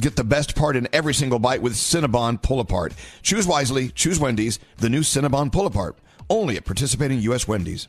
Get the best part in every single bite with Cinnabon Pull Apart. Choose wisely, choose Wendy's, the new Cinnabon Pull Apart, only at participating U.S. Wendy's.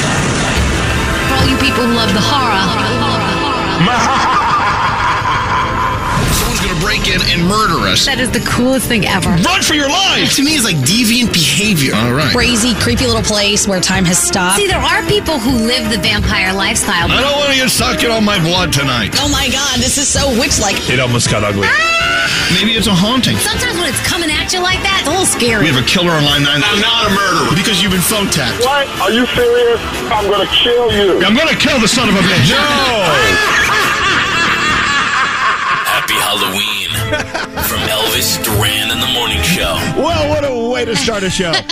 For all you people who love the horror. Someone's gonna break in and murder us. That is the coolest thing ever. Run for your life! To me, it's like deviant behavior. All right. Crazy, creepy little place where time has stopped. See, there are people who live the vampire lifestyle. I don't want you sucking on my blood tonight. Oh my god, this is so witch like. It almost got ugly. Maybe it's a haunting. Sometimes when it's coming at you like that, it's a little scary. We have a killer on line nine. I'm not a murderer because you've been phone tapped. What? Are you serious? I'm gonna kill you. I'm gonna kill the son of a bitch. No! Happy Halloween from Elvis Duran and the Morning Show. Well, what a way to start a show.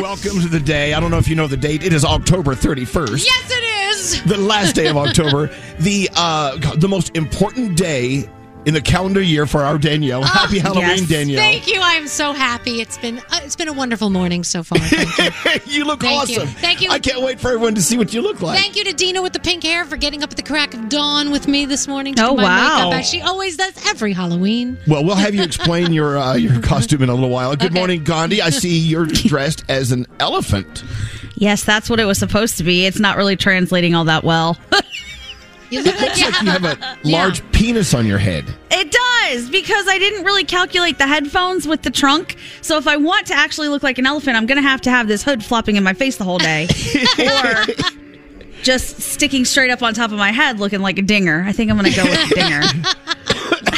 Well, Welcome to the day. I don't know if you know the date. It is October 31st. Yes, it is. The last day of October. the uh, the most important day in the calendar year for our Oh, Danielle. Happy Halloween, yes. Danielle. Ah, Thank you. I'm so happy. It's been uh, it's been a wonderful morning so far. Thank you. you look Thank you. awesome. Thank you. I can't wait for everyone to see what you look like. Thank you to Dina with the pink hair for getting up at the crack of dawn with me this morning. to do Oh, my wow. makeup, as she always does every Halloween. Well, we'll have you explain your uh, your costume in a little while. Good morning, Gandhi. I see you're dressed as an elephant. Yes, that's what it was supposed to be. It's not really translating all that well. You look like you have You have a. a large penis on your head. It does because I didn't really calculate the headphones with the trunk. So if I want to actually look like an elephant, I'm going to have to have this hood flopping in my face the whole day, or just sticking straight up on top of my head, looking like a dinger. I think I'm going to go with dinger.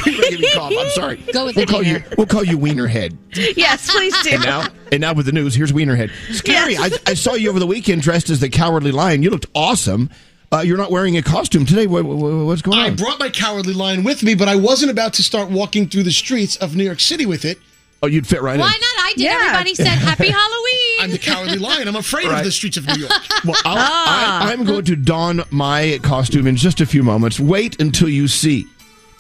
Give me a cough. I'm sorry. Go with we'll the call you. dinger. We'll call you Wiener Head. yes, please do. And now, and now with the news, here's Wienerhead. Scary. I, I saw you over the weekend dressed as the Cowardly Lion. You looked awesome. Uh, you're not wearing a costume today. What, what- what's going I on? brought my cowardly lion with me, but I wasn't about to start walking through the streets of New York City with it. oh, you'd fit right Why in. not? I did. Yeah. Everybody said Happy Halloween. I'm the cowardly lion. I'm afraid Right. of the streets of New York. Well, I'll, Ah. I, I'm going to don my costume in just a few moments. Wait until you see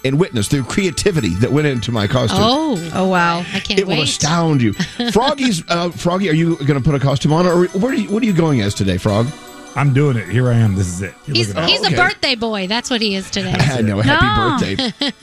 and witness the creativity that went into my costume. oh, Oh wow. I can't It wait. will astound you, Froggy's. Uh, Froggy, are you going to put a costume on, or where? Are you, what are you going as today, Frog? I'm doing it. Here I am. This is it. You're He's, looking at it. he's Okay. a birthday boy. That's what he is today. I know. Happy birthday.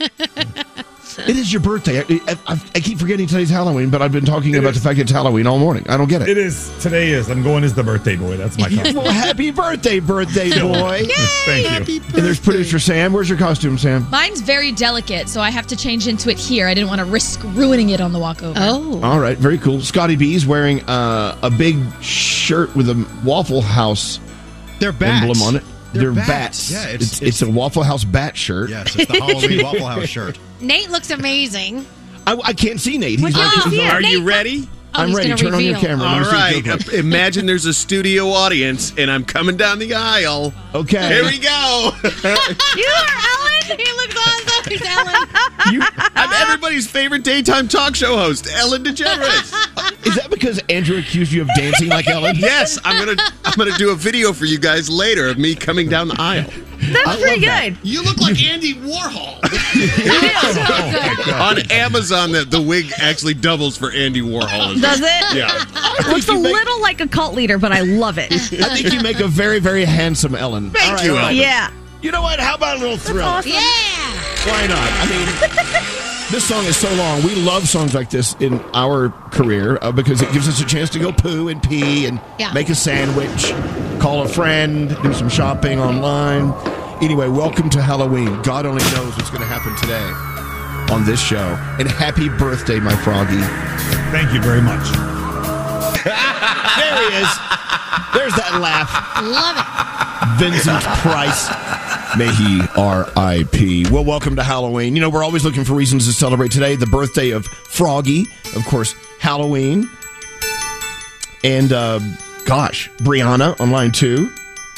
it is your birthday. I, I, I- I keep forgetting today's Halloween, but I've been talking about the fact it's Halloween all morning. I don't get it. It is. Today is. I'm going as the birthday boy. That's my costume. well, happy birthday, birthday boy. Thank you. And there's producer Sam. Where's your costume, Sam? Mine's very delicate, so I have to change into it here. I didn't want to risk ruining it on the walk over. Oh. All right, very cool. Scotty B's wearing uh, a big shirt with a Waffle House They're bats. emblem on it. They're, They're, bats. bats. Yeah, it's, it's, a Waffle House bat shirt. yes, it's the Halloween Waffle House shirt. Nate looks amazing. I, I can't see Nate. Would He's you not- like to he's see not- it? Are Nate, you come- ready? Oh, I'm he's ready. gonna Turn on your reveal. camera. Let All me see if you right. can- Uh, Imagine there's a studio audience and I'm coming down the aisle. Okay. Here we go. You are Ellen. He looks awesome. He's Ellen. I'm everybody's favorite daytime talk show host, Ellen DeGeneres. Is that because Andrew accused you of dancing like Ellen? yes, I'm gonna I'm gonna do a video for you guys later of me coming down the aisle I That's love pretty that. good. You look like Andy Warhol. on Amazon. That the wig actually doubles for Andy Warhol. Does it? Yeah. Looks a You make- little like a cult leader, but I love it. I think you make a very, very handsome Ellen. Thank you, Ellen. yeah. You know what? How about a little thrill? Yeah. Why not? I mean, this song is so long. We love songs like this in our career uh, because it gives us a chance to go poo and pee and Yeah. make a sandwich, call a friend, do some shopping online. Anyway, welcome to Halloween. God only knows what's going to happen today on this show. And happy birthday, my froggy. Thank you very much. There he is. There's that laugh. Love it. Vincent Price. May he R.I.P. Well, welcome to Halloween. You know, we're always looking for reasons to celebrate today. The birthday of Froggy, of course, Halloween. And, uh, gosh, Brianna on line two.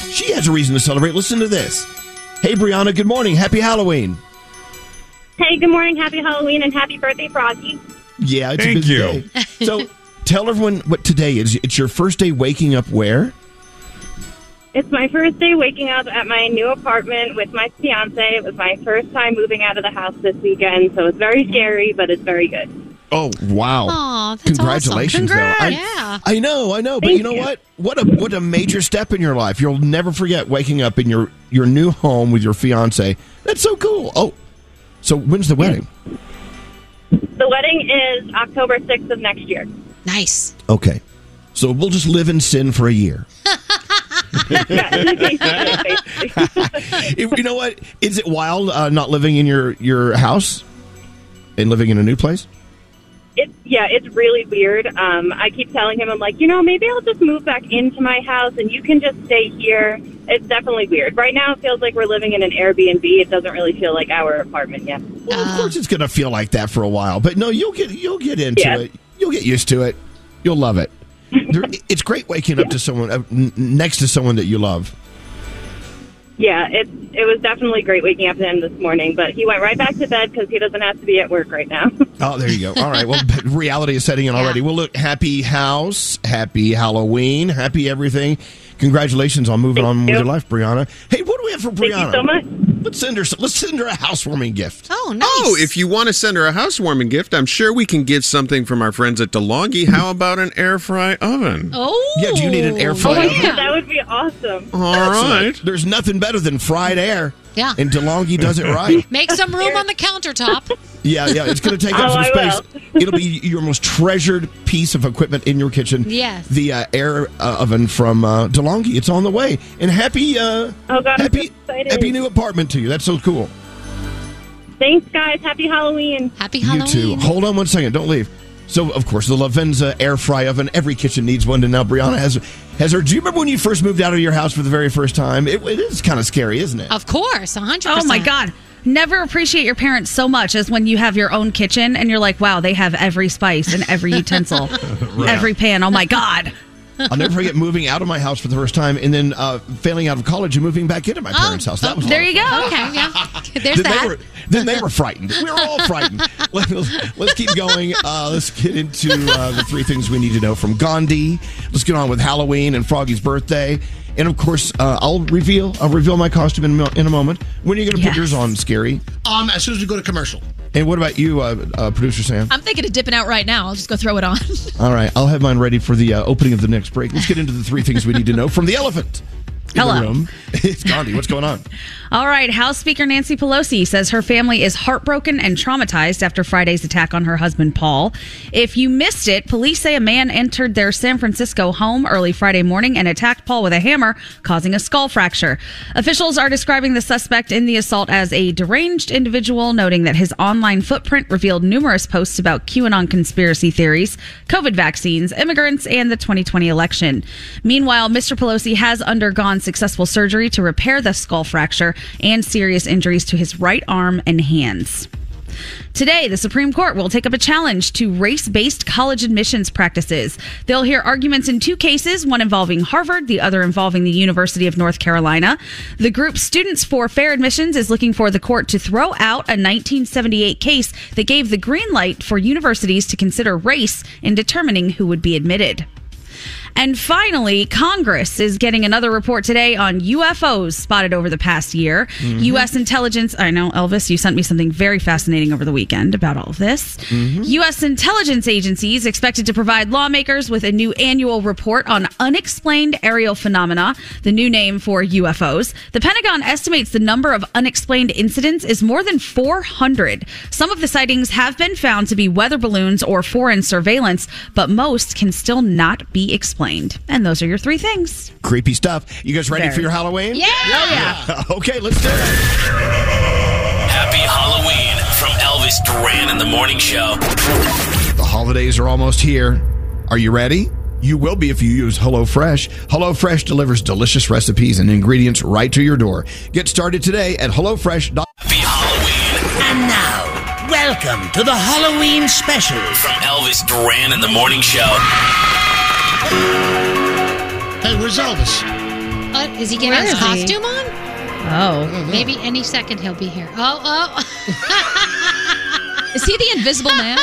She has a reason to celebrate. Listen to this. Hey, Brianna, good morning. Happy Halloween. Hey, good morning. Happy Halloween and happy birthday, Froggy. Yeah, it's a Thank busy you. day. So tell everyone what today is. It's your first day waking up where? It's my first day waking up at my new apartment with my fiance. It was my first time moving out of the house this weekend, so it's very scary, but it's very good. Oh wow! Aw, that's Congratulations, awesome. Congrats. though. I, Yeah. I know, I know, but Thank you know you. what? What a what a major step in your life. You'll never forget waking up in your your new home with your fiance. That's so cool. Oh, so when's the wedding? The wedding is October 6th of next year. Nice. Okay, so we'll just live in sin for a year. If- you know what? Is it wild uh, not living in your your house and living in a new place? It's yeah, it's really weird. Um, I keep telling him, I'm like, you know, maybe I'll just move back into my house and you can just stay here. It's definitely weird. Right now, it feels like we're living in an Airbnb. It doesn't really feel like our apartment yet. Well, of Uh. course it's gonna feel like that for a while, but no, you'll get you'll get into Yeah. it. You'll get used to it. You'll love it. There, it's great waking up to someone uh, n- next to someone that you love. Yeah, it it was definitely great waking up to him this morning, but he went right back to bed because he doesn't have to be at work right now. Oh, there you go. All right. Well, but reality is setting in already. Well, look, happy house, happy Halloween, happy everything. Congratulations on moving Thank on you. with your life, Brianna. Hey, what do we have for Thank Brianna? you so much. Let's send her. Let's send her a housewarming gift. Oh, nice. Oh, if you want to send her a housewarming gift, I'm sure we can give something from our friends at DeLonghi. How about an air fry oven? Oh. Yeah, do you need an air Oh my fryer? god, that would be awesome. All right. There's nothing better than fried air. Yeah. And DeLonghi does it right. Make some room on the countertop. Yeah, yeah, it's going to take up some Oh, I space. It'll be your most treasured piece of equipment in your kitchen. Yes. the uh, air uh, oven from uh, DeLonghi. It's on the way, and happy, uh, Oh, God, I'm happy, so excited. happy new apartment to you. That's so cool. Thanks, guys. Happy Halloween. Happy Halloween. You too. Hold on one second. Don't leave. So, of course, the Lavenza air fry oven. Every kitchen needs one. And now Brianna has has her. Do you remember when you first moved out of your house for the very first time? It, it is kind of scary, isn't it? Of course, 100%. Oh my God. Never appreciate your parents so much as when you have your own kitchen and you're like, wow, they have every spice and every utensil, every pan. Oh my God. I'll never forget moving out of my house for the first time, and then uh, failing out of college and moving back Oh, into my parents' house. That was There you go. Um, Okay, yeah. There's then that. they were then they were frightened. We were all frightened. Let, us let's keep going. Uh, let's get into uh, the three things we need to know from Gandhi. Let's get on with Halloween and Froggy's birthday, and of course, uh, I'll reveal I'll reveal my costume in, a mo- in a moment. When are you going to put Yes. yours on, Scary? Um, as soon as we go to commercial. And what about you, uh, uh, producer Sam? I'm thinking of dipping out right now. I'll just go throw it on. All right, I'll have mine ready for the uh, opening of the next break. Let's get into the three things we need to know from the elephant. Hello. it's Gandhi. What's going on? All right, House Speaker Nancy Pelosi says her family is heartbroken and traumatized after Friday's attack on her husband, Paul. If you missed it, police say a man entered their San Francisco home early Friday morning and attacked Paul with a hammer, causing a skull fracture. Officials are describing the suspect in the assault as a deranged individual, noting that his online footprint revealed numerous posts about QAnon conspiracy theories, COVID vaccines, immigrants, and the 2020 election. Meanwhile, Mr. Pelosi has undergone successful surgery to repair the skull fracture and serious injuries to his right arm and hands. Today, the Supreme Court will take up a challenge to race based college admissions practices. They'll hear arguments in two cases, one involving Harvard, the other involving the University of North Carolina. The group Students for Fair Admissions is looking for the court to throw out a 1978 case that gave the green light for universities to consider race in determining who would be admitted. And finally, Congress is getting another report today on UFOs spotted over the past year. Mhm. U.S. intelligence, I know, Elvis, you sent me something very fascinating over the weekend about all of this. Mm-hmm. Mhm. U.S. intelligence agencies expected to provide lawmakers with a new annual report on unexplained aerial phenomena, the new name for UFOs. The Pentagon estimates the number of unexplained incidents is more than 400. Some of the sightings have been found to be weather balloons or foreign surveillance, but most can still not be explained. And those are your three things. Creepy stuff. You guys ready for Very. your Halloween? Yeah! Yeah. okay, let's do it. Happy Halloween from Elvis Duran in the Morning Show. The holidays are almost here. Are you ready? You will be if you use HelloFresh. HelloFresh delivers delicious recipes and ingredients right to your door. Get started today at HelloFresh.com. And now, welcome to the Halloween special. From Elvis Duran in the Morning Show. Hey, where's Elvis? Uh, is he getting his Where is he? costume on? Oh. Maybe any second he'll be here. Oh, oh. is he the invisible man?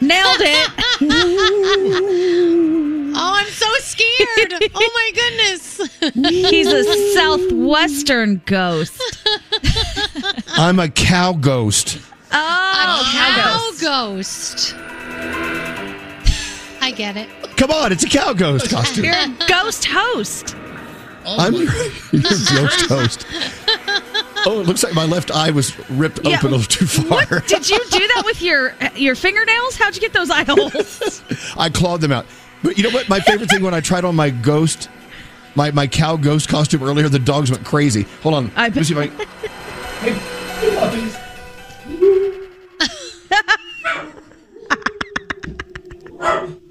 Nailed it. oh, I'm so scared. Oh, my goodness. He's a southwestern ghost. I'm a cow ghost. Oh, cow ghost. I get it. Come on, it's a cow ghost costume. You're a ghost host. I'm your, your ghost host. Oh, it looks like my left eye was ripped Yeah. open a little too far. What? Did you do that with your your fingernails? How'd you get those eye holes? I clawed them out. But you know what? My favorite thing when I tried on my ghost, my, my cow ghost costume earlier, the dogs went crazy. Hold on. I, Let me see if I,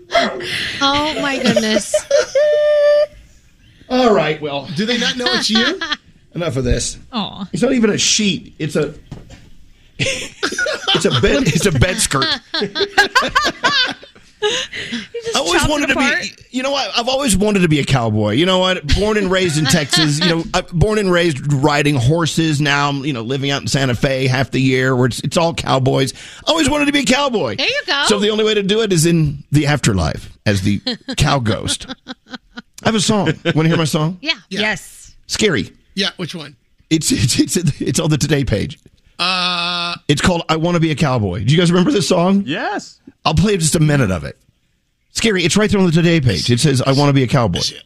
Oh, my goodness. all right, well. Do they not know it's you? Enough of this. Aw. It's not even a sheet. It's a. it's a bed. It's a bed skirt. I always chopped it wanted to apart. be. You know what? I've always wanted to be a cowboy. You know what? Born and raised in Texas. You know, I- born and raised riding horses. Now I'm you know living out in Santa Fe half the year, where it's it's all cowboys. I always wanted to be a cowboy. There you go. So the only way to do it is in the afterlife as the cow ghost. I have a song. Want to hear my song? Yeah. Yes. Scary. Yeah, which one? It's it's it's it's on the Today page. Uh, It's called I Want to Be a Cowboy. Do you guys remember this song? Yes. I'll play just a minute of it. Scary. It's right there on the Today page. It says I Want to Be a Cowboy. Here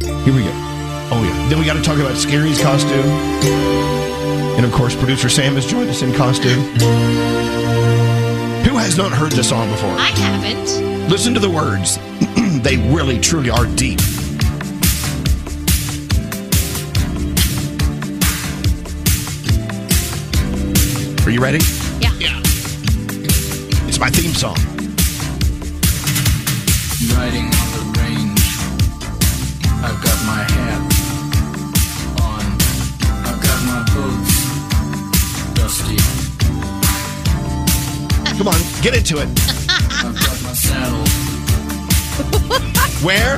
we go. Oh, yeah. Then we got to talk about Scary's costume. And of course, producer Sam has joined us in costume. Who has not heard this song before? I haven't. Listen to the words. they really, truly are deep. Are you ready? Yeah. Yeah. It's my theme song. Riding on the range. I've got my hat on. I've got my boots dusty. Come on, get into it. I've got my saddle. Where?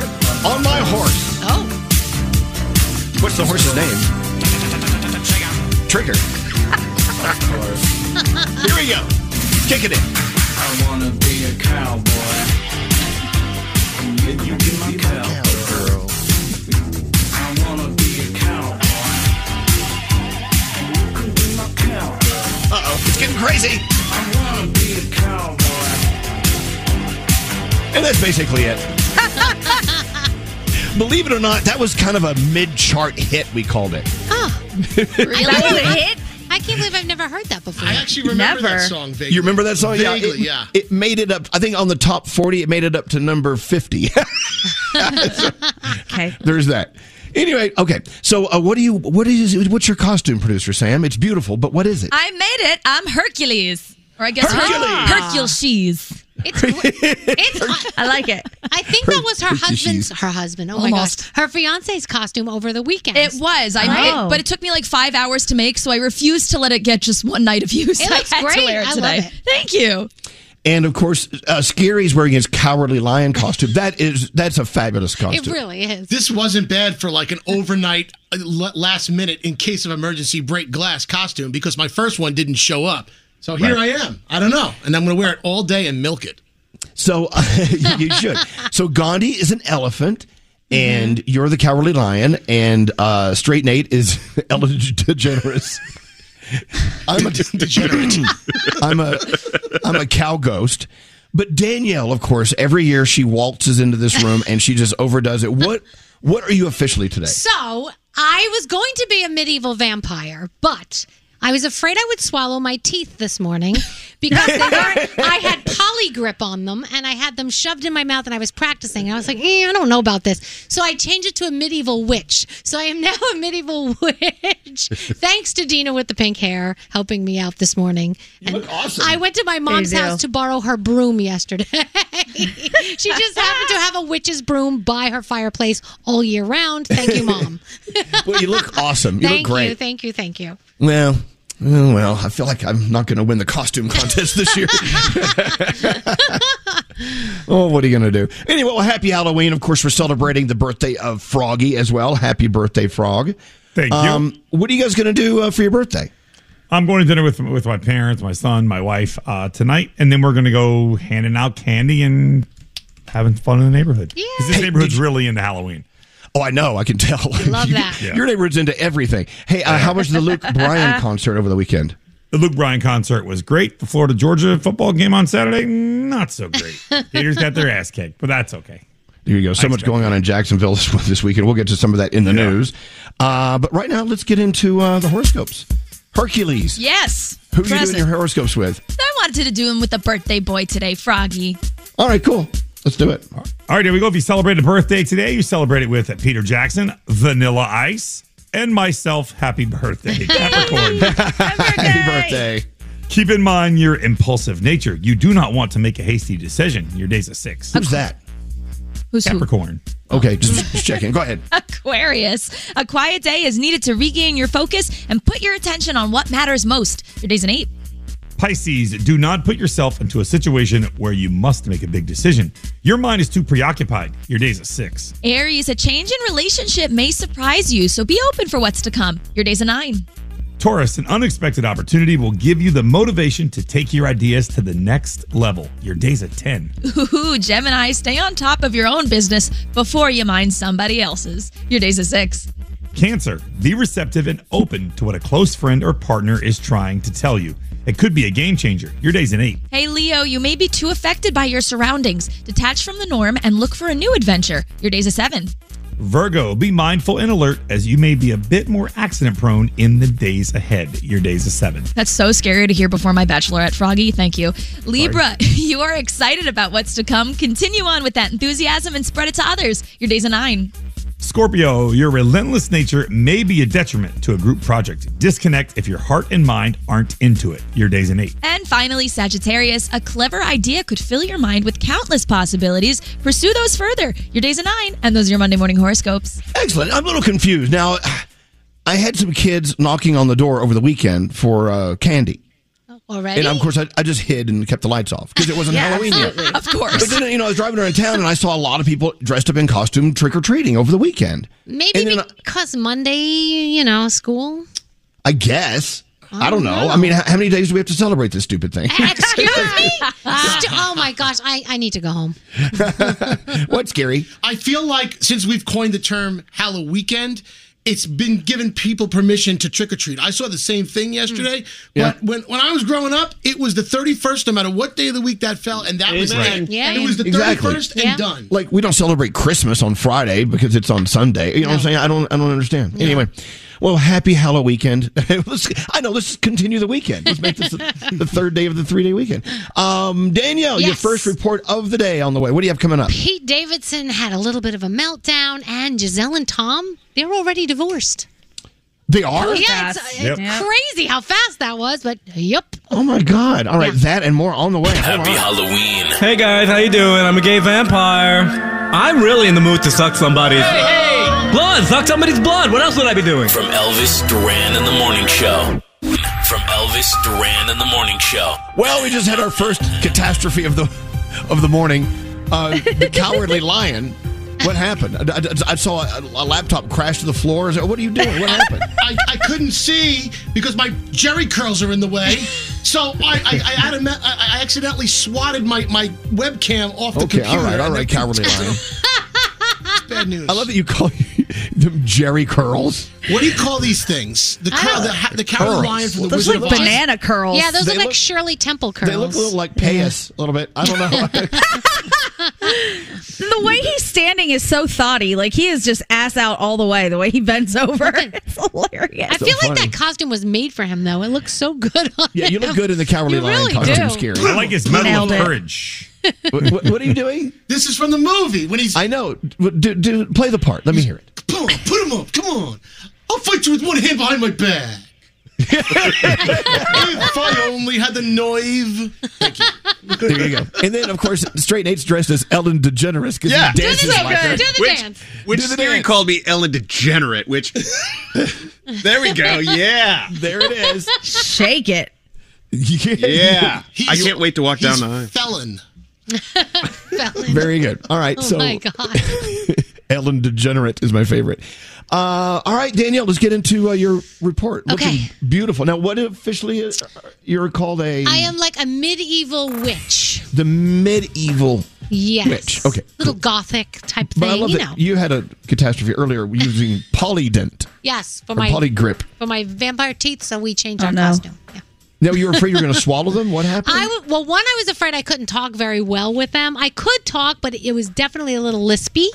On my horse. Oh. What's the horse's name? Trigger. Here we go. Kick it in. I wanna be a cowboy. And yet you can be a cowgirl. I wanna be a cowboy. And you can be my cowgirl. Uh-oh, it's getting crazy. I wanna be a cowboy. And that's basically it. Believe it or not, that was kind of a mid-chart hit. We called it. Oh, Really? I love it. I can't believe I've never heard that before. I actually remember that Never. song You remember that song? Vaguely, it, yeah. It made it up. I think on the top forty, it made it up to number fifty. okay. There's that. Anyway, okay. So, uh, what do you? What is? What's your costume, producer Sam? It's beautiful, but what is it? I made it. I'm Hercules. Or I guess Hercules. Hercules. She's. I like it. I think that was her Hercules. husband's. Her husband. Oh Almost. my gosh. Her fiance's costume over the weekend. Oh. It was. I made it, but it took me like five hours to make, so I refused to let it get just one night of use. It looks I had great. To wear I it love today. it. Thank you. And of course, uh, Scary's wearing his cowardly lion costume. That is that's a fabulous costume. really is. This wasn't bad for like an overnight, uh, la- last minute, in case of emergency, break glass costume because my first one didn't show up. So here Right. I am. I don't know. And I'm going to wear it all day and milk it. So you should. So Gandhi is an elephant, and you're the cowardly lion, and uh, Straight Nate is Ellen DeGeneres. I'm a degenerate. I'm a I'm a cow ghost. But Danielle, of course, every year she waltzes into this room and she just overdoes it. What what are you officially today? So I was going to be a medieval vampire, but I was afraid I would swallow my teeth this morning because they were, I had polygrip on them and I had them shoved in my mouth and I was practicing. I was like, eh, I don't know about this. So I changed it to a medieval witch. So I am now a medieval witch. Thanks to Dina with the pink hair helping me out this morning. You look awesome. I went to my You mom's do. house to borrow her broom yesterday. she just happened to have a witch's broom by her fireplace all year round. Thank you, mom. Well, you look awesome. You thank look great. you, thank you, thank you. Well, oh, well, I feel like I'm not going to win the costume contest this year. oh, what are you going to do? Anyway, well, happy Halloween. Of course, we're celebrating the birthday of Froggy as well. Happy birthday, Frog. Um, Thank you. what are you guys going to do uh, for your birthday? I'm going to dinner with with my parents, my son, my wife uh, tonight, and then we're going to go handing out candy and having fun in the neighborhood. Yeah. This neighborhood's really into Halloween. Oh, I know. I can tell. love You- that. Your neighborhood's into everything. Hey, uh, how was the Luke Bryan concert over the weekend? The Luke Bryan concert was great. The Florida Georgia football game on Saturday, not so great. Gators got their ass kicked, but that's okay. There you go. So much going on in Jacksonville this, this weekend. We'll get to some of that in the news. Uh, but right now, let's get into uh, the horoscopes. Hercules. Yes. Who are you Present. doing your horoscopes with? I wanted to do him with the birthday boy today, Froggy. All right, cool. Let's do it. All right, here we go. If you celebrate a birthday today, you celebrate it with Peter Jackson, Vanilla Ice, and myself. Happy birthday, Capricorn. Happy birthday. Keep in mind your impulsive nature. You do not want to make a hasty decision. Your day's a six. Who's that? Who's who? Capricorn. Okay, just, just checking. Go ahead. Aquarius. A quiet day is needed to regain your focus and put your attention on what matters most. Your day's an eight. Pisces, do not put yourself into a situation where you must make a big decision. Your mind is too preoccupied. Your day's a six. Aries, a change in relationship may surprise you, so be open for what's to come. Your day's a nine. Taurus, an unexpected opportunity will give you the motivation to take your ideas to the next level. Your day's a 10. Ooh, Gemini, stay on top of your own business before you mind somebody else's. Your day's a six. Cancer, be receptive and open to what a close friend or partner is trying to tell you. It could be a game changer. Your day's an eight. Hey, Leo, you may be too affected by your surroundings. Detach from the norm and look for a new adventure. Your day's a seven. Virgo, be mindful and alert as you may be a bit more accident prone in the days ahead. Your day's a seven. That's so scary to hear before my bachelorette, Froggy. Thank you. Libra, you are excited about what's to come. Continue on with that enthusiasm and spread it to others. Your day's a nine. Scorpio, your relentless nature may be a detriment to a group project. Disconnect if your heart and mind aren't into it. Your day's an eight. And finally, Sagittarius, a clever idea could fill your mind with countless possibilities. Pursue those further. Your day's a nine. And those are your Monday morning horoscopes. Excellent. I'm a little confused. Now, I had some kids knocking on the door over the weekend for uh, candy. Already? And of course, I, I just hid and kept the lights off because it wasn't Yeah, Halloween absolutely. yet. Of course. But then, you know, I was driving around town and I saw a lot of people dressed up in costume trick or treating over the weekend. Maybe uh, because Monday, you know, school. I guess. I I don't know. don't I mean, h- how many days do we have to celebrate this stupid thing? Excuse me. St- oh my gosh, I, I need to go home. What's scary? I feel like since we've coined the term Halloween, it's been given people permission to trick or treat. I saw the same thing yesterday, Hmm. but when, when I was growing up, it was the 31st, no matter what day of the week that fell, and that was Amen. it. It was the 31st and done. Like we don't celebrate Christmas on Friday because it's on Sunday. You know what I'm saying? I don't. I don't understand. Anyway, well, happy Halloween weekend. Let's- I know. Let's continue the weekend. Let's make this the the third day of the three day weekend. Um, Danielle, your Yes. first report of the day on the way. What do you have coming up? Pete Davidson had a little bit of a meltdown, and Giselle and Tom, they're already divorced. They are. Yeah, it's, uh, it's Yep. crazy how fast that was, but yep. Oh my God! All right, that and more on the way. Happy Halloween. Hey guys, how you doing? I'm a gay vampire. I'm really in the mood to suck somebody's blood. Suck somebody's blood. What else would I be doing? From Elvis Duran and the Morning Show. From Elvis Duran and the Morning Show. Well, we just had our first catastrophe of the of the morning. Uh, the cowardly lion. What happened? I, I- I saw a, a laptop crash to the floor. Is it- What are you doing? What happened? I, I couldn't see because my jerry curls are in the way. So I, I, I, had a me- I I accidentally swatted my, my webcam off the Okay, computer. all right, all and right, then- cowardly lion. It's bad news. I love that you call them Jerry curls. What do you call these things? The curl, the, ha- the cowardly Curls. lion from the Those Wizard of look Oz. banana curls. Yeah, those They look like look- Shirley Temple curls. They look a little like payas a little bit. I don't know. The way he's standing is so thoughty. Like he is just ass out all the way. The way he bends over, it's hilarious. I feel like that costume was made for him, though. It looks so good on yeah, you look good in the cowardly You lion really costume. do. Scary. I like his Medal of Nailed it. courage. What, what- what are you doing? This is from the movie when he's. I know. Do, do, play the part. Let me hear it. Come on, put him up. Come on. I'll fight you with one hand behind my back. if I only had the noive. There you go. And then, of course, Straight Nate's dressed as Ellen DeGeneres because Yeah. he dances like her. which, Which Do the Siri dance. called me Ellen Degenerate, which. there we go. Yeah. There it is. Shake it. Yeah. I can't wait to walk down He's the aisle. felon. Very good. All right. Oh so my god! Ellen DeGenerate is my favorite. Uh, all right, Danielle, let's get into uh, your report. Okay. Looking beautiful. Now, what officially is, you're called a I am like a medieval witch. the medieval Yes, witch. Okay. little gothic type thing. But I love you that know. you had a catastrophe earlier using polydent. Yes, for Or my polygrip. for my vampire teeth. So we Oh, changed our costume. Now you were afraid you were going to swallow them. What happened? I w- well, one, I was afraid I couldn't talk very well with them. I could talk, but it was definitely a little lispy.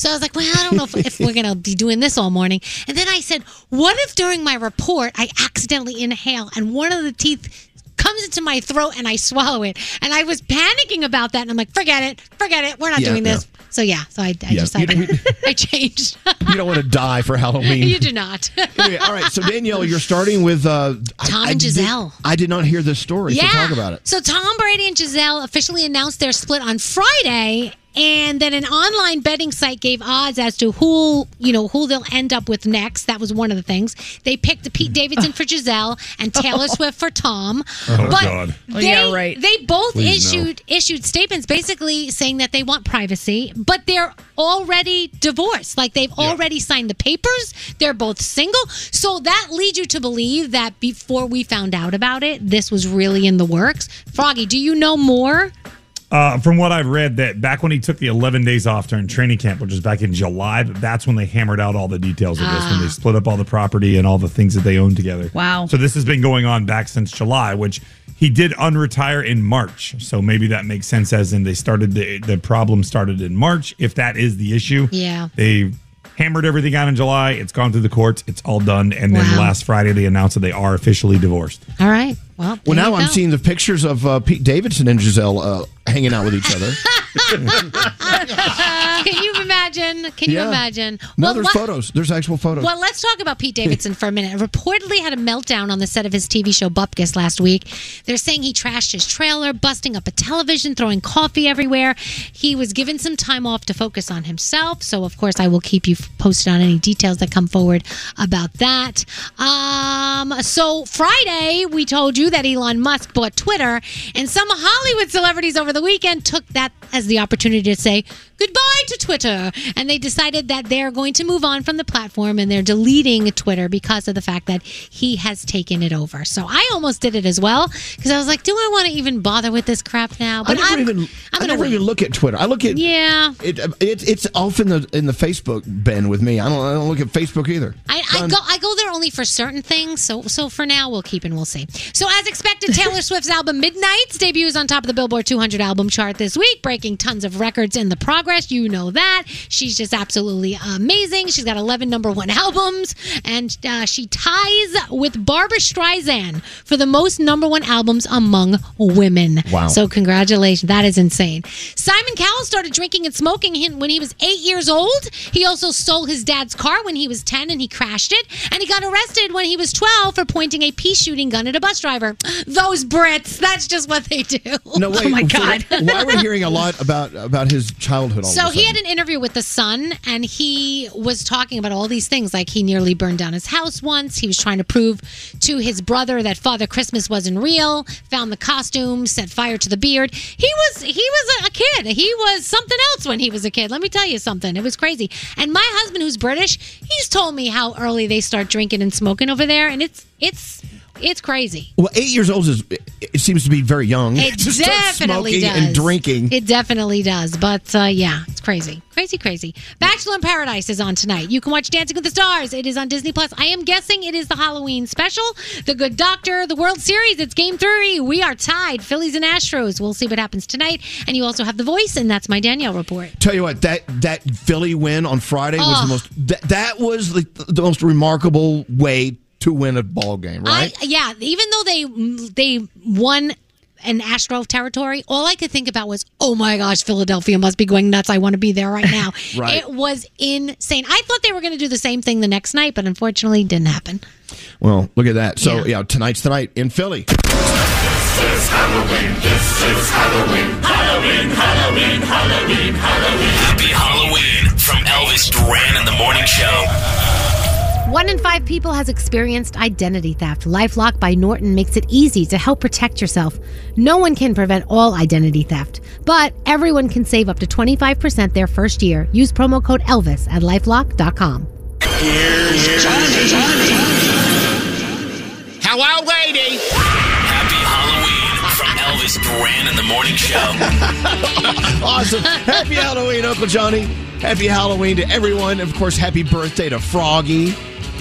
So I was like, well, I don't know if, if we're gonna be doing this all morning. And then I said, what if during my report I accidentally inhale and one of the teeth comes into my throat and I swallow it? And I was panicking about that, and I'm like, forget it, forget it, we're not Yeah, doing this. yeah. So yeah, so I, I Yeah, just you I, don't- I changed. you don't want to die for Halloween. you do not. Anyway, all right, so Danielle, you're starting with uh, Tom and Giselle. Did, I did not hear this story, so talk about it. So Tom Brady and Giselle officially announced their split on Friday, and then an online betting site gave odds as to who you know who they'll end up with next. That was one of the things they picked. Pete Davidson for Giselle and Taylor Swift for Tom. Oh, but God. They, Oh, yeah, right. They both Please, no. issued issued statements basically saying that they want privacy, but they're already divorced. Like they've already signed the papers. They're both single. So that leads you to believe that before we found out about it, this was really in the works. Froggy, do you know more? Uh, from what I've read, that back when he took the 11 days off during training camp, which was back in July, but that's when they hammered out all the details of this, when Ah. they split up all the property and all the things that they owned together. Wow. So this has been going on back since July, which he did unretire in March. So maybe that makes sense, as in they started the, the problem started in March, if that is the issue. Yeah. They hammered everything out in July. It's gone through the courts. It's all done. And then Wow. last Friday, they announced that they are officially divorced. All right. Well, Well, there now you I'm go. seeing the pictures of uh, Pete Davidson and Giselle uh, hanging out with each other. Can you imagine? Can you Yeah. imagine? No, Well, there's what- photos. There's actual photos. Well, let's talk about Pete Davidson for a minute. Reportedly had a meltdown on the set of his TV show Bupkis last week. They're saying he trashed his trailer, busting up a television, throwing coffee everywhere. He was given some time off to focus on himself. So, of course, I will keep you posted on any details that come forward about that. Um, so Friday, we told you that Elon Musk bought Twitter, and some Hollywood celebrities over the weekend took that as the opportunity to say, goodbye to Twitter. And they decided that they're going to move on from the platform and they're deleting Twitter because of the fact that he has taken it over. So I almost did it as well because I was like, do I want to even bother with this crap now? I never I'm- even I'm I gonna never wait. even look at Twitter. I look at Yeah. It, uh, it it's off in the in the Facebook bin with me. I don't I don't look at Facebook either. I, I go I go there only for certain things. So so for now we'll keep and we'll see. So as expected, Taylor Swift's album Midnight's debuts on top of the Billboard 200 album chart this week, breaking tons of records in the progress. You know that she's just absolutely amazing. She's got 11 number one albums, and uh, she ties with Barbara Streisand for the most number one albums among women. Wow. So Congratulations. That is insane. Simon Cowell started drinking and smoking hin- when he was eight years old. He also stole his dad's car when he was 10 and he crashed it. And he got arrested when he was 12 for pointing a pea shooting gun at a bus driver. Those Brits, that's just what they do. Oh No wait. so why we're hearing a lot about about his childhood all So of a sudden. he had an interview with The Sun, and he was talking about all these things. Like he nearly burned down his house once. He was trying to prove to his brother that Father Christmas wasn't real. Found the costume, set fire to the beard. He was he was a kid. He was something else when he was a kid. Let me tell you something. It was crazy. And my husband, who's British, he's told me how early they start drinking and smoking over there, and it's it's it's crazy. Well, eight years old is it seems to be very young. It to start definitely smoking does. and drinking. It definitely does. But uh, yeah, it's crazy, crazy, crazy. Bachelor in Paradise is on tonight. You can watch Dancing with the Stars. It is on Disney Plus. I am guessing it is the Halloween special. The Good Doctor, the World Series. It's Game Three. We are tied. Phillies and Astros. We'll see what happens tonight. And you also have The Voice, and that's my Danielle report. Tell you what, that that Philly win on Friday was Oh. the most that, that was the, the most remarkable way to win a ball game, right? I, yeah, even though they they won an Astro territory, all I could think about was, oh my gosh, Philadelphia must be going nuts. I want to be there right now. Right. It was insane. I thought they were going to do the same thing the next night, but unfortunately, it didn't happen. well, look at that. So, yeah. tonight's tonight in Philly. This is Halloween. This is Halloween. Halloween, Halloween, Halloween, Halloween. Happy Halloween from Elvis Duran and the Morning Show. One in five people has experienced identity theft. Lifelock by Norton makes it easy to help protect yourself. No one can prevent all identity theft, but everyone can save up to 25% their first year. Use promo code ELVIS at lifelock.com. Here's Johnny. Hello, lady. Happy Halloween from Elvis Duran and the Morning Show. awesome. Happy Halloween, Uncle Johnny. Happy Halloween to everyone. Of course, happy birthday to Froggy.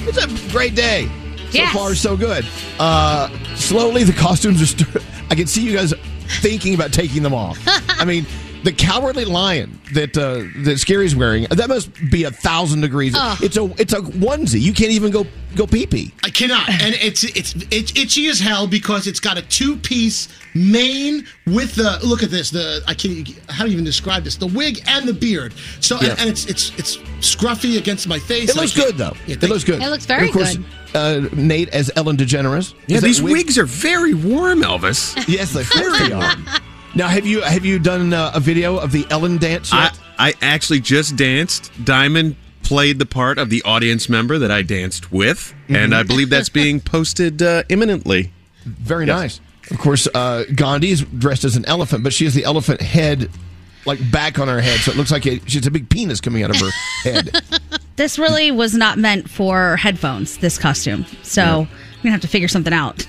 It's a great day. So Yes. far, so good. Uh, slowly, the costumes are. St- I can see you guys thinking about taking them off. I mean, the cowardly lion that uh, that Scary's wearing that must be a thousand degrees. Ugh. It's a it's a onesie. You can't even go go pee pee. I cannot. And it's it's it's itchy as hell because it's got a two piece mane with the look at this the I can't how do you even describe this the wig and the beard. So Yeah. and, and it's it's it's scruffy against my face. It looks I can't- good though. Yeah, it looks good. thank you. And of course, Uh, Nate as Ellen DeGeneres. Yeah, Is that these wig- wigs are very warm, Elvis. Yes, they very are. Now, have you have you done uh, a video of the Ellen dance I, yet? I actually just danced. Diamond played the part of the audience member that I danced with, Mm-hmm. and I believe that's being posted uh, imminently. very nice. Of course, uh, Gandhi is dressed as an elephant, but she has the elephant head like back on her head, so it looks like it, she's a big penis coming out of her head. This really was not meant for headphones, this costume. So Yeah. I'm going to have to figure something out.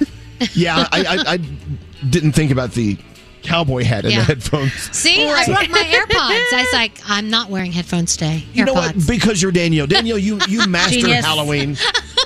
yeah, I, I, I didn't think about the cowboy hat in Yeah. the headphones. See, Right. I brought my AirPods. I was like, I'm not wearing headphones today. AirPods. You know what? Because you're Danielle. Danielle, you you master Genius. Halloween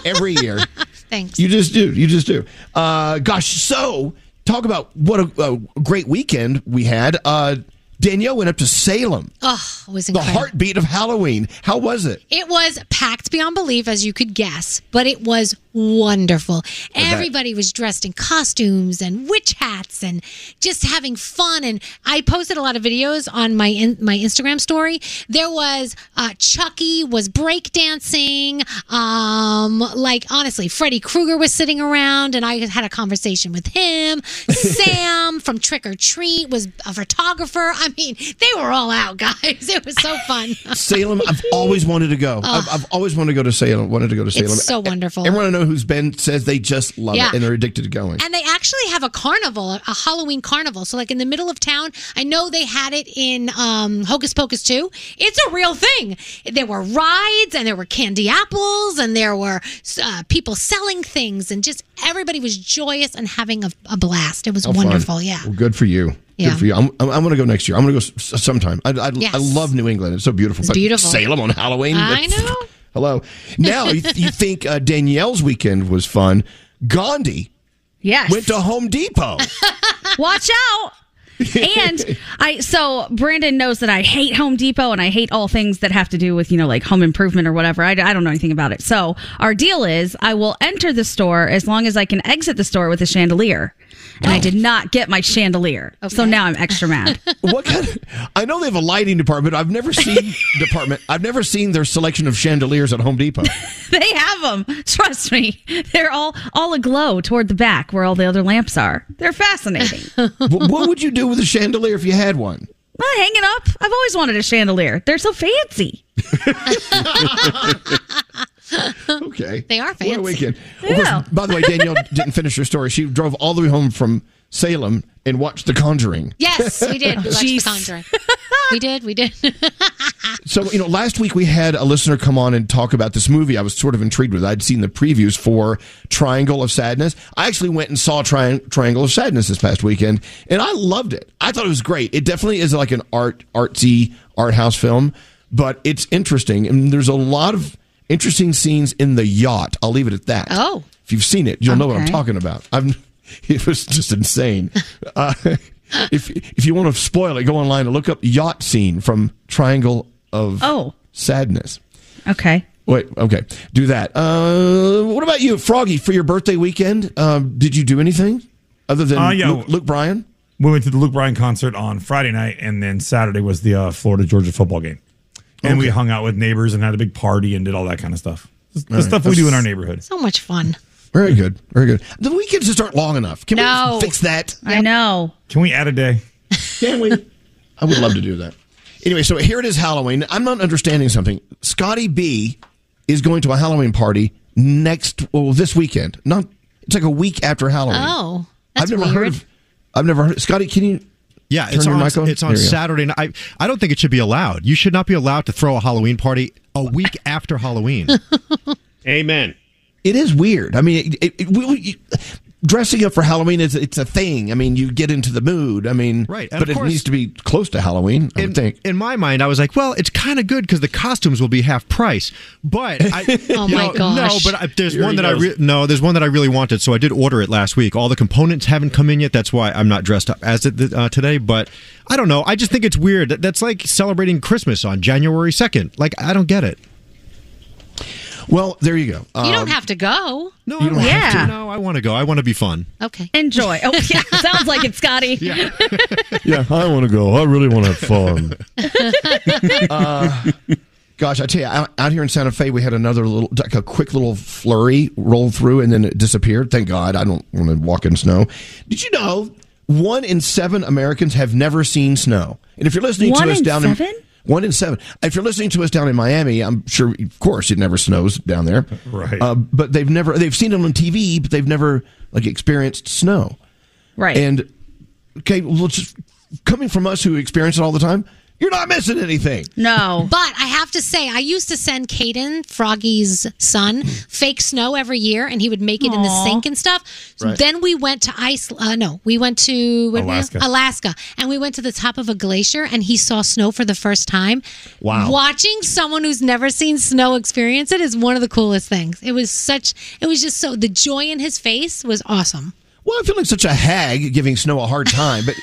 every year. Thanks. You just do. You just do. Uh, gosh, so talk about what a, a great weekend we had. Uh, Danielle went up to Salem. Oh, it was the incredible. heartbeat of Halloween. How was it? It was packed beyond belief, as you could guess, but it was wonderful. bet. Everybody was dressed in costumes and witch hats and just having fun. And I posted a lot of videos on my in, my Instagram story. There was uh, Chucky was breakdancing. Um, like honestly, Freddy Krueger was sitting around, and I had a conversation with him. Sam from Trick or Treat was a photographer. I'm I mean, they were all out, guys. It was so fun. Salem, I've always wanted to go. I've, I've always wanted to go to Salem. Wanted to go to It's Salem. so E- wonderful. Everyone I know who's been says they just love Yeah. it and they're addicted to going. And they actually have a carnival, a Halloween carnival. So, like in the middle of town, I know they had it in um, Hocus Pocus 2. It's a real thing. There were rides and there were candy apples and there were uh, people selling things and just everybody was joyous and having a, a blast. It was How fun. wonderful. Yeah. Well, good for you. Yeah. Good for you. I'm, I'm, going to go next year. I'm going to go s- s- sometime. I, I, Yes. I love New England. It's so beautiful. It's But beautiful. Salem on Halloween. I know. Hello. Now you, th- you think uh, Danielle's weekend was fun? Gandhi Yes. went to Home Depot. Watch out. and I so Brandon knows that I hate Home Depot and I hate all things that have to do with you know like home improvement or whatever. I, I don't know anything about it. So our deal is I will enter the store as long as I can exit the store with a chandelier. And I did not get my chandelier, so now I'm extra mad. what kind? Of, I know they have a lighting department. I've never seen department. I've never seen their selection of chandeliers at Home Depot. they have them. Trust me, they're all all aglow toward the back where all the other lamps are. They're fascinating. Wh- what would you do with a chandelier if you had one? Well, hang it up. I've always wanted a chandelier. They're so fancy. okay. They are What fancy. a weekend. Of course, Yeah. by the way, Danielle didn't finish her story. She drove all the way home from Salem and watched The Conjuring. Yes, we did. We watched The Jeez. Conjuring. We did. We did. So, you know, last week we had a listener come on and talk about this movie I was sort of intrigued with. I'd seen the previews for Triangle of Sadness. I actually went and saw Tri- Triangle of Sadness this past weekend and I loved it. I thought it was great. It definitely is like an art artsy art house film, but it's interesting and there's a lot of interesting scenes in the yacht. I'll leave it at that. Oh. If you've seen it, you'll know what I'm Okay. talking about. I'm it was just insane. Uh, if if you want to spoil it, go online and look up yacht scene from Triangle of Oh. Sadness. Okay. Wait, okay, do that. Uh, what about you, Froggy? For your birthday weekend, um, did you do anything other than Uh, yeah. Luke, Luke Bryan? We went to the Luke Bryan concert on Friday night, and then Saturday was the uh, Florida Georgia football game. And we Okay. hung out with neighbors and had a big party and did all that kind of stuff. The All right. stuff we do in our neighborhood. so much fun. Very good, very good. The weekends just aren't long enough. Can No. we fix that? I know. Can we add a day? Can we? I would love to do that. Anyway, so here it is Halloween. I'm not understanding something. Scotty B is going to a Halloween party next well this weekend. Not it's like a week after Halloween. Oh, that's I've never weird. heard of I've never heard Scotty, can you Yeah, turn it's your on, mic on? it's on There you go. Saturday night. I, I don't think it should be allowed. You should not be allowed to throw a Halloween party a week after Halloween. Amen. It is weird. I mean, it, it, it, we, we- dressing up for Halloween is it's a thing. I mean, you get into the mood. I mean, Right, and but of it course- needs to be close to Halloween, I would think. In my mind, I was like, well, it's kind of good because the costumes will be half price. But I, Oh you my know, gosh. no, but I, there's Here one he that I goes. re- no, there's one that I really wanted, so I did order it last week. All the components haven't come in yet. That's why I'm not dressed up as it uh, today. But I don't know. I just think it's weird. That- That's like celebrating Christmas on January second. Like I don't get it. Well, there you go. Um, you don't have to go. No, you I don't yeah. have to. No, I want to go. I want to be fun. Okay. Enjoy. Oh, yeah. Sounds like it, Scotty. yeah, I want to go. I really want to have fun. uh, gosh, I tell you, out, out here in Santa Fe, we had another little, like a quick little flurry roll through, and then it disappeared. Thank God. I don't want to walk in snow. Did you know one in seven Americans have never seen snow? And if you're listening One to us in down seven? in one in seven. If you're listening to us down in Miami, I'm sure, of course, it never snows down there. Right. Uh, but they've never, they've seen it on TV, but they've never like experienced snow. Right. And okay, well, just coming from us who experience it all the time, you're not missing anything. No. But I have to say, I used to send Caden, Froggy's son, fake snow every year, and he would make it in the Aw. sink and stuff. Right. Then we went to Iceland. Uh, no, we went to where were we? Alaska. Alaska, and we went to the top of a glacier, and he saw snow for the first time. Wow. Watching someone who's never seen snow experience it is one of the coolest things. It was such. It was just so. The joy in his face was awesome. Well, I feel like such a hag giving snow a hard time, but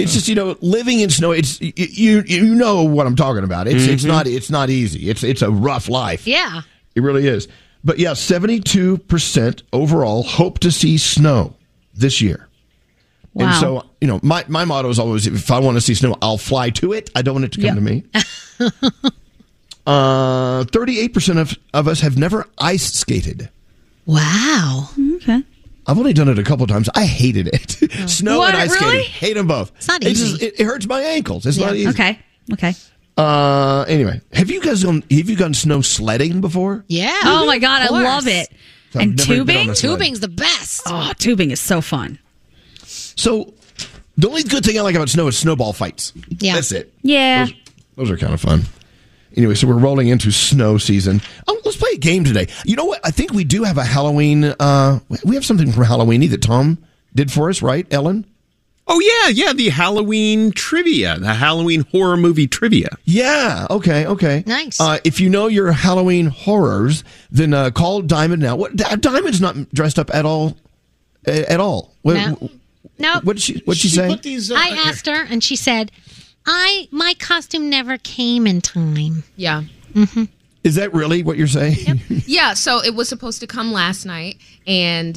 it's just you know living in snow. It's y- you you know what I'm talking about. It's it's Mhm. not it's not easy. It's it's a rough life. Yeah. It really is. But yeah, 72% overall hope to see snow this year. And Wow. so, you know, my, my motto is always if I want to see snow, I'll fly to it. I don't want it to come Yep. to me. uh, 38% of, of us have never ice skated. Wow. Okay. I've only done it a couple times. I hated it. Snow Oh. What, and ice really? skating. Hate them both. It's not It, just, easy. it, it hurts my ankles. It's not easy. Okay. Okay. Uh, anyway, have you guys gone? Have you gone snow sledding before? Yeah. Oh my god, I Of course. love it. I've and never been on tubing? a sled. the best. Oh, tubing is so fun. So, the only good thing I like about snow is snowball fights. Yeah. That's it. Yeah. Those are kind of fun. Anyway, so we're rolling into snow season. Oh, let's play a game today. You know what? I think we do have a Halloween. Uh, we have something from Halloween that Tom did for us, right, Ellen? Oh yeah, yeah, the Halloween trivia, the Halloween horror movie trivia. Yeah. Okay. Okay. Nice. Uh, if you know your Halloween horrors, then uh, call Diamond now. What? Di- Diamond's not dressed up at all. a- At all. What, No. No. What did she? What she, say? I asked her, and she said, "I my costume never came in time." Yeah. Is that really what you're saying? Yeah, so it was supposed to come last night, and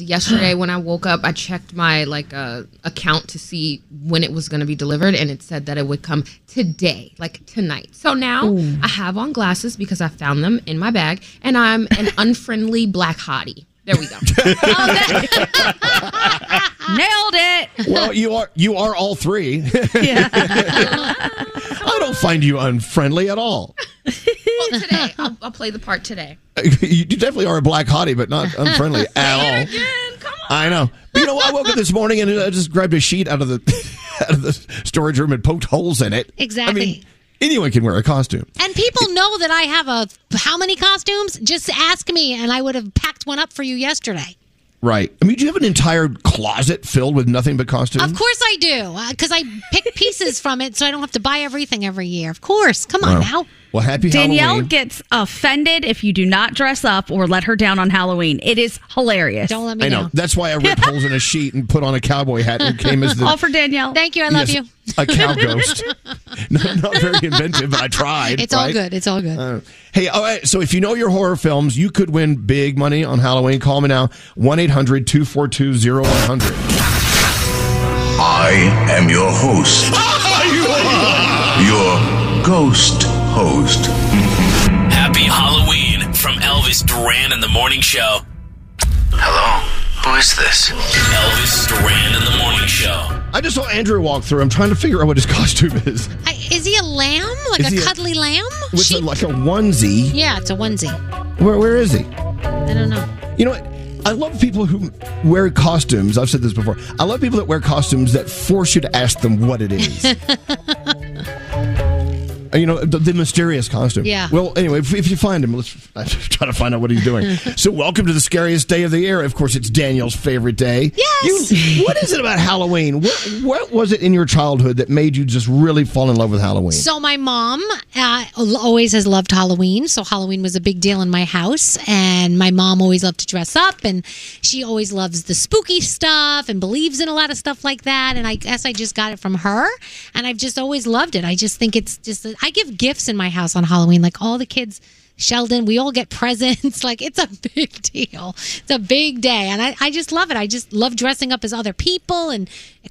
yesterday when I woke up, I checked my like uh, account to see when it was going to be delivered, and it said that it would come today, like tonight. So now Ooh. I have on glasses because I found them in my bag, and I'm an unfriendly black hottie. There we go. Nailed it. well, you are. You are all three. I don't find you unfriendly at all. Uh, Well, today I'll, I'll play the part today. you definitely are a black hottie, but not unfriendly at all. I know. But you know, I woke up this morning and I just grabbed a sheet out of the out of the storage room and poked holes in it. Exactly. I mean, anyone can wear a costume. And people know that I have a how many costumes? Just ask me, and I would have packed one up for you yesterday. Right. I mean, do you have an entire closet filled with nothing but costumes? Of course I do, because I pick pieces from it, so I don't have to buy everything every year. Of course, come on Wow. now. Well, happy Danielle Halloween. gets offended if you do not dress up or let her down on Halloween. It is hilarious. Don't let I know. That's why I ripped holes in a sheet and put on a cowboy hat and came as the All for Danielle. Thank you. I love Yes, you. a cow ghost. not, not very inventive, but I tried. It's all right? good. It's all good. Uh, hey, all right. So if you know your horror films, you could win big money on Halloween. Call me now 1 800 242 0100. I am your host. your ghost host. Happy Halloween from Elvis Duran and the Morning Show. Hello, who is this? Elvis Duran and the Morning Show. I just saw Andrew walk through. I'm trying to figure out what his costume is. I, is he a lamb? Like Is he a a- cuddly lamb? With a, like a onesie. Yeah, it's a onesie. Where, where is he? I don't know. You know what? I love people who wear costumes. I've said this before. I love people that wear costumes that force you to ask them what it is. Uh, you know, the, the mysterious costume. Yeah. Well, anyway, if, if you find him, let's try to find out what he's doing. so, welcome to the scariest day of the year. Of course, it's Daniel's favorite day. Yes. what is it about Halloween? What, what was it in your childhood that made you just really fall in love with Halloween? So my mom uh, al- always has loved Halloween, so Halloween was a big deal in my house, and my mom always loved to dress up, and she always loves the spooky stuff and believes in a lot of stuff like that. And I guess I just got it from her, and I've just always loved it. I just think it's just I give gifts in my house on Halloween, like all the kids. Sheldon, we all get presents. like it's a big deal. It's a big day. And I, I just love it. I just love dressing up as other people and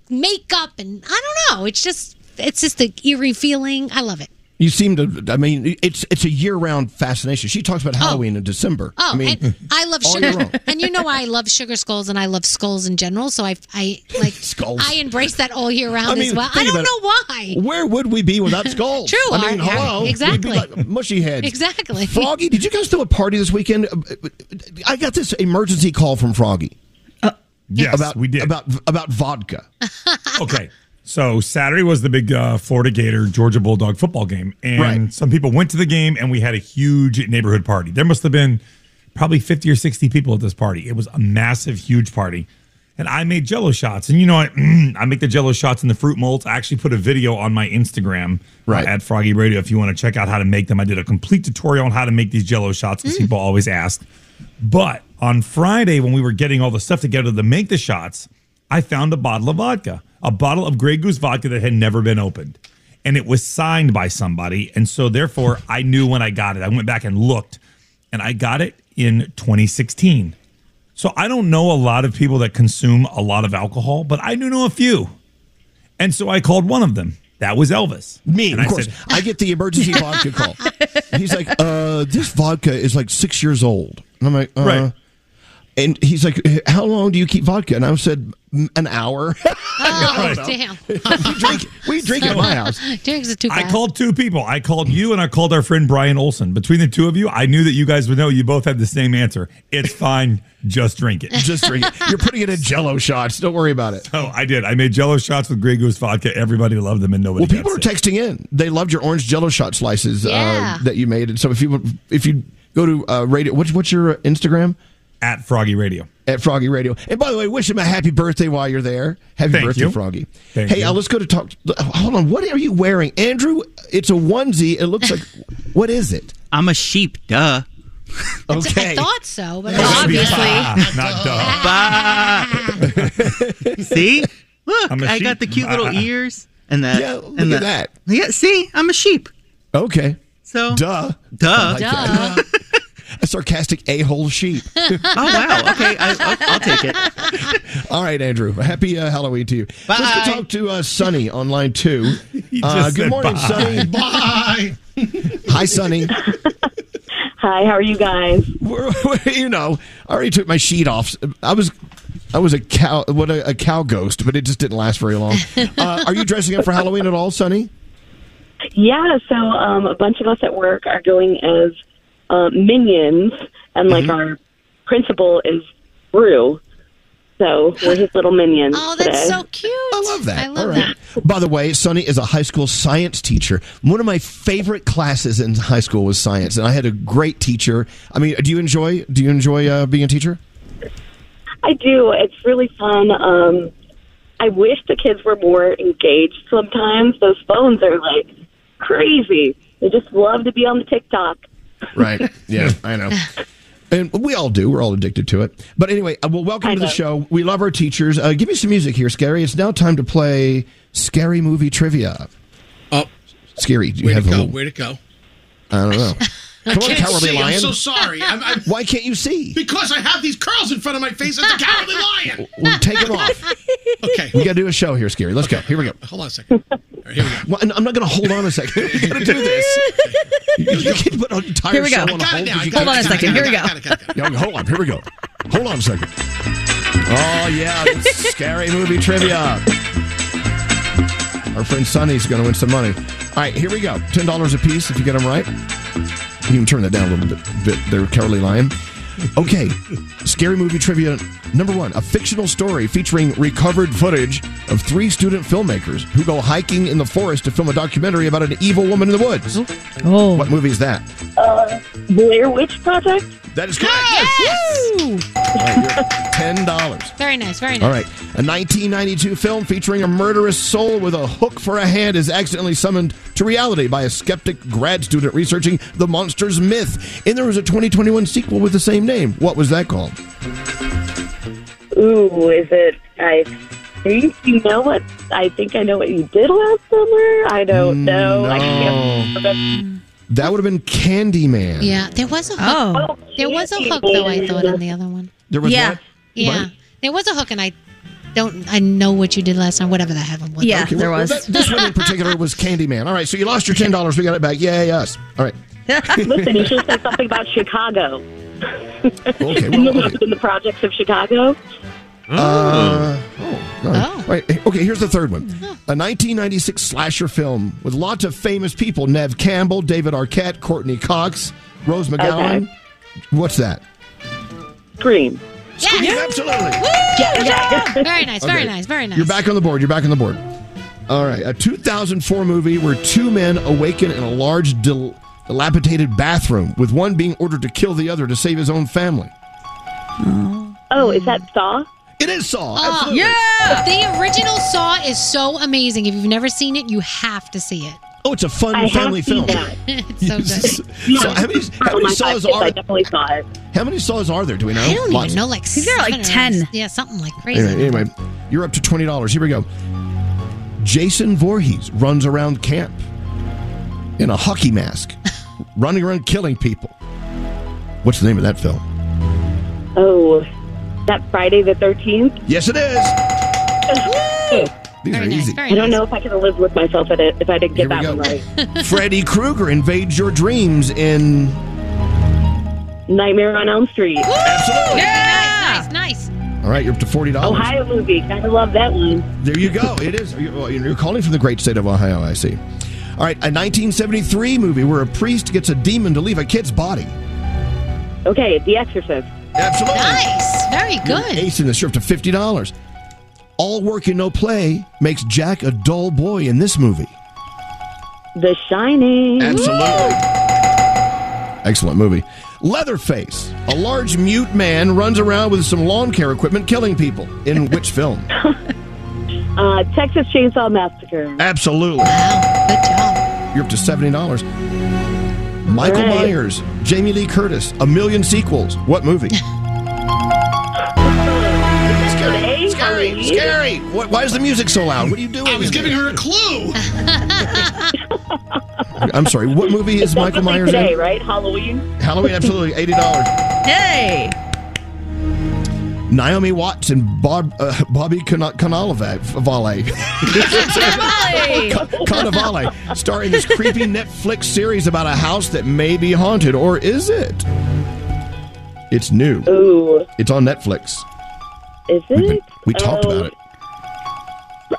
makeup and I don't know. It's just it's just the eerie feeling. I love it. You seem to. I mean, it's it's a year round fascination. She talks about Halloween in December. Oh, I mean, and I love all year sugar, round. and you know I love sugar skulls, and I love skulls in general. So I, I like Skulls. I embrace that all year round I mean, as well. I think don't about know why. Where would we be without skulls? True, I mean, I- I- hello. exactly. We'd be like mushy heads. Exactly. Froggy, did you guys throw a party this weekend? I got this emergency call from Froggy. Yes, about, we did. About about vodka. okay. So Saturday was the big uh, Florida Gator Georgia Bulldog football game, and Right. some people went to the game, and we had a huge neighborhood party. There must have been probably fifty or sixty people at this party. It was a massive, huge party, and I made Jello shots. And you know, I I make the Jello shots in the fruit molds. I actually put a video on my Instagram right. at Froggy Radio if you want to check out how to make them. I did a complete tutorial on how to make these Jello shots Mm. because people always ask. But on Friday, when we were getting all the stuff together to make the shots, I found a bottle of vodka, a bottle of Grey Goose vodka that had never been opened. And it was signed by somebody. And so, therefore, I knew when I got it. I went back and looked, and I got it in 2016. So, I don't know a lot of people that consume a lot of alcohol, but I do know a few. And so, I called one of them. That was Elvis. Me, and of I course. said, I get the emergency vodka call. He's like, uh, this vodka is like six years old. And I'm like, uh, Right. And he's like, "How long do you keep vodka?" And I said, "Mm, "An hour." Oh, I don't know. damn. we drink, we drink at my house. Drinks are too I fast. called two people. I called you and I called our friend Brian Olson. Between the two of you, I knew that you guys would know you both had the same answer. It's fine. Just drink it. Just drink it. You're putting it in jello shots. Don't worry about it. Oh, I did. I made jello shots with Grey Goose vodka. Everybody loved them and nobody Well, people are got sick. texting in. They loved your orange Jello shot slices Yeah. uh, that you made. And so if you if you go to uh, radio, what's what's your uh, Instagram? At Froggy Radio. At Froggy Radio. And by the way, wish him a happy birthday while you're there. Happy Thank birthday, you. Froggy. Thank hey, you. uh, let's go to talk. Hold on. What are you wearing, Andrew? It's a onesie. It looks like. what is it? I'm a sheep, duh. I thought so, but Not duh. see? Look, I'm a I got sheep. the cute little Ah. ears and that. Yeah, Uh, and look at the- that. Yeah, see? I'm a sheep. Okay. So Duh. I Duh. like that. a sarcastic a hole sheep. oh wow. Okay, I, I'll, I'll take it. All right, Andrew. Happy uh, Halloween to you. Let's go talk to uh, Sonny on line two. Uh, just good said morning, bye. Sonny. Bye. Hi, Sonny. Hi, how are you guys? you know, I already took my sheet off. I was, I was a cow, what a, a cow ghost, but it just didn't last very long. Uh, are you dressing up for Halloween at all, Sonny? Yeah, so um, a bunch of us at work are going as uh, minions, and Mm-hmm. like our principal is Brew. So we're his little minions. Oh, that's today. so cute. I love that. All right. By the way, Sonny is a high school science teacher. One of my favorite classes in high school was science, and I had a great teacher. I mean, do you enjoy? Do you enjoy uh, being a teacher? I do. It's really fun. Um, I wish the kids were more engaged sometimes. Those phones are like crazy. They just love to be on the TikTok. Right. Yeah, I know. And we all do. We're all addicted to it. But anyway, uh, well, welcome to the show. We love our teachers. Uh, give me some music here, Scary. It's now time to play Scary Movie Trivia. Oh. Scary. Do you Where'd have it a go? little- Where'd it go? I don't know. I Come on, can't Cowardly see. Lion. I'm so sorry. I'm, I'm, Why can't you see? because I have these curls in front of my face. It's a cowardly lion. We'll take them off. okay. We got to do a show here, Scary. Let's go. Here we go. Hold on a second. Well, and I'm not going to hold on a second. We're going to do this. You, you can put an entire Here we show go. on I hold. got it now. if you can. I got it. Hold on a second. I got it. Here we I got it. go. I Yeah, hold on. Here we go. Hold on a second. Oh, yeah. that's Scary movie trivia. Our friend Sonny's going to win some money. All right, here we go. $10 a piece if you get them right. You can turn that down a little bit, bit there, Cowardly Lion. Okay, scary movie trivia number one a fictional story featuring recovered footage of three student filmmakers who go hiking in the forest to film a documentary about an evil woman in the woods. Oh. What movie is that? Uh, Blair Witch Project. That is correct. $10. Very nice, very nice. All right. A 1992 film featuring a murderous soul with a hook for a hand is accidentally summoned to reality by a skeptic grad student researching the monster's myth. And there was a 2021 sequel with the same name. What was that called? Ooh, is it? I think you know what. I think I know what you did last summer. I Mm, don't know. I can't remember. That would have been Candyman. Yeah, there was a hook. Oh. There was a hook, though, I thought, on the other one. There was yeah. what? Yeah. What? There was a hook, and I don't, I know what you did last time, whatever the hell it was. Okay, well, well, that- this one in particular was Candyman. All right, so you lost your ten dollars. We got it back. Yay, us. All right. Listen, you should have said something about Chicago. Okay, you lived in the projects of Chicago. Uh, oh, all right. All right, Okay, here's the third one. A 1996 slasher film with lots of famous people Nev Campbell, David Arquette, Courtney Cox, Rose McGowan. What's that? Scream. Yes! absolutely. Very nice, very Okay. nice, very nice. You're back on the board. You're back on the board. All right. A 2004 movie where two men awaken in a large, dil- dilapidated bathroom, with one being ordered to kill the other to save his own family. Oh, is that Saw? It is Saw. Oh, absolutely. The original Saw is so amazing. If you've never seen it, you have to see it. Oh, it's a fun I have family seen film. that. Oh it's so good. So how many, how many saws are? definitely saw it. How many saws are there? Do we know? I don't Lots. even know, like These are like seven or- 10. Yeah, something like crazy. Anyway, anyway, you're up to twenty dollars. Here we go. Jason Voorhees runs around camp in a hockey mask, running around killing people. What's the name of that film? Oh, that Friday the 13th? Yes, it is. These are easy. I don't know if I could have lived with myself at it if I didn't get that one right. Freddy Krueger invades your dreams in Nightmare on Elm Street. Absolutely. Yeah. All right, you're up to forty dollars. Ohio movie. Gotta love that one. There you go. It is. you- well, You're calling from the great state of Ohio, I see. All right, a 1973 movie where a priest gets a demon to leave a kid's body. Okay, The Exorcist. Absolutely. Mm. Nice. Very good. Ace in the shirt to fifty dollars. All work and no play makes Jack a dull boy in this movie. The Shining. Absolutely. Excellent movie. Leatherface, a large mute man, runs around with some lawn care equipment, killing people. In which film? Uh, Texas Chainsaw Massacre. Absolutely. Good job. You're up to seventy dollars. Michael All right. Myers, Jamie Lee Curtis, a million sequels. What movie? Scary. Scary. Scary. What, why is the music so loud? What are you doing? I was in giving there? her a clue. I'm sorry. What movie is Michael Myers today, in? right? Halloween. Halloween. Absolutely. Eighty dollars. Hey. Naomi Watts and Bob uh, Bobby Cannavale. Cannavale, starring this creepy Netflix series about a house that may be haunted, or is it? It's new. Ooh. It's on Netflix. Is it? We talked Oh, about it.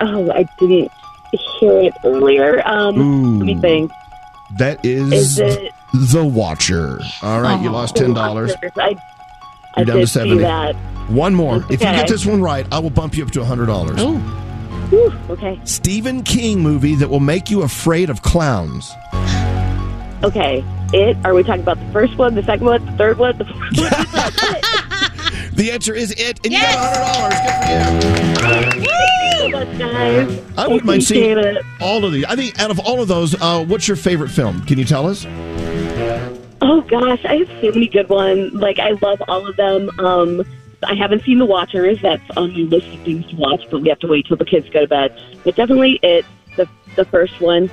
Oh, I didn't hear it earlier. Um, Let me Ooh. think. That is, Is it- The Watcher. All right, you lost ten dollars. Oh, I, I You're down to did see seventy. that. One more. If you Okay. get this one right, I will bump you up to hundred dollars. Whew, okay. Stephen King movie that will make you afraid of clowns. Okay. It. Are we talking about the first one, the second one, the third one, the fourth one? The answer is it, and you got $100. Good for you. I wouldn't mind seeing all of these. I think out of all of those, uh, what's your favorite film? Can you tell us? Oh gosh, I have so many good ones. Like I love all of them. Um, I haven't seen The Watchers. That's on my list of things to watch, but we have to wait till the kids go to bed. But definitely, it the the first one.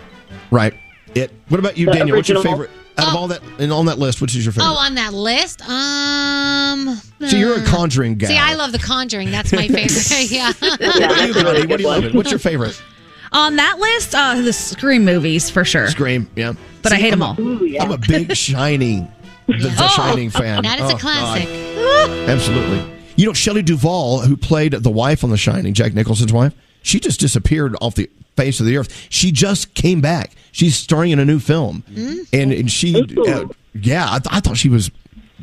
Right. It. What about you, The Daniel? What's your original. favorite? Out of all that, and on that list, which is your favorite? Oh, on that list? Um. so you're a Conjuring guy. See, I love The Conjuring. That's my favorite. yeah. what do you, Oh, Brandy? What do you love? What's your favorite? On that list, uh, the Scream movies for sure. Scream, yeah. But I See, hate I'm them a- all. I'm a big Shining, the, the Oh, Shining fan. that is Oh, a God. classic. Absolutely. You know, Shelley Duvall, who played the wife on The Shining, Jack Nicholson's wife, she just disappeared off the face of the earth. She just came back. She's starring in a new film. Mm-hmm. And, and she, uh, yeah, I, th- I thought she was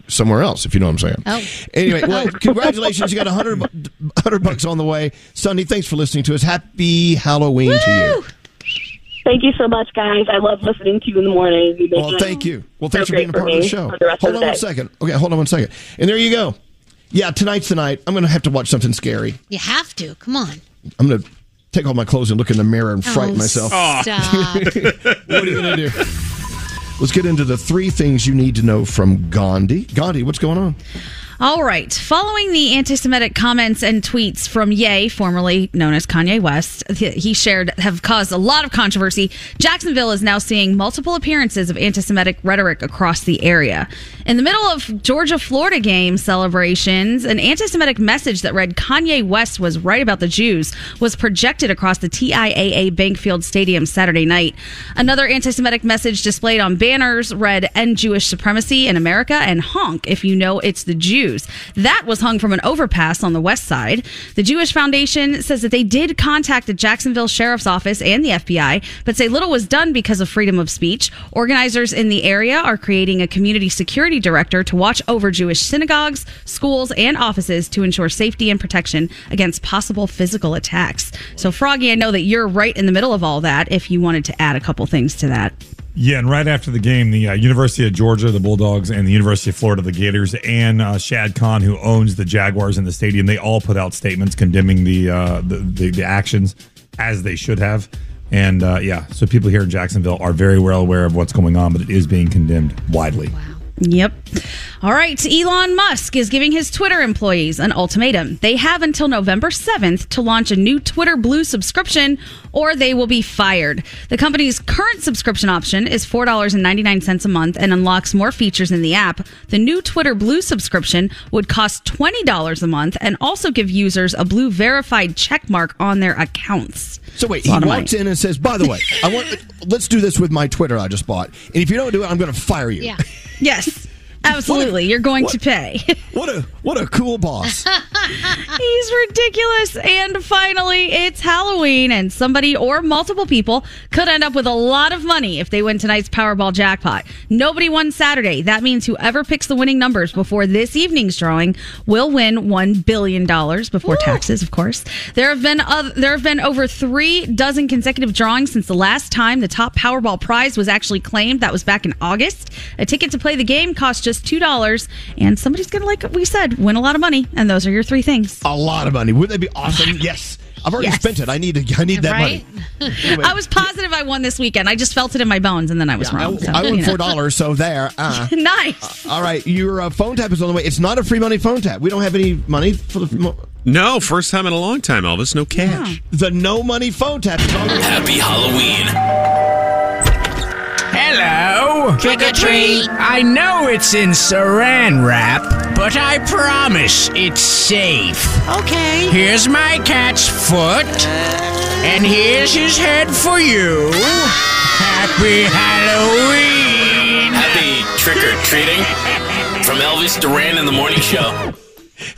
somewhere else, if you know what I'm saying. Oh. Anyway, well, congratulations. You got 100, bu- 100 bucks on the way. Sunday, thanks for listening to us. Happy Halloween to you. Thank you so much, guys. I love listening to you in the morning. You make Well, it thank you. Well, thanks so for being a great for part of the me show. for the rest hold of on the one day. second. Okay, hold on one second. And there you go. Yeah, tonight's the night. I'm going to have to watch something scary. You have to. Come on. I'm going to take off my clothes and look in the mirror and frighten Oh, myself. Stop. what are you going to do? Let's get into the three things you need to know from Gandhi. Gandhi, what's going on? All right. Following the anti Semitic comments and tweets from Ye, formerly known as Kanye West, he- he shared have caused a lot of controversy. Jacksonville is now seeing multiple appearances of anti Semitic rhetoric across the area. In the middle of Georgia Florida game celebrations, an anti Semitic message that read Kanye West was right about the Jews was projected across the TIAA Bankfield Stadium Saturday night. Another anti Semitic message displayed on banners read End Jewish Supremacy in America and honk if you know it's the Jews. That was hung from an overpass on the west side. The Jewish Foundation says that they did contact the Jacksonville Sheriff's Office and the FBI, but say little was done because of freedom of speech. Organizers in the area are creating a community security director to watch over Jewish synagogues, schools, and offices to ensure safety and protection against possible physical attacks. So, Froggy, I know that you're right in the middle of all that if you wanted to add a couple things to that. Yeah, and right after the game, the uh, University of Georgia, the Bulldogs, and the University of Florida, the Gators, and uh, Shad Khan, who owns the Jaguars in the stadium, they all put out statements condemning the uh, the, the, the actions as they should have. And uh, yeah, so people here in Jacksonville are very well aware of what's going on, but it is being condemned widely. Yep. All right. Elon Musk is giving his Twitter employees an ultimatum. They have until November 7th to launch a new Twitter Blue subscription or they will be fired. The company's current subscription option is $4.99 a month and unlocks more features in the app. The new Twitter Blue subscription would cost $20 a month and also give users a blue verified checkmark on their accounts. So wait, It's a he lot of money. walks in and says, "By the way, I want let's do this with my Twitter I just bought, and if you don't do it, I'm going to fire you." Yes. Just Absolutely. You're going to pay. What a what a cool boss. He's ridiculous. And finally, it's Halloween, and somebody or multiple people could end up with a lot of money if they win tonight's Powerball jackpot. Nobody won Saturday. That means whoever picks the winning numbers before this evening's drawing will win $1 billion before taxes, of course. There have been oth- there have been over three dozen consecutive drawings since the last time the top Powerball prize was actually claimed. That was back in August. A ticket to play the game costs just $2, and somebody's going to, like we said, win a lot of money. And those are your three things. A lot of money. Wouldn't that be awesome? Yes. I've already Yes. spent it. I need to, I need that money. I was positive I won this weekend. I just felt it in my bones, and then I was I, wrong. so, I won you know. four dollars, so there. Uh. nice. All right, your uh, phone tap is on the way. It's not a free money phone tap. We don't have any money for the. Mo- No, first time in a long time, Elvis. No cash. The no money phone tap. is on the way. Happy Halloween. Hello! Trick or treat! I know it's in saran wrap, but I promise it's safe. Okay. Here's my cat's foot, and here's his head for you. Happy Halloween! Happy trick or treating from Elvis Duran in the Morning Show.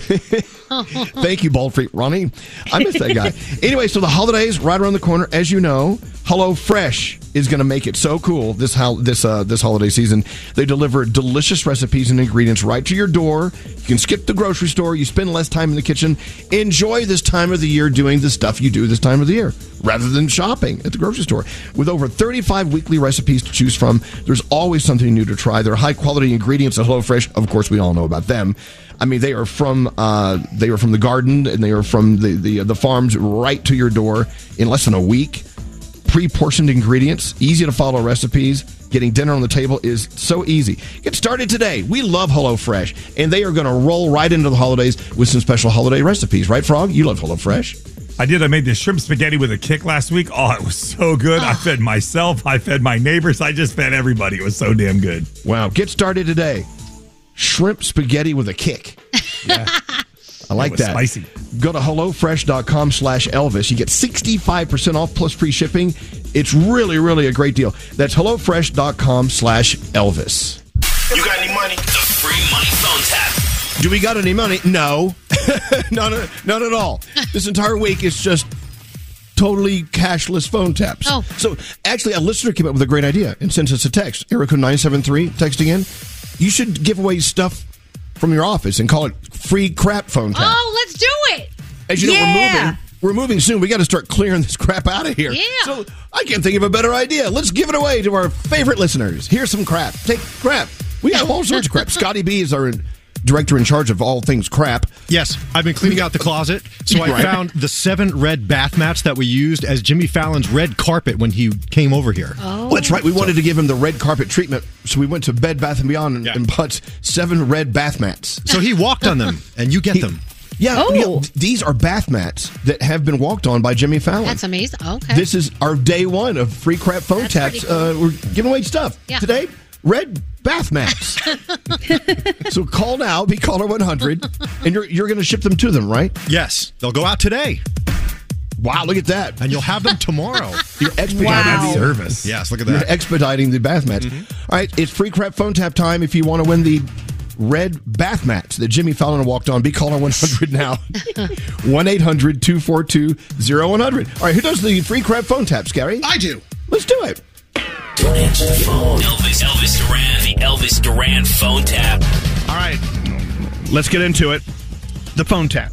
Thank you, Bald Freak Ronnie. I miss that guy. anyway, so the holidays right around the corner, as you know. Hello Fresh is going to make it so cool this how this uh, this holiday season. They deliver delicious recipes and ingredients right to your door. You can skip the grocery store. You spend less time in the kitchen. Enjoy this time of the year doing the stuff you do this time of the year rather than shopping at the grocery store. With over 35 weekly recipes to choose from, there's always something new to try. They're high quality ingredients at HelloFresh. Of course, we all know about them. I mean, they are from uh, they are from the garden and they are from the the, the farms right to your door in less than a week. Pre-portioned ingredients, easy to follow recipes. Getting dinner on the table is so easy. Get started today. We love HelloFresh, and they are going to roll right into the holidays with some special holiday recipes. Right, Frog? You love HelloFresh. I did. I made this shrimp spaghetti with a kick last week. Oh, it was so good. I fed myself. I fed my neighbors. I just fed everybody. It was so damn good. Wow. Get started today. Shrimp spaghetti with a kick. I like was that. spicy. Go to HelloFresh.com slash Elvis. You get 65% off plus free shipping. It's really, really a great deal. That's HelloFresh.com slash Elvis. You got any money? The free money phone tap. Do we got any money? No. none, none at all. This entire week is just totally cashless phone taps. Oh. So actually, a listener came up with a great idea and sent us a text. Erica 973 texting in. You should give away stuff from your office and call it free crap phone tap. Oh, let's do it. Oh, As you know, we're moving. We're moving soon. We got to start clearing this crap out of here. Yeah. So I can't think of a better idea. Let's give it away to our favorite listeners. Here's some crap. Take crap. We have all sorts of crap. Scotty B is our in- director in charge of all things crap. Yes, I've been cleaning out the closet, so I Right. found the seven red bath mats that we used as Jimmy Fallon's red carpet when he came over here. Well, that's right. We wanted to give him the red carpet treatment, so we went to Bed Bath and Beyond and, and bought seven red bath mats. So he walked on them, and you get them. Yeah, yeah, th- these are bath mats that have been walked on by Jimmy Fallon. That's amazing. Okay. This is our day one of free crap phone That's taps. pretty cool. Uh, we're giving away stuff Yeah. today. Red bath mats. so call now, be caller one hundred, and you're you're going to ship them to them, right? Yes, they'll go out today. Wow, look at that! And you'll have them tomorrow. You're expediting the service. Yes, look at You're that. Mm-hmm. expediting the bath mats. All right, it's free crap phone tap time. If you want to win the red bath mats that Jimmy Fallon walked on, be caller 100 now. 1 800 242 0100. All right, who does the free crap phone taps, Gary? I do. Let's do it. Don't answer the phone. Elvis, Elvis Duran, the Elvis Duran phone tap. All right, let's get into it. The phone tap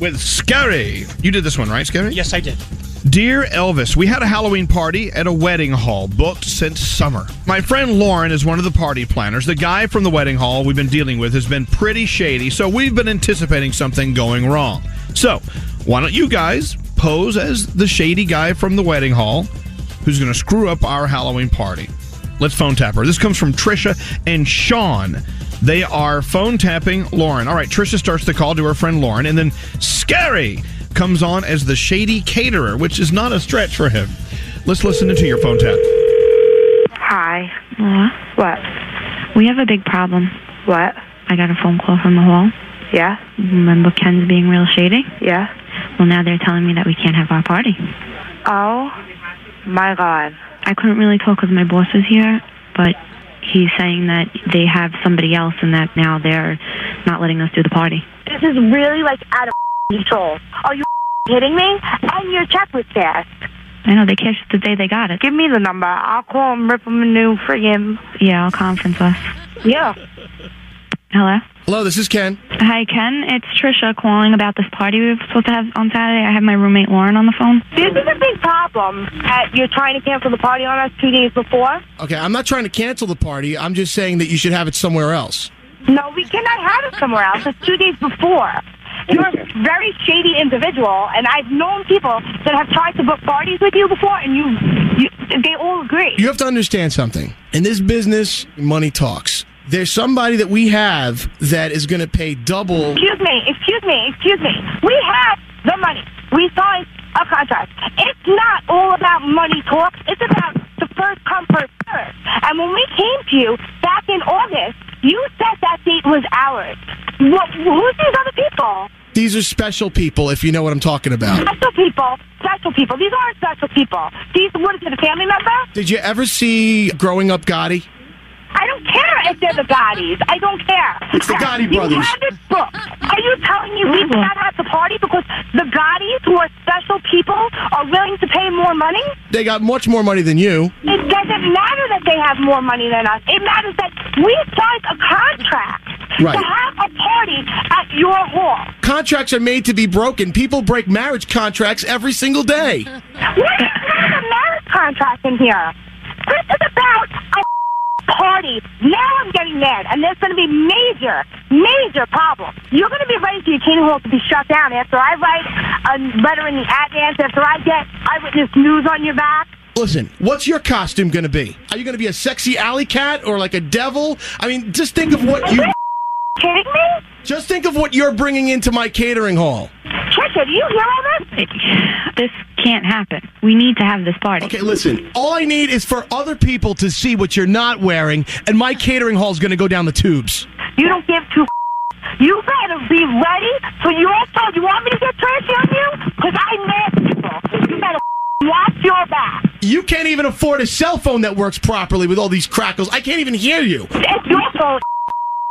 with Scary. You did this one, right, Scary? Yes, I did. Dear Elvis, we had a Halloween party at a wedding hall booked since summer. My friend Lauren is one of the party planners. The guy from the wedding hall we've been dealing with has been pretty shady, so we've been anticipating something going wrong. So, why don't you guys pose as the shady guy from the wedding hall who's going to screw up our Halloween party? Let's phone tap her. This comes from Trisha and Sean. They are phone tapping Lauren. All right, Trisha starts the call to her friend Lauren, and then Scary comes on as the shady caterer, which is not a stretch for him. Let's listen into your phone tap. Hi. What? We have a big problem. What? I got a phone call from the hall. Yeah? Remember Ken's being real shady? Yeah. Well, now they're telling me that we can't have our party. Oh, my God. I couldn't really talk because my boss was here, but he's saying that they have somebody else and that now they're not letting us do the party. This is really like out of control. Are you kidding me? And your check was cashed. I know they cashed it the day they got it. Give me the number. I'll call him, rip him a new friggin'. Yeah, I'll conference us. Yeah. Hello. Hello, this is Ken. Hi, Ken. It's Trisha calling about this party we were supposed to have on Saturday. I have my roommate Lauren on the phone. This is a big problem that you're trying to cancel the party on us two days before. Okay, I'm not trying to cancel the party. I'm just saying that you should have it somewhere else. No, we cannot have it somewhere else. It's two days before. You're a very shady individual, and I've known people that have tried to book parties with you before, and you, you they all agree. You have to understand something. In this business, money talks. There's somebody that we have that is going to pay double. Excuse me, excuse me, excuse me. We have the money. We signed a contract. It's not all about money talk. It's about the first come, first served. And when we came to you back in August, you said that date was ours. What, who's these other people? These are special people, if you know what I'm talking about. Special people, special people. These aren't special people. These, what is it, a family member? Did you ever see Growing Up Gotti? I don't care if they're the Gaudis. I don't care. It's the Gotti You brothers. had this book. Are you telling me we cannot have the party because the Gaudis, who are special people, are willing to pay more money? They got much more money than you. It doesn't matter that they have more money than us. It matters that we signed a contract Right. to have a party at your hall. Contracts are made to be broken. People break marriage contracts every single day. What is not a marriage contract in here? This is about a party. Now I'm getting mad, and there's going to be major, major problems. You're going to be ready for your teen hall to be shut down after I write a letter in the advance, after I get eyewitness news on your back. Listen, what's your costume going to be? Are you going to be a sexy alley cat or like a devil? I mean, just think of what you. Kidding me? Just think of what you're bringing into my catering hall. Trisha, do you hear all this? This can't happen. We need to have this party. Okay, listen. All I need is for other people to see what you're not wearing, and my catering hall's going to go down the tubes. You don't give two. You better be ready for your phone. You want me to get trashy on you? Because I'm mad people. You better watch your back. You can't even afford a cell phone that works properly with all these crackles. I can't even hear you. It's your phone.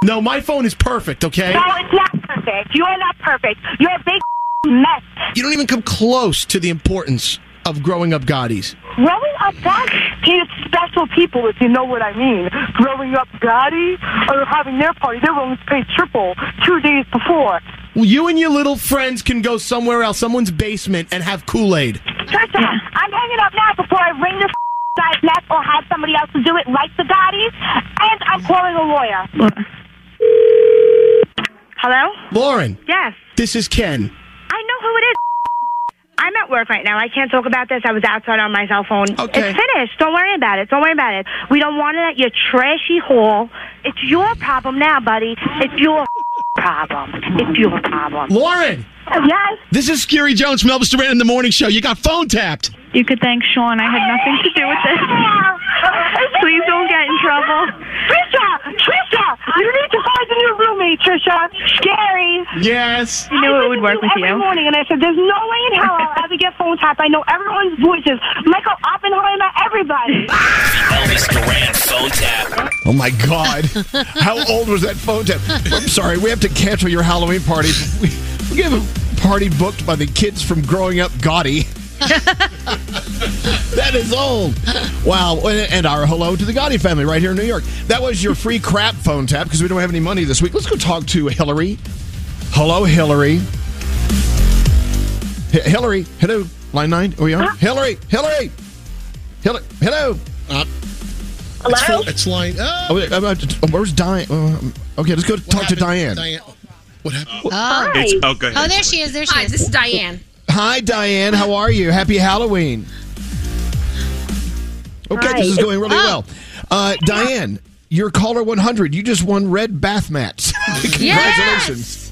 No, my phone is perfect, okay? No, it's not perfect. You're not perfect. You're a big mess. You don't even come close to the importance of growing up Gotti's. Growing up back to special people, if you know what I mean. Growing up Gotti or having their party, they're willing to pay triple two days before. Well, you and your little friends can go somewhere else, someone's basement, and have Kool Aid. Trisha, I'm hanging up now before I ring this guy's neck or have somebody else to do it like the Gottis, and I'm calling a lawyer. Hello? Lauren, Yes. this is Ken. I know who it is. I'm at work right now. I can't talk about this. I was outside on my cell phone. Okay. It's finished. Don't worry about it. Don't worry about it. We don't want it at your trashy hall. It's your problem now, buddy. It's your problem. It's your problem. Oh, Lauren! Yes? This is Scary Jones from Elvis Duran in the Morning Show. You got phone tapped. You could thank Sean. I had nothing to do with this. Please don't get in trouble. Trisha! Trisha! You need to find a new roommate, Trisha. Scary. Yes. You know it would work with you. Every morning, and I said, "There's no way in hell I'll ever get phone tap. I know everyone's voices. Michael Oppenheimer, everybody." Elvis Duran phone tap. Oh my God! How old was that phone tap? I'm sorry, we have to cancel your Halloween party. We, we have a party booked by the kids from Growing Up Gotti. that is old. Wow! And and our hello to the Gotti family right here in New York. That was your free crap phone tap because we don't have any money this week. Let's go talk to Hillary. Hello, Hillary. Hi- Hillary, hello, line nine. Are we on? Hillary, Hillary, Hillary, hello. It's, full, it's lying. Oh, Oh, wait, I'm not- where's Diane? okay, let's go talk to Diane. Diane. Hi. It's- oh, go ahead. there she is. There she Hi, is. this is Diane. Hi, Diane. How are you? Happy Halloween. Okay, Hi. this is going really Oh. well. Uh, Diane, you're caller 100. You just won red bath mats. Congratulations.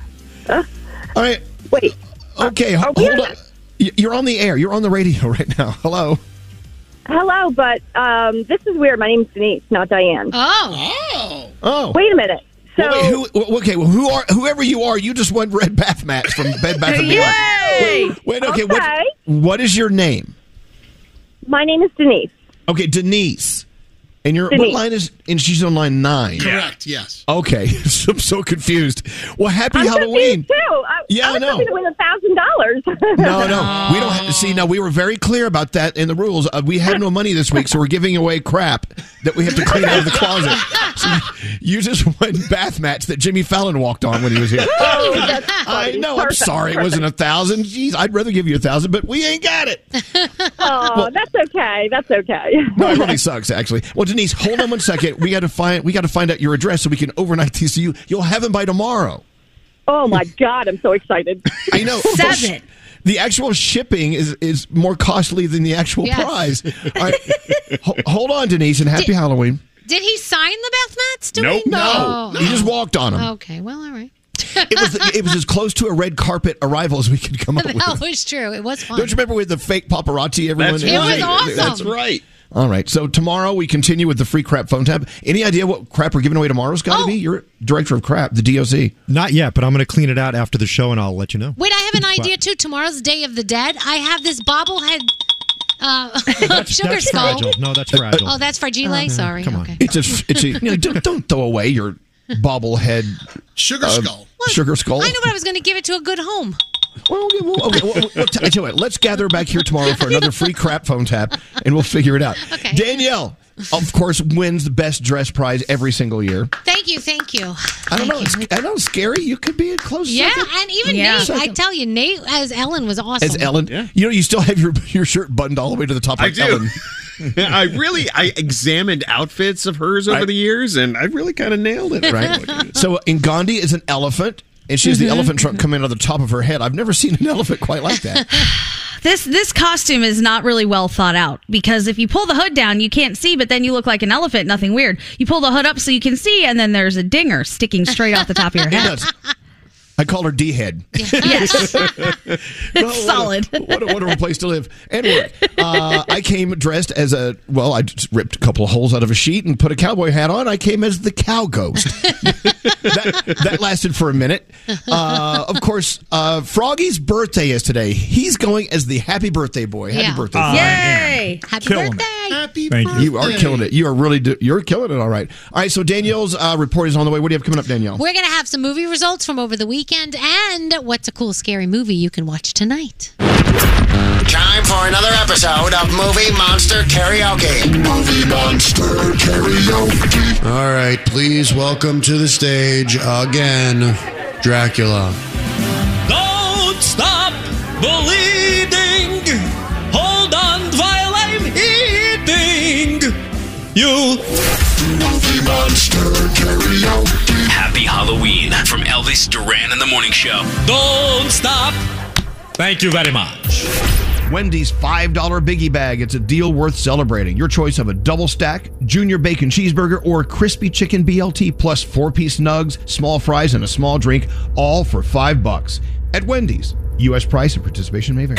All right. Wait. Okay, ho- hold on. Y- You're on the air. You're on the radio right now. Hello. Hello, but um, this is weird. My name's Denise, not Diane. Oh. Oh. Wait a minute. So, Well, wait, who, well, okay, well, who are whoever you are, you just won red bath mats from Bed Bath and Beyond. Yay! Wait, wait, okay, Okay. What, what is your name? my name is Denise. Okay, Denise. And you're what Denise. line is? And she's on line nine. Correct, Yes. Okay. So I'm so confused. Well, happy I'm Halloween. confused, too. I, Yeah, I I was know. hoping to win a thousand dollars. No, no, we don't have, see. Now we were very clear about that in the rules. Uh, we had no money this week, so we're giving away crap that we have to clean out of the closet. So you just won bath mats that Jimmy Fallon walked on when he was here. Oh, that's I funny. know. Perfect, I'm sorry, it wasn't a thousand. Jeez, I'd rather give you a thousand, but we ain't got it. oh, that's okay. That's okay. No, it really sucks, actually. Well, Denise, hold on one second. We got to find we got to find out your address so we can overnight these to you. You'll have them by tomorrow. Oh my God, I'm so excited. I know. Seven. The actual shipping is is more costly than the actual Yes. prize. All right. Ho- hold on, Denise, and happy Did- Halloween. Did he sign the bath mats? Do Nope. we No. know? Oh. No. He just walked on 'em. Okay. Well, all right. It was it was as close to a red carpet arrival as we could come up with. that was true. It was fun. Don't you remember with the fake paparazzi? Everyone. That's It was right. awesome. That's right. All right. So tomorrow we continue with the free crap phone tab. Any idea what crap we're giving away tomorrow's got to Oh. be? You're director of crap, the DOC. Not yet, but I'm going to clean it out after the show and I'll let you know. Wait, I have an idea too. Tomorrow's Day of the Dead. I have this bobblehead uh, sugar that's skull. fragile. No, that's fragile. Mm-hmm. Oh, that's fragile. Sorry. Uh-huh. Come on. Okay. It's a. It's a. You know, don't, don't throw away your bobblehead sugar skull. Sugar skull. I know, but I was going to give it to a good home. Well, Okay, well, well, t- I tell you what, let's gather back here tomorrow for another free crap phone tap, and we'll figure it out. Danielle, of course, wins the best dress prize every single year. Thank you. Thank you. I don't know. It's, I don't know. Scary. You could be a close. Yeah, Oh, second. and even Yeah. Nate, I Second. tell you, Nate as Ellen was awesome. As Ellen, you know, you still have your your shirt buttoned all the way to the top. I Like do. Ellen. I really I examined outfits of hers over Right. the years, and I really kind of nailed it. right? so in Gandhi is an elephant, and she has Mm-hmm. Mhm. the elephant trunk coming out of the top of her head. I've never seen an elephant quite like that. This this costume is not really well thought out because if you pull the hood down, you can't see, but then you look like an elephant. Nothing weird. You pull the hood up so you can see, and then there's a dinger sticking straight off the top of your It head. does. I call her D head. Yes. solid. What a, wonderful place to live and work. Uh, I came dressed as a well. I just ripped a couple of holes out of a sheet and put a cowboy hat on. I came as the cow ghost. that, that lasted for a minute. Uh, of course, uh, Froggy's birthday is today. He's going as the happy birthday boy. Happy birthday! Froggy. Yay! Happy Killing it. birthday. Happy Ah, Thank you. You are killing it. You are really do- you're killing it. All right. All right. So Danielle's uh, report is on the way. What do you have coming up, Danielle? We're going to have some movie results from over the weekend and what's a cool, scary movie you can watch tonight. Time for another episode of Movie Monster Karaoke. Movie Monster Karaoke. All right, please welcome to the stage again, Dracula. Don't stop bleeding. Hold on while I'm eating. You. Movie Monster Karaoke. Happy Halloween from Elvis Duran and the Morning Show. Don't stop. Thank you very much. Wendy's $5 biggie bag. It's a deal worth celebrating. Your choice of a double stack, junior bacon cheeseburger, or crispy chicken BLT plus four piece nugs, small fries, and a small drink, all for five bucks. At Wendy's, U.S. price and participation may vary.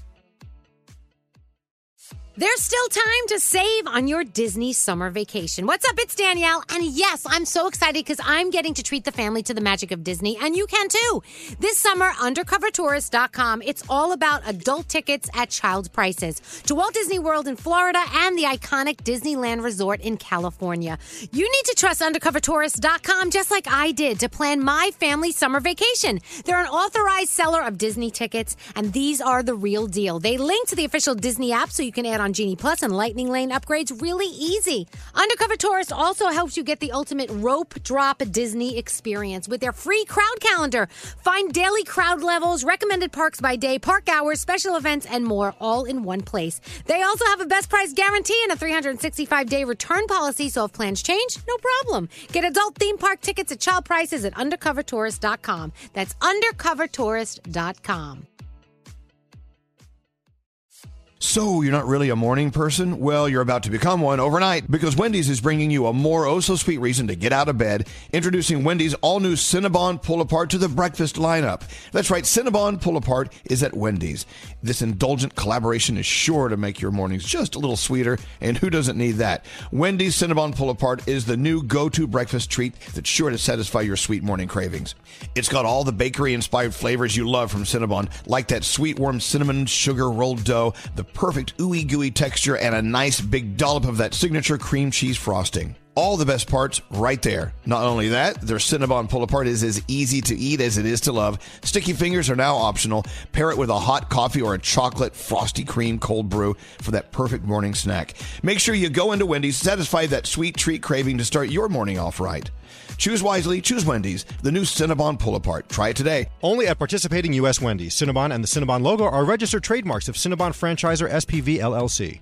There's still time to save on your Disney summer vacation. What's up? It's Danielle. And yes, I'm so excited because I'm getting to treat the family to the magic of Disney, and you can too. This summer, undercovertourist.com, it's all about adult tickets at child prices to Walt Disney World in Florida and the iconic Disneyland Resort in California. You need to trust undercovertourist.com just like I did to plan my family summer vacation. They're an authorized seller of Disney tickets, and these are the real deal. They link to the official Disney app so you can add on Genie Plus and Lightning Lane upgrades really easy. Undercover Tourist also helps you get the ultimate rope drop Disney experience with their free crowd calendar. Find daily crowd levels, recommended parks by day, park hours, special events, and more all in one place. They also have a best price guarantee and a 365 day return policy, so if plans change, no problem. Get adult theme park tickets at child prices at undercovertourist.com. That's undercovertourist.com. So, you're not really a morning person? Well, you're about to become one overnight because Wendy's is bringing you a more oh so sweet reason to get out of bed, introducing Wendy's all new Cinnabon Pull Apart to the breakfast lineup. That's right, Cinnabon Pull Apart is at Wendy's. This indulgent collaboration is sure to make your mornings just a little sweeter, and who doesn't need that? Wendy's Cinnabon Pull Apart is the new go to breakfast treat that's sure to satisfy your sweet morning cravings. It's got all the bakery inspired flavors you love from Cinnabon, like that sweet warm cinnamon sugar rolled dough, the perfect ooey gooey texture, and a nice big dollop of that signature cream cheese frosting. All the best parts right there. Not only that, their Cinnabon pull apart is as easy to eat as it is to love. Sticky fingers are now optional. Pair it with a hot coffee or a chocolate frosty cream cold brew for that perfect morning snack. Make sure you go into Wendy's, satisfy that sweet treat craving to start your morning off right. Choose wisely, choose Wendy's, the new Cinnabon pull apart. Try it today. Only at participating U.S. Wendy's. Cinnabon and the Cinnabon logo are registered trademarks of Cinnabon Franchisor SPV LLC.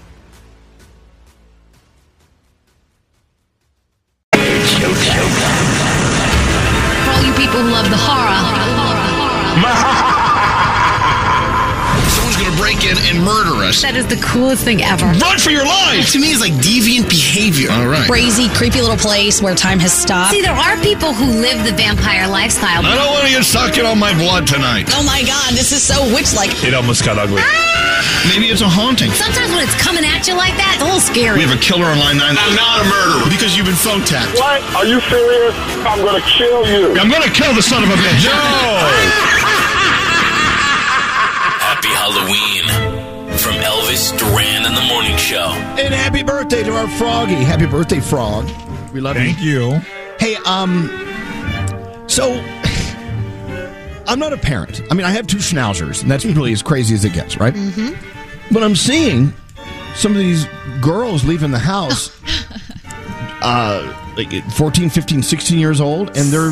For all you people who love the horror. Someone's gonna break in and murder us. That is the coolest thing ever. Run for your life! To me, it's like deviant behavior. All right. Crazy, creepy little place where time has stopped. See, there are people who live the vampire lifestyle. I don't want to get sucking on my blood tonight. Oh my god, this is so witch-like. It almost got ugly. Ah! Maybe it's a haunting. Sometimes when it's coming at you like that, it's a little scary. We have a killer on line nine. I'm not a murderer because you've been phone tapped. What? Are you serious? I'm gonna kill you. I'm gonna kill the son of a bitch. Oh. No. Happy Halloween from Elvis Duran and the Morning Show. And happy birthday to our froggy. Happy birthday, frog. We love you. Thank you. Hey, um, so I'm not a parent. I mean, I have two schnauzers, and that's really as crazy as it gets, right? Mm-hmm. But I'm seeing some of these girls leaving the house, uh, like 14, 15, 16 years old, and they're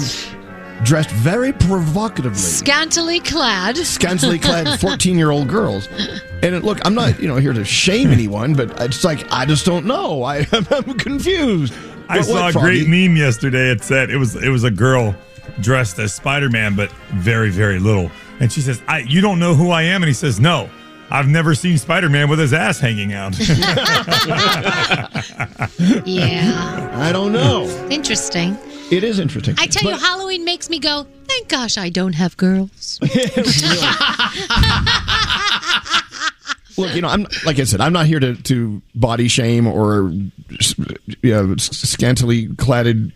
dressed very provocatively. Scantily clad. scantily clad 14 year old girls. And it, look, I'm not you know here to shame anyone, but it's like I just don't know. I, I'm confused. I What- saw what, a great Foggy? meme yesterday. It said it was it was a girl dressed as Spider Man, but very very little, and she says, I, "You don't know who I am," and he says, "No." I've never seen Spider Man with his ass hanging out. Yeah. I Oh, don't know. Interesting. It is interesting. I tell you, But- Halloween makes me go, thank gosh I don't have girls. Look, you know, I'm like I said, I'm not here to, to body shame or you know, scantily cladded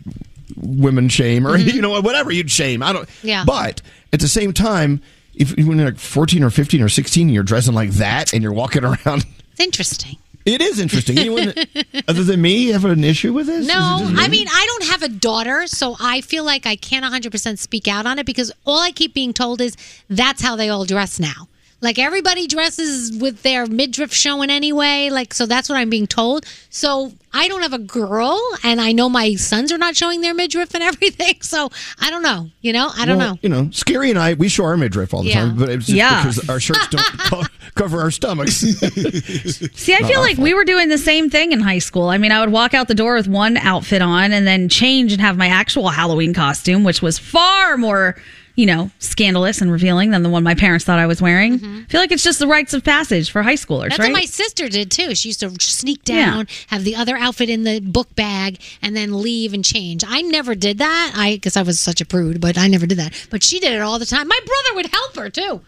women shame or Mm-hmm. you know whatever you'd shame. I don't. Yeah. But at the same time, if when you're like 14 or 15 or 16, and you're dressing like that and you're walking around. It's interesting. It is interesting. Anyone other than me have an issue with this? Is it No, just I me? mean, I don't have a daughter, so I feel like I can't 100% speak out on it because all I keep being told is that's how they all dress now. Like everybody dresses with their midriff showing anyway. Like, so that's what I'm being told. So I don't have a girl, and I know my sons are not showing their midriff and everything. So I don't know. You know, I don't Well, know. You know, Scary and I, we show our midriff all the Yeah. time, but it's just Yeah. because our shirts don't co- cover our stomachs. Uh-uh. See, See, I feel like we were doing the same thing in high school. I mean, I would walk out the door with one outfit on and then change and have my actual Halloween costume, which was far more, you know, scandalous and revealing than the one my parents thought I was wearing. Mm-hmm. I feel like it's just the rites of passage for high schoolers, That's right? what my sister did too. She used to sneak Yeah. down, have the other outfit in the book bag, and then leave and change. I never did that. I because I was such a prude, but I never did that. But she did it all the time. My brother would help her too.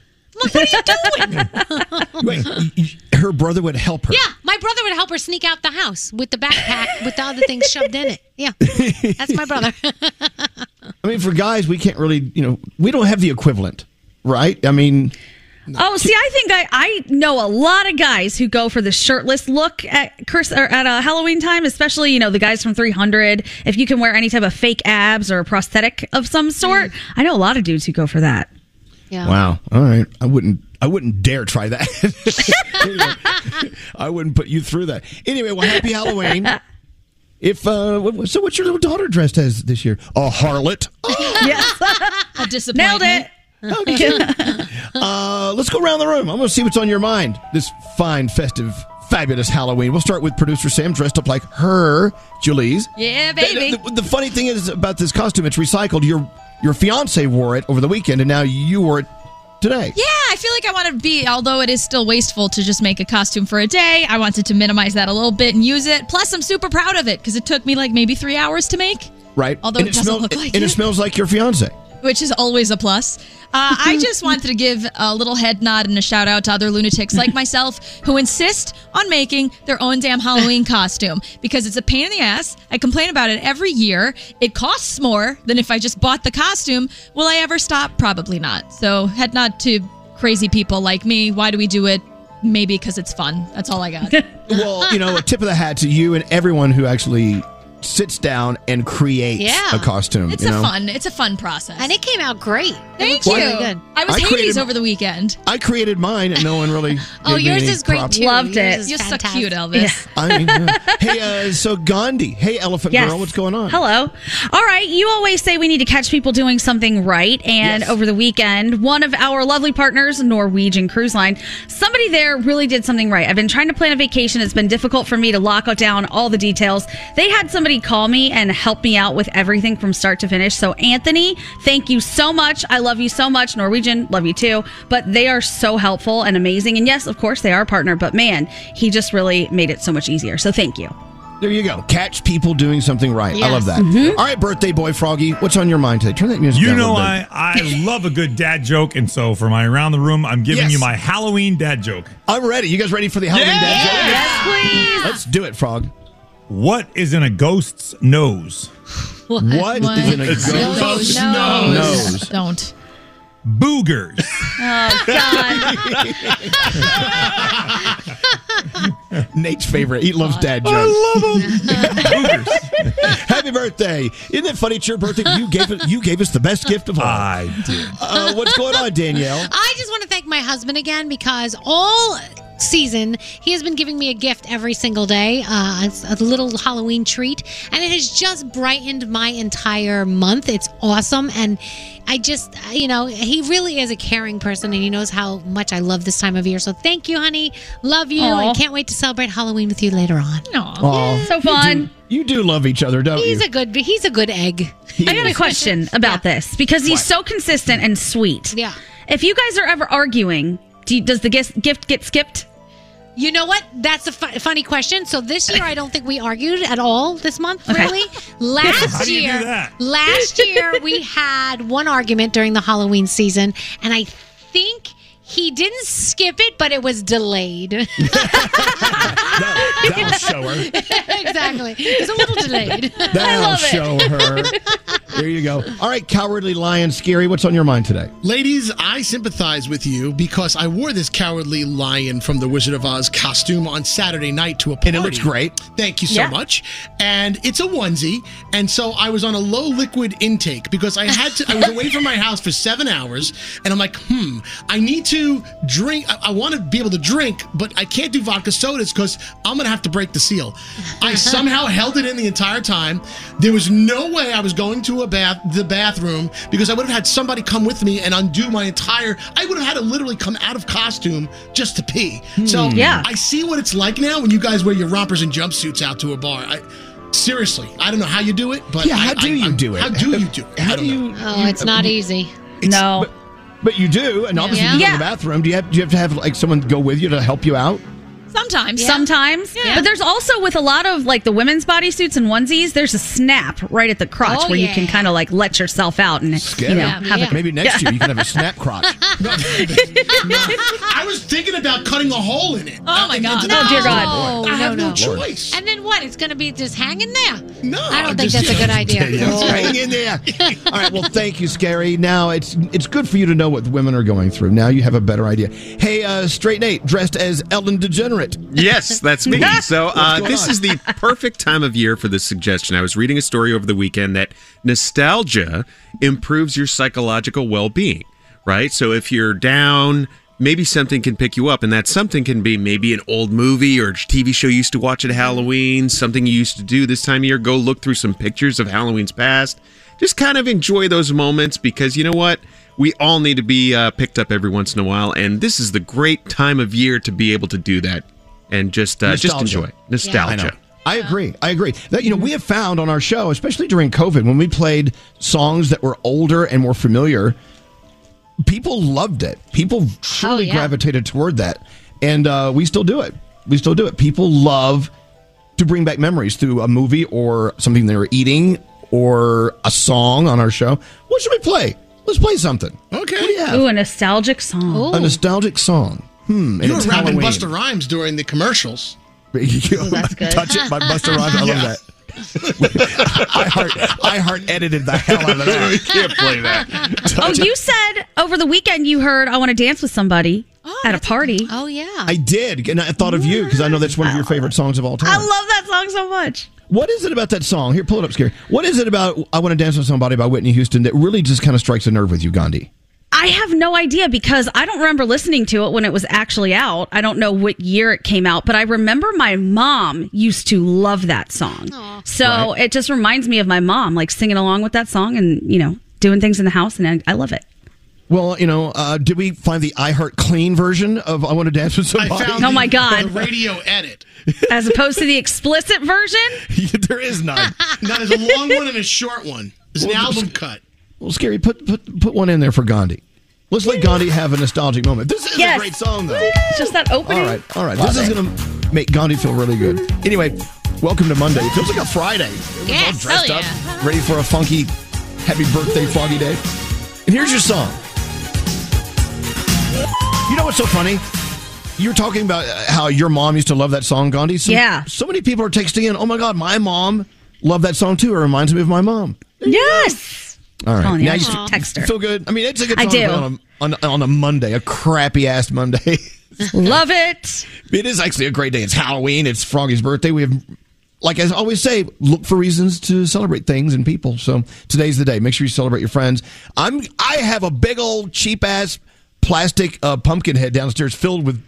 Her brother would help her. Yeah, my brother would help her sneak out the house with the backpack with the other things shoved in it. Yeah, that's my brother. I mean, for guys, we can't really, you know, we don't have the equivalent, right? I mean, Oh, see, I think I, I know a lot of guys who go for the shirtless look at Chris or at uh, Halloween time, especially you know the guys from 300. If you can wear any type of fake abs or a prosthetic of some sort, I know a lot of dudes who go for that. Yeah. wow. All right, I wouldn't. I wouldn't dare try that. Anyway, I wouldn't put you through that. Anyway, well, happy Halloween. If uh, what- so, what's your little daughter dressed as this year? A harlot. yes. A disappointment. Nailed it. Uh, let's go around the room. I'm going to see what's on your mind this fine, festive, fabulous Halloween. We'll start with producer Sam dressed up like her, Julie's. yeah, baby. The, the- the funny thing is about this costume, it's recycled. Your your fiance wore it over the weekend, and now you wore it today. Yeah, I feel like I want to be, although it is still wasteful to just make a costume for a day. I wanted to minimize that a little bit and use it. Plus, I'm super proud of it because it took me like maybe three hours to make, Right? Although and it doesn't smell- look like and it it. smells like your fiance. which is always a plus. Uh, I just wanted to give a little head nod and a shout out to other lunatics like myself who insist on making their own damn Halloween costume because it's a pain in the ass. I complain about it every year. It costs more than if I just bought the costume. Will I ever stop? Probably not. So, head nod to crazy people like me. Why do we do it? Maybe because it's fun. That's all I got. well, you know, a tip of the hat to you and everyone who actually sits down and creates Yeah. a costume. It's you a know? fun. It's a fun process, and it came out great. Thank looks you. really good. I was I Hades created- over the weekend. I created mine, and no one really. Oh, gave me yours any is great, props. too. Loved Yours it. is You're so fantastic. cute, Elvis. I mean, yeah. Hey, uh, so Gandhi. Hey, Elephant Yes. Girl, what's going on? Hello. All right. You always say we need to catch people doing something right. And over the weekend, one of our lovely partners, Norwegian Cruise Line, somebody there really did something right. I've been trying to plan a vacation. It's been difficult for me to lock down all the details. They had somebody call me and help me out with everything from start to finish. So, Anthony, thank you so much. I love you so much. Norwegian, love you too. But they are so helpful and amazing. And yes, of course, they are a partner. But man, he just really made it so much easier. So, thank you. There you go. Catch people doing something right. I love Yes. that. All right, birthday boy Froggy, what's on your mind today? Turn that music You down a know, little bit. I, I love a good dad joke. And so for my around the room, I'm giving Yes. you my Halloween dad joke. I'm ready. You guys ready for the Halloween dad joke? Yes, please. Let's do it, Frog. What is in a ghost's nose? What? What is in a It's ghost? ghost nose. nose. Don't. Boogers. Oh Nate's favorite. He loves dad jokes. I love him. Happy birthday! Isn't it funny? It's your birthday. You gave it, you gave us the best gift of all. I did. Uh, what's going on, Danielle? I just want to thank my husband again because all season he has been giving me a gift every single day uh, it's a little halloween treat and it has just brightened my entire month it's awesome and i just you know he really is a caring person and he knows how much i love this time of year so thank you honey love you Aw. and can't wait to celebrate halloween with you later on Aw. So fun. You do, you do love each other, don't he's you? a good he's a good egg I got a question about this because he's so consistent and sweet. Yeah. If you guys are ever arguing, do you, does the gift, gift get skipped? You know what? That's a fu- funny question. So this year, I don't think we argued at all this month, Okay. really. Last How do you do year, that? last year we had one argument during the Halloween season, and I think he didn't skip it, but it was delayed. That'll show her. exactly, it's a little delayed. That'll show her. There you go. All right, cowardly lion, scary. What's on your mind today? Ladies, I sympathize with you because I wore this cowardly lion from the Wizard of Oz costume on Saturday night to a party. And it looks great. Thank you so Yeah. much. And it's a onesie, and so I was on a low liquid intake because I had to. I was away from my house for seven hours, and I'm like, hmm, I need to drink. I, I want to be able to drink, but I can't do vodka sodas because I'm gonna have to break the seal. I somehow held it in the entire time. There was no way I was going to a bath, the bathroom, because I would have had somebody come with me and undo my entire. I would have had to literally come out of costume just to pee. So Hmm. Yeah. I see what it's like now when you guys wear your rompers and jumpsuits out to a bar. I, seriously, I don't know how you do it, but Yeah, I- how do I- you I'm- do it? How do you do it? How do you? Oh, it's not easy. no. But, but you do, and obviously Yeah. you go in Yeah. the bathroom. Do you have do you have to have like someone go with you to help you out? Sometimes. Sometimes. But there's also with a lot of like the women's bodysuits and onesies, there's a snap right at the crotch Oh, where you can yeah. kind of like let yourself out and Scary. you know Yeah, have a, Maybe next Yeah. year you can have a snap crotch. I was thinking about cutting a hole in it. Oh my god! No. dear God. No, I have no no. choice. And then what? It's going to be just hanging there. No, I don't I'm think just- that's a good idea. Yeah, it's hanging in there. All right, well, thank you, Scary. Now it's it's good for you to know what the women are going through. Now you have a better idea. Hey, uh, Straight Nate, dressed as Ellen Degenerate. Yes, that's me. So What's uh, going this on? is the perfect time of year for this suggestion. I was reading a story over the weekend that nostalgia improves your psychological well-being, right? So if you're down, maybe something can pick you up, and that something can be maybe an old movie or TV show you used to watch at Halloween, something you used to do this time of year. Go look through some pictures of Halloween's past. Just kind of enjoy those moments because you know what? we all need to be uh, picked up every once in a while, and this is the great time of year to be able to do that and just uh, just Nostalgia. enjoy nostalgia. I know. I agree. I agree. That you know, we have found on our show, especially during COVID, when we played songs that were older and more familiar, people loved it. People truly yeah. gravitated toward that, and uh, we still do it. We still do it. People love to bring back memories through a movie or something they were eating or a song on our show. What should we play? Let's play something. Okay. Ooh, a nostalgic song. Oh, A nostalgic song. Hmm. and You were it's rapping Halloween. Buster Rhymes during the commercials. that's good. Touch it by Buster Rhymes. I love Yeah. that. I heart I heart edited the hell out of that. We can't play that. Oh, you said over the weekend you heard I want to dance with somebody at a party. Oh yeah. I did, and I thought of you because I know that's one of your favorite songs of all time. I love that song so much. What is it about that song? Here, pull it up, Scary. What is it about "I Want to Dance with Somebody" by Whitney Houston that really just kind of strikes a nerve with you, Gandhi? I have no idea because I don't remember listening to it when it was actually out. I don't know what year it came out, but I remember my mom used to love that song. So it just reminds me of my mom, like singing along with that song and, you know, doing things in the house. And I, I love it. Well, you know, uh, did we find the I Heart Clean version of "I Want to Dance with Somebody"? oh my God. edit. As opposed to the explicit version? there is none. Now there's a long one and a short one. There's an Well, album just- cut. Well, Scary, put put put one in there for Gandhi. Let's let Gandhi have a nostalgic moment. This is Yes. a great song, though. It's just that opening. All right, all right. Love this is it. going to make Gandhi feel really good. Anyway, welcome to Monday. It feels like a Friday. Everyone's all Yes, dressed hell up, ready for a funky, happy birthday, foggy day. And here's your song. You know what's so funny? You're talking about uh, how your mom used to love that song, Gandhi. So, yeah. So many people are texting in. Oh my God, my mom loved that song too. It reminds me of my mom. Yes. All right. Telling you, Now I you should feel- text her. Feel good. I mean, it's a good I song to do. play on a, on, on a Monday, a crappy ass Monday. Love it. It is actually a great day. It's Halloween. It's Froggy's birthday. We have, like I always say, look for reasons to celebrate things and people. So today's the day. Make sure you celebrate your friends. I'm. I have a big old cheap ass plastic uh, pumpkin head downstairs filled with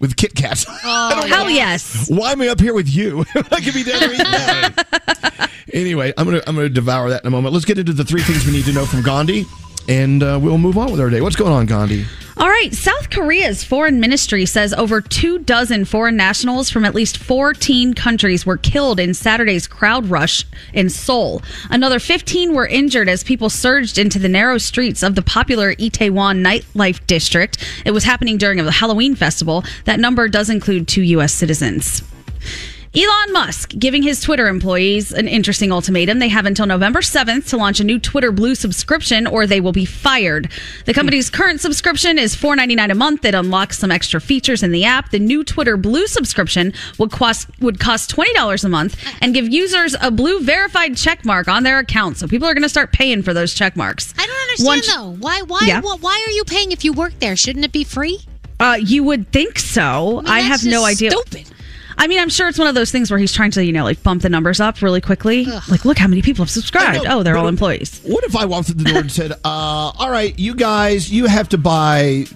with Kit Kats. Oh, hell yes. Why am I up here with you? I could be down there eating that. anyway, I'm gonna I'm gonna devour that in a moment. Let's get into the three things we need to know from Gandhi, and uh, we'll move on with our day. What's going on, Gandhi? All right. South Korea's foreign ministry says over two dozen foreign nationals from at least 14 countries were killed in Saturday's crowd rush in Seoul. Another 15 were injured as people surged into the narrow streets of the popular Itaewon nightlife district. It was happening during a Halloween festival. That number does include two U.S. citizens. Elon Musk giving his Twitter employees an interesting ultimatum. They have until November 7th to launch a new Twitter Blue subscription or they will be fired. The Hmm. company's current subscription is $4.99 a month. It unlocks some extra features in the app. The new Twitter Blue subscription would cost would cost $20 a month and give users a blue verified checkmark on their account. So people are going to start paying for those check marks. I don't understand though. Why? Why? Yeah. wh- why are you paying if you work there? Shouldn't it be free? Uh, you would think so. I, that's have no just idea. stupid. I mean, I'm sure it's one of those things where he's trying to, you know, like bump the numbers up really quickly. Like, look how many people have subscribed. I know, oh, they're but all employees. What if I walked through the door and said, uh, "All right, you guys, you have to buy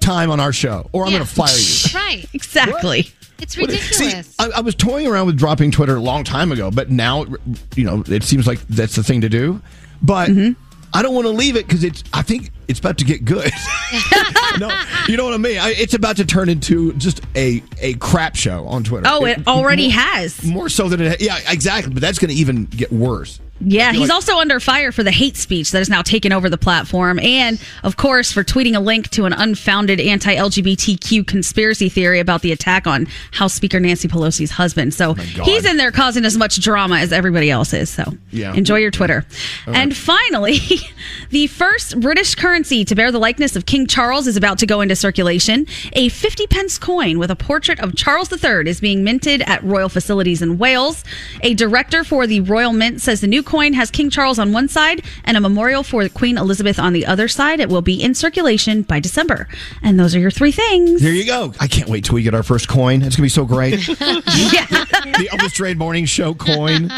time on our show, or I'm going to fire you." Right. Exactly. It's What- ridiculous. I, I was toying around with dropping Twitter a long time ago, but now, you know, it seems like that's the thing to do. But Mm-hmm. I don't want to leave it because it's. I think it's about to get good. no, you know what I mean. I, it's about to turn into just a a crap show on Twitter. Oh, it already has. More so than it. Yeah, exactly. But that's going to even get worse. Yeah, I feel he's like- also under fire for the hate speech that has now taken over the platform, and of course for tweeting a link to an unfounded anti-LGBTQ conspiracy theory about the attack on House Speaker Nancy Pelosi's husband. Oh So God. he's in there causing as much drama as everybody else is. So Yeah. enjoy your Twitter. All right. And finally, the first British currency to bear the likeness of King Charles is about to go into circulation. A 50 pence coin with a portrait of Charles III is being minted at royal facilities in Wales. A director for the Royal Mint says the new coin has King Charles on one side and a memorial for Queen Elizabeth on the other side. It will be in circulation by December. And those are your three things. Here you go. I can't wait till we get our first coin. It's going to be so great. the Elvis Trade Morning Show coin.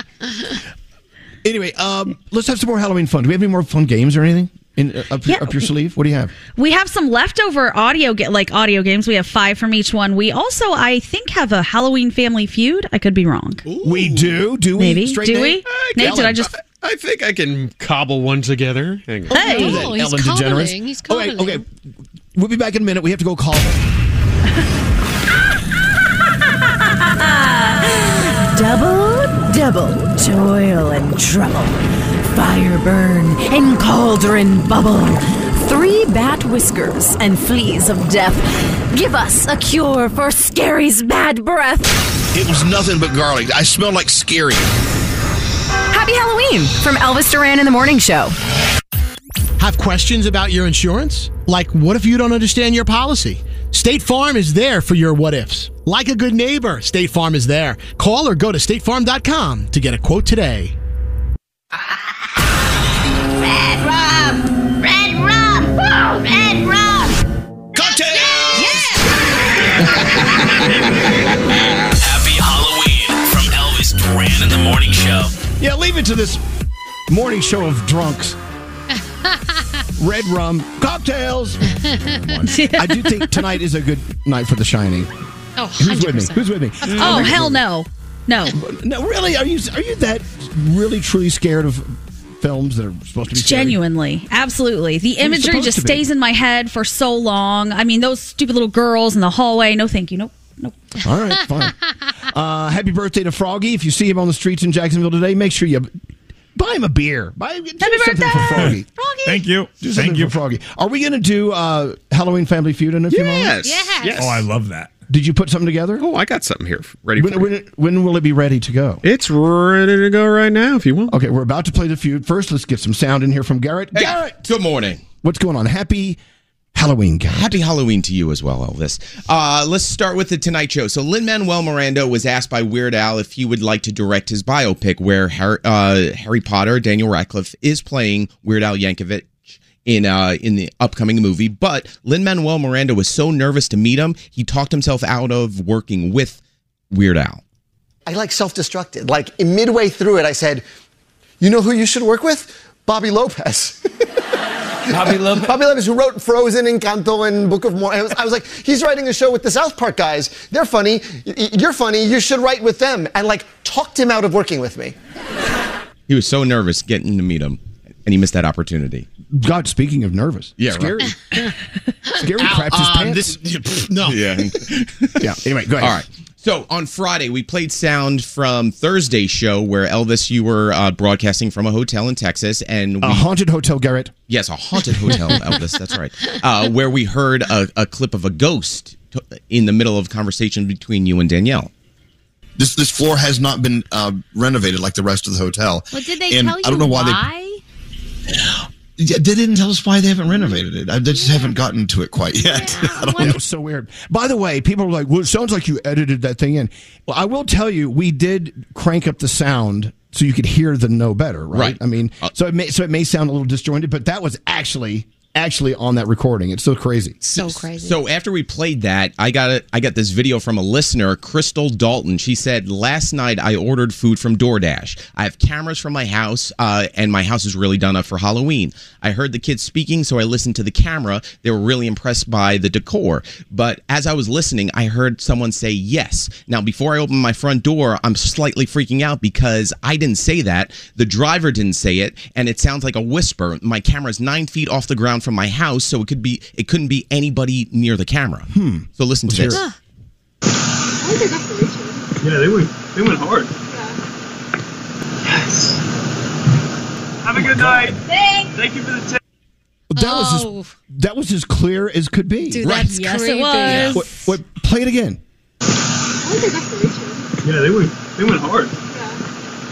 Anyway, um, let's have some more Halloween fun. Do we have any more fun games or anything in uh, up, Yeah. up your sleeve? What do you have? We have some leftover audio, ga- like audio games. We have five from each one. We also, I think, have a Halloween family feud. I could be wrong. We do. Do we, Maybe. straight do Nate? we? Nate, did I just? I think I can cobble one together. Hang on. Hey. Oh, Then Ellen DeGeneres. Oh, okay, okay. We'll be back in a minute. We have to go call her. Double, double toil and trouble. Fire burn and cauldron bubble. Three bat whiskers and fleas of death. Give us a cure for Scary's bad breath. It was nothing but garlic. I smelled like scary. Happy Halloween from Elvis Duran in the Morning Show. Have questions about your insurance? Like, what if you don't understand your policy? State Farm is there for your what ifs. Like a good neighbor, State Farm is there. Call or go to statefarm.com to get a quote today. Red rum! Red rum! Red rum! Cocktail! Happy Halloween from Elvis Duran in the Morning Show. Yeah, leave it to this morning show of drunks. Red rum, cocktails. I do think tonight is a good night for The Shining. Oh, Who's with me? Who's with me? Oh, hell no. No. No, really? Are you are you that really truly scared of films that are supposed to be scary? Genuinely, absolutely. Well, The it's imagery supposed just to be. stays in my head for so long. I mean, those stupid little girls in the hallway. No, thank you. Nope. Nope. All right, fine. Uh, happy birthday to Froggy. If you see him on the streets in Jacksonville today, make sure you buy him a beer. Buy him happy something for Froggy. Thank you. Do something Thank you. for Froggy. Are we going to do uh, Halloween Family Feud in a few moments? Yes. Yes. Oh, I love that. Did you put something together? Oh, I got something here ready When, for you. when, when will it be ready to go? It's ready to go right now if you want. Okay, we're about to play the feud. First, let's get some sound in here from Garrett. Garrett! Good morning. What's going on? Happy Halloween, Garrett. Happy Halloween to you as well, Elvis. Uh, let's start with the Tonight Show. So, Lin Manuel Miranda was asked by Weird Al if he would like to direct his biopic where Harry, uh, Harry Potter, Daniel Radcliffe, is playing Weird Al Yankovic. In uh, in the upcoming movie, but Lin Manuel Miranda was so nervous to meet him, he talked himself out of working with Weird Al. I like self-destructed. Like midway through it, I said, "You know who you should work with? Bobby Lopez." Bobby Lopez. Bobby Lopez, who wrote Frozen, Encanto, and Book of Mormon. I was, I was like, he's writing a show with the South Park guys. They're funny. Y- y- You're funny. You should write with them. And like talked him out of working with me. He was so nervous getting to meet him, and he missed that opportunity. God, speaking of nervous, yeah, right. Scary. Scary crapped his um, pants. no. Yeah. yeah. Anyway, go ahead. All right. So on Friday, we played sound from Thursday's show where Elvis, you were uh, broadcasting from a hotel in Texas, and we, A haunted hotel, Garrett. yes, a haunted hotel, Elvis. That's right. Uh, where we heard a, a clip of a ghost t- in the middle of conversation between you and Danielle. This this floor has not been uh, renovated like the rest of the hotel. Well, did they And tell you I don't know why, why? they. Yeah, they didn't tell us why they haven't renovated it. I, they just haven't gotten to it quite yet. I don't That was so weird. By the way, people were like, "Well, it sounds like you edited that thing in." Well, I will tell you, we did crank up the sound so you could hear the no better, right? Right. Uh, I mean, so it may so it may sound a little disjointed, but that was actually actually on that recording. It's so crazy. So crazy. So after we played that, I got a, I got this video from a listener, Crystal Dalton. She said, "Last night I ordered food from DoorDash. I have cameras from my house, uh, and my house is really done up for Halloween. I heard the kids speaking, so I listened to the camera. They were really impressed by the decor. But as I was listening, I heard someone say yes. Now before I opened my front door, I'm slightly freaking out because I didn't say that. The driver didn't say it, and it sounds like a whisper. My camera's nine feet off the ground from my house, so it could be it couldn't be anybody near the camera. Hmm. So listen to Let's this. hear Yeah, they went they went hard. Yes. Have a good night. Thanks. Thank you for the tip. That was as, that was as clear as could be. Dude, Right. that's Yes, it creepy. was. What, what, play it again. Yeah, they went they went hard.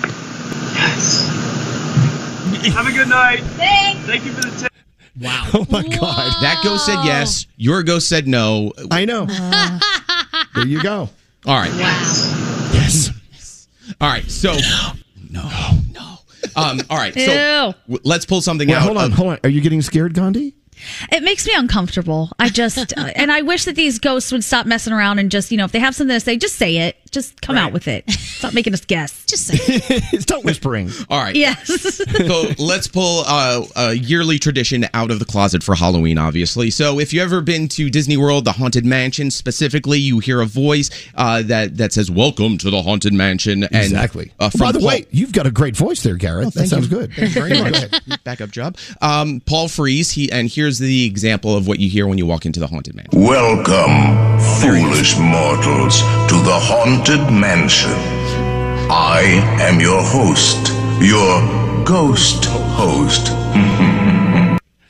Yes. Have a good night. Thanks. Thank you for the tip. Wow. Oh my god. That ghost said yes. Your ghost said no. I know. there you go. All right. Yes. All right. So no. No. Um, all right. So w- let's pull something Wait, out. hold on, hold on. Are you getting scared, Gandhi? It makes me uncomfortable. I just, uh, and I wish that these ghosts would stop messing around and just, you know, if they have something to say, just say it. Just come out with it. Stop making us guess. Just say it. Stop whispering. All right. Yes. so let's pull uh, a yearly tradition out of the closet for Halloween, obviously. So if you've ever been to Disney World, the Haunted Mansion specifically, you hear a voice uh, that that says "Welcome to the Haunted Mansion." And, exactly. Uh, Oh, by the Paul- way, you've got a great voice there, Garrett. that thank sounds you. good. Thank you very much. Backup job. Um, Paul Freeze. He and here's the example of what you hear when you walk into the Haunted Mansion. Welcome, foolish mortals, to the Haunted Mansion. I am your host, your ghost host.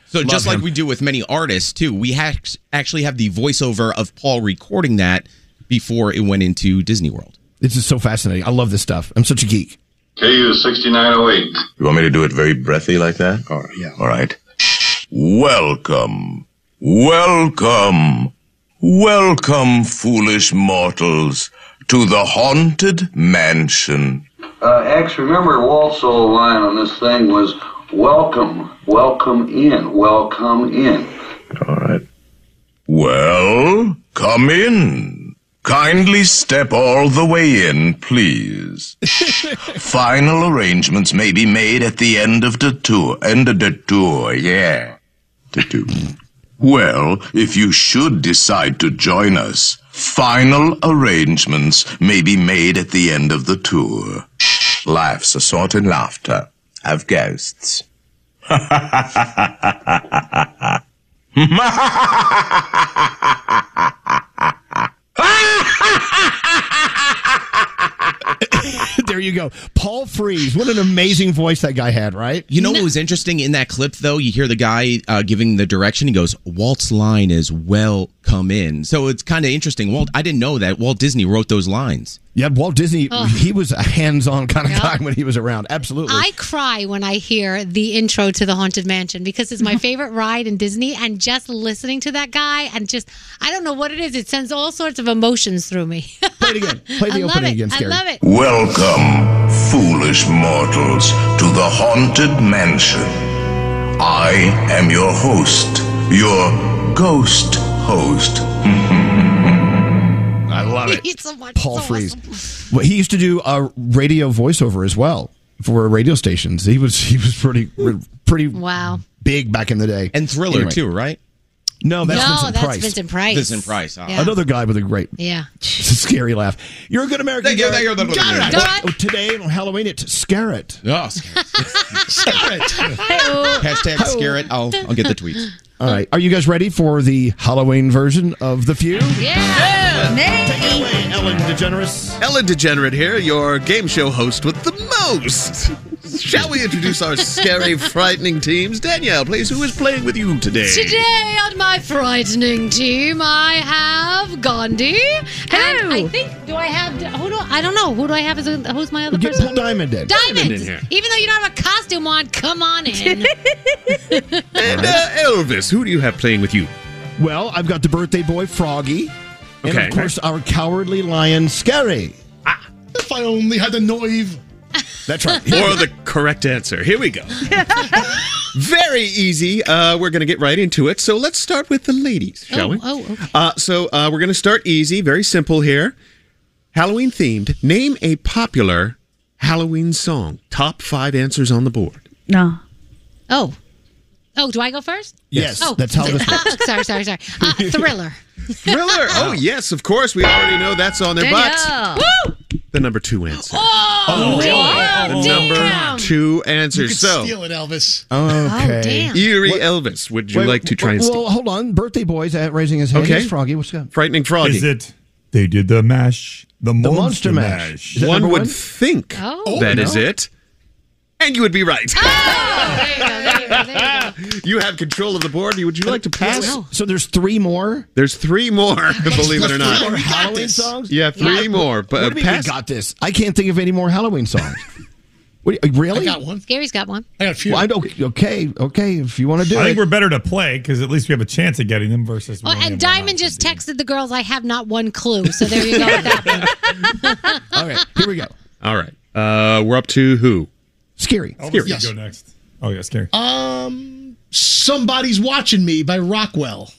So just like we do with many artists too, we ha- actually have the voiceover of Paul recording that before it went into Disney World. This is so fascinating. I love this stuff. I'm such a geek. KU 6908. You want me to do it very breathy like that? Oh, yeah. All right. Welcome. Welcome. Welcome, foolish mortals, to the Haunted Mansion. Uh, X, remember Walt's old line on this thing was welcome, welcome in, welcome in. Well, come in. Kindly step all the way in, please. Final arrangements may be made at the end of the tour. End of the tour, yeah. The tour. Well, if you should decide to join us, final arrangements may be made at the end of the tour. Life's a sort in laughter. Have ghosts. there you go. Paul Freeze. What an amazing voice that guy had, right? You know what was interesting in that clip though? You hear the guy uh, giving the direction. He goes, "Walt's line is well come in." So it's kind of interesting. Walt, I didn't know that Walt Disney wrote those lines. Yeah, Walt Disney. Ugh. He was a hands-on kind of Yeah. guy when he was around. Absolutely. I cry when I hear the intro to the Haunted Mansion because it's my favorite ride in Disney, and just listening to that guy and just I don't know what it is. It sends all sorts of emotions through me. Play it again. Play I the love opening it. again, I Scary. love it. Welcome, foolish mortals, to the Haunted Mansion. I am your host, your ghost host. I love it. It's so much. Paul Freeze. Well, he used to do a radio voiceover as well for radio stations. He was he was pretty pretty Wow. big back in the day. And Thriller too, right? No, that's No, Vincent that's Price. Vincent Price. Vincent Price, ah. Yeah. Another guy with a great Yeah. scary laugh. You're a good American. Thank you, Garrett. thank you. Got it. Well, Today on Halloween, it's Scarrett. Oh, Hashtag scare it. I'll I'll get the tweets. All right. Are you guys ready for the Halloween version of The Few? Yeah. Take it away, Ellen DeGeneres. Ellen Degenerate here, your game show host with the most. Shall we introduce our scary, frightening teams? Danielle, please, who is playing with you today? Today on my frightening team, I have Gandhi, and I think do I have? Who do I don't know. Who do I have as a, who's my other Get person? Paul Diamond in. Diamond. Even though you don't have a costume on, come on in. And uh, Elvis, who do you have playing with you? Well, I've got the birthday boy Froggy, and Okay. Ah. of course our cowardly lion Scary. If I only had a knife. That's right. Or the correct answer. Here we go. Very easy. Uh, we're going to get right into it. So let's start with the ladies, shall we? Oh, okay. Uh, so uh, we're going to start easy, very simple here. Halloween themed. Name a popular Halloween song. Top five answers on the board. No. Oh. Oh, do I go first? Yes, Oh, that's how this uh, sorry, sorry, sorry. Uh, thriller. Thriller. Oh yes, of course. We already know that's on there, but Danielle. Woo! the number two answer. Oh, The number two answer. You could so steal it, Elvis. Oh, Okay. eerie Elvis. Would you Wait, like to try and well, steal? hold on. Birthday boy's at raising his hand. Okay. Here's Froggy. What's up? Frightening Froggy. Is it they did the mash, the, Monster monster, Mash. mash? Is that One number would one? think that Oh. is Oh, no. it. And you would be right. you have control of the board. Would you Uh, like to pass? So there's three more. There's three more, believe it or Three more not. Halloween songs. Yeah, three more, but- what do you mean we pass- got this. I can't think of any more Halloween songs. what, do you- Oh, really? one. Scary's got one. I got a Well, I don't, okay, okay. If you want to do I it, think we're better to play because at least we have a chance of getting them versus. Oh, and Diamond just texted the girls, I have not one clue. So there you go with that one. All right, here we go. All right. Uh, we're up to who? Scary. Scary. Yes. Go next. Oh yeah, scary. Um, somebody's watching me by Rockwell.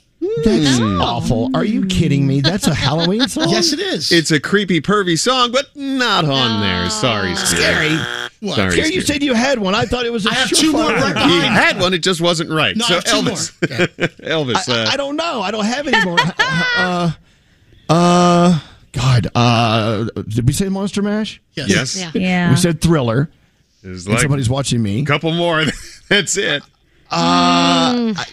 That's awful. Are you kidding me? That's a Halloween song. Yes, it is. It's a creepy, pervy song, but not on there. Sorry, Scary. What? Sorry, Scary, you said you had one. I thought it was. a surefire. He had one, it just wasn't right. No, I so have two Elvis. Elvis. uh, I don't know. I don't have any more. uh, uh, God. Uh, did we say Monster Mash? Yes. Yes. Yeah. Yeah. We said Thriller. There's And like somebody's watching me. A couple more. That's it. Uh, Mm. I,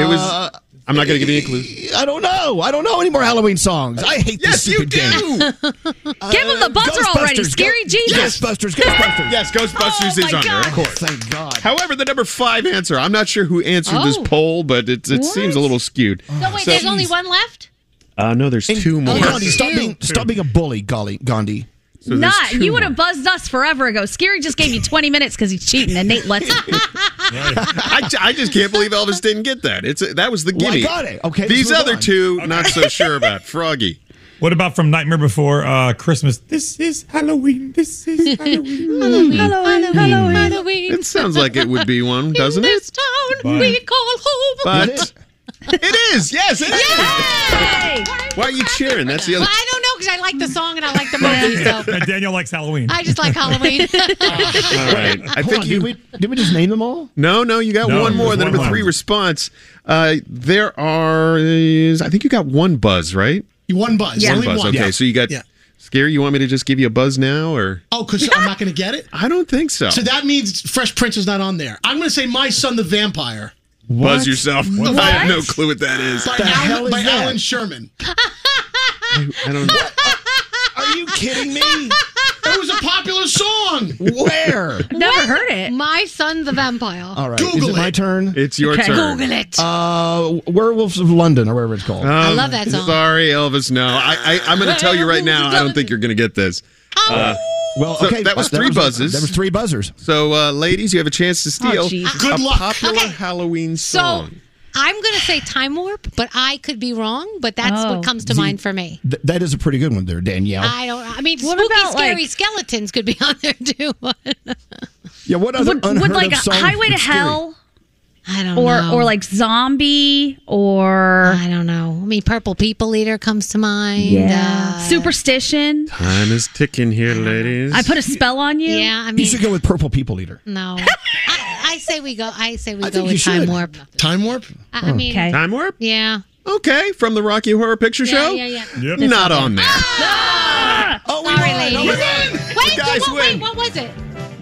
uh, it was. I'm not going to give you any clues. I don't know. I don't know any more Halloween songs. I hate this stupid game. Give him the buzzer already. Ghostbusters, Scary go- Jesus. Oh Ghostbusters. Ghostbusters. Yes, Ghostbusters is on there, of course. Thank God. However, the number five answer, I'm not sure who answered this Oh. poll, but it, it What? seems a little skewed. No, wait, So- there's only one left? Uh, no, there's two more. Gandhi, stop being, stop being a bully, Golly, Gandhi. So there's Not. two You would have buzzed us forever ago. Scary just gave you 20 minutes because he's cheating, and Nate lets Oh him. I, I just can't believe Elvis didn't get that. It's a, that was the Well, I gimme. got it. Okay, let's These move other on. two, not so sure about. Froggy. What about from Nightmare Before uh, Christmas? This is Halloween. This is Halloween. Halloween, Halloween, Halloween. It sounds like it would be one, doesn't In it? this town But- we call home. But it is. Yes, it is. Why are you cheering? That's the Well, other. I don't know because I like the song and I like the movie, so Daniel likes Halloween. I just like Halloween. All right. I Hold think on, you. Did we, did we just name them all? No, no, you got No, one more. there's The one number more. three response. Uh, there are. Is, I think you got one buzz, right? One buzz. One Only buzz. one. Okay, so you got. Yeah. Scary, you want me to just give you a buzz now, or? Oh, because I'm not going to get it? I don't think so. So that means Fresh Prince is not on there. I'm going to say My Son the Vampire. Buzz yourself. What? I have no clue what that is. By, Alan, by Alan Sherman. I don't know. Are you kidding me? It was a popular song. Where? Never heard it. My son the vampire. All right. is it, my turn? It's your Okay. turn. Um, Google it. Uh, Werewolves of London, or whatever it's called. I love that song. Sorry, Elvis. No, I, I, I'm going to tell you right now. I don't think you're going to get this. Oh. Uh, well, so okay, that was that three was- buzzers. that was three buzzers. So, uh, ladies, you have a chance to steal. Oh, a Popular Halloween song. So I'm going to say Time Warp, but I could be wrong, but that's what comes to The- mind for me. Th- that is a pretty good one there, Danielle. I don't. I mean, spooky, about, scary like- skeletons could be on there too. yeah, what other Would, unheard would like of a song Highway to is scary? Hell? I don't or, know. Or like Zombie or. I don't know. I mean, Purple People Eater comes to mind. uh, Yeah. Superstition. Time is ticking here, ladies. I put a spell on you. Yeah, I mean- You should go with Purple People Eater. No, I, I say we go. I say we go think you with Time should. Warp. Time warp. I, I mean, Time warp. Yeah. Okay, from the Rocky Horror Picture Yeah, Show. yeah, yeah. Yep. It's Not on on there. Oh, Sorry, ladies. No, we The Wait, guys what, wait, win. what was it?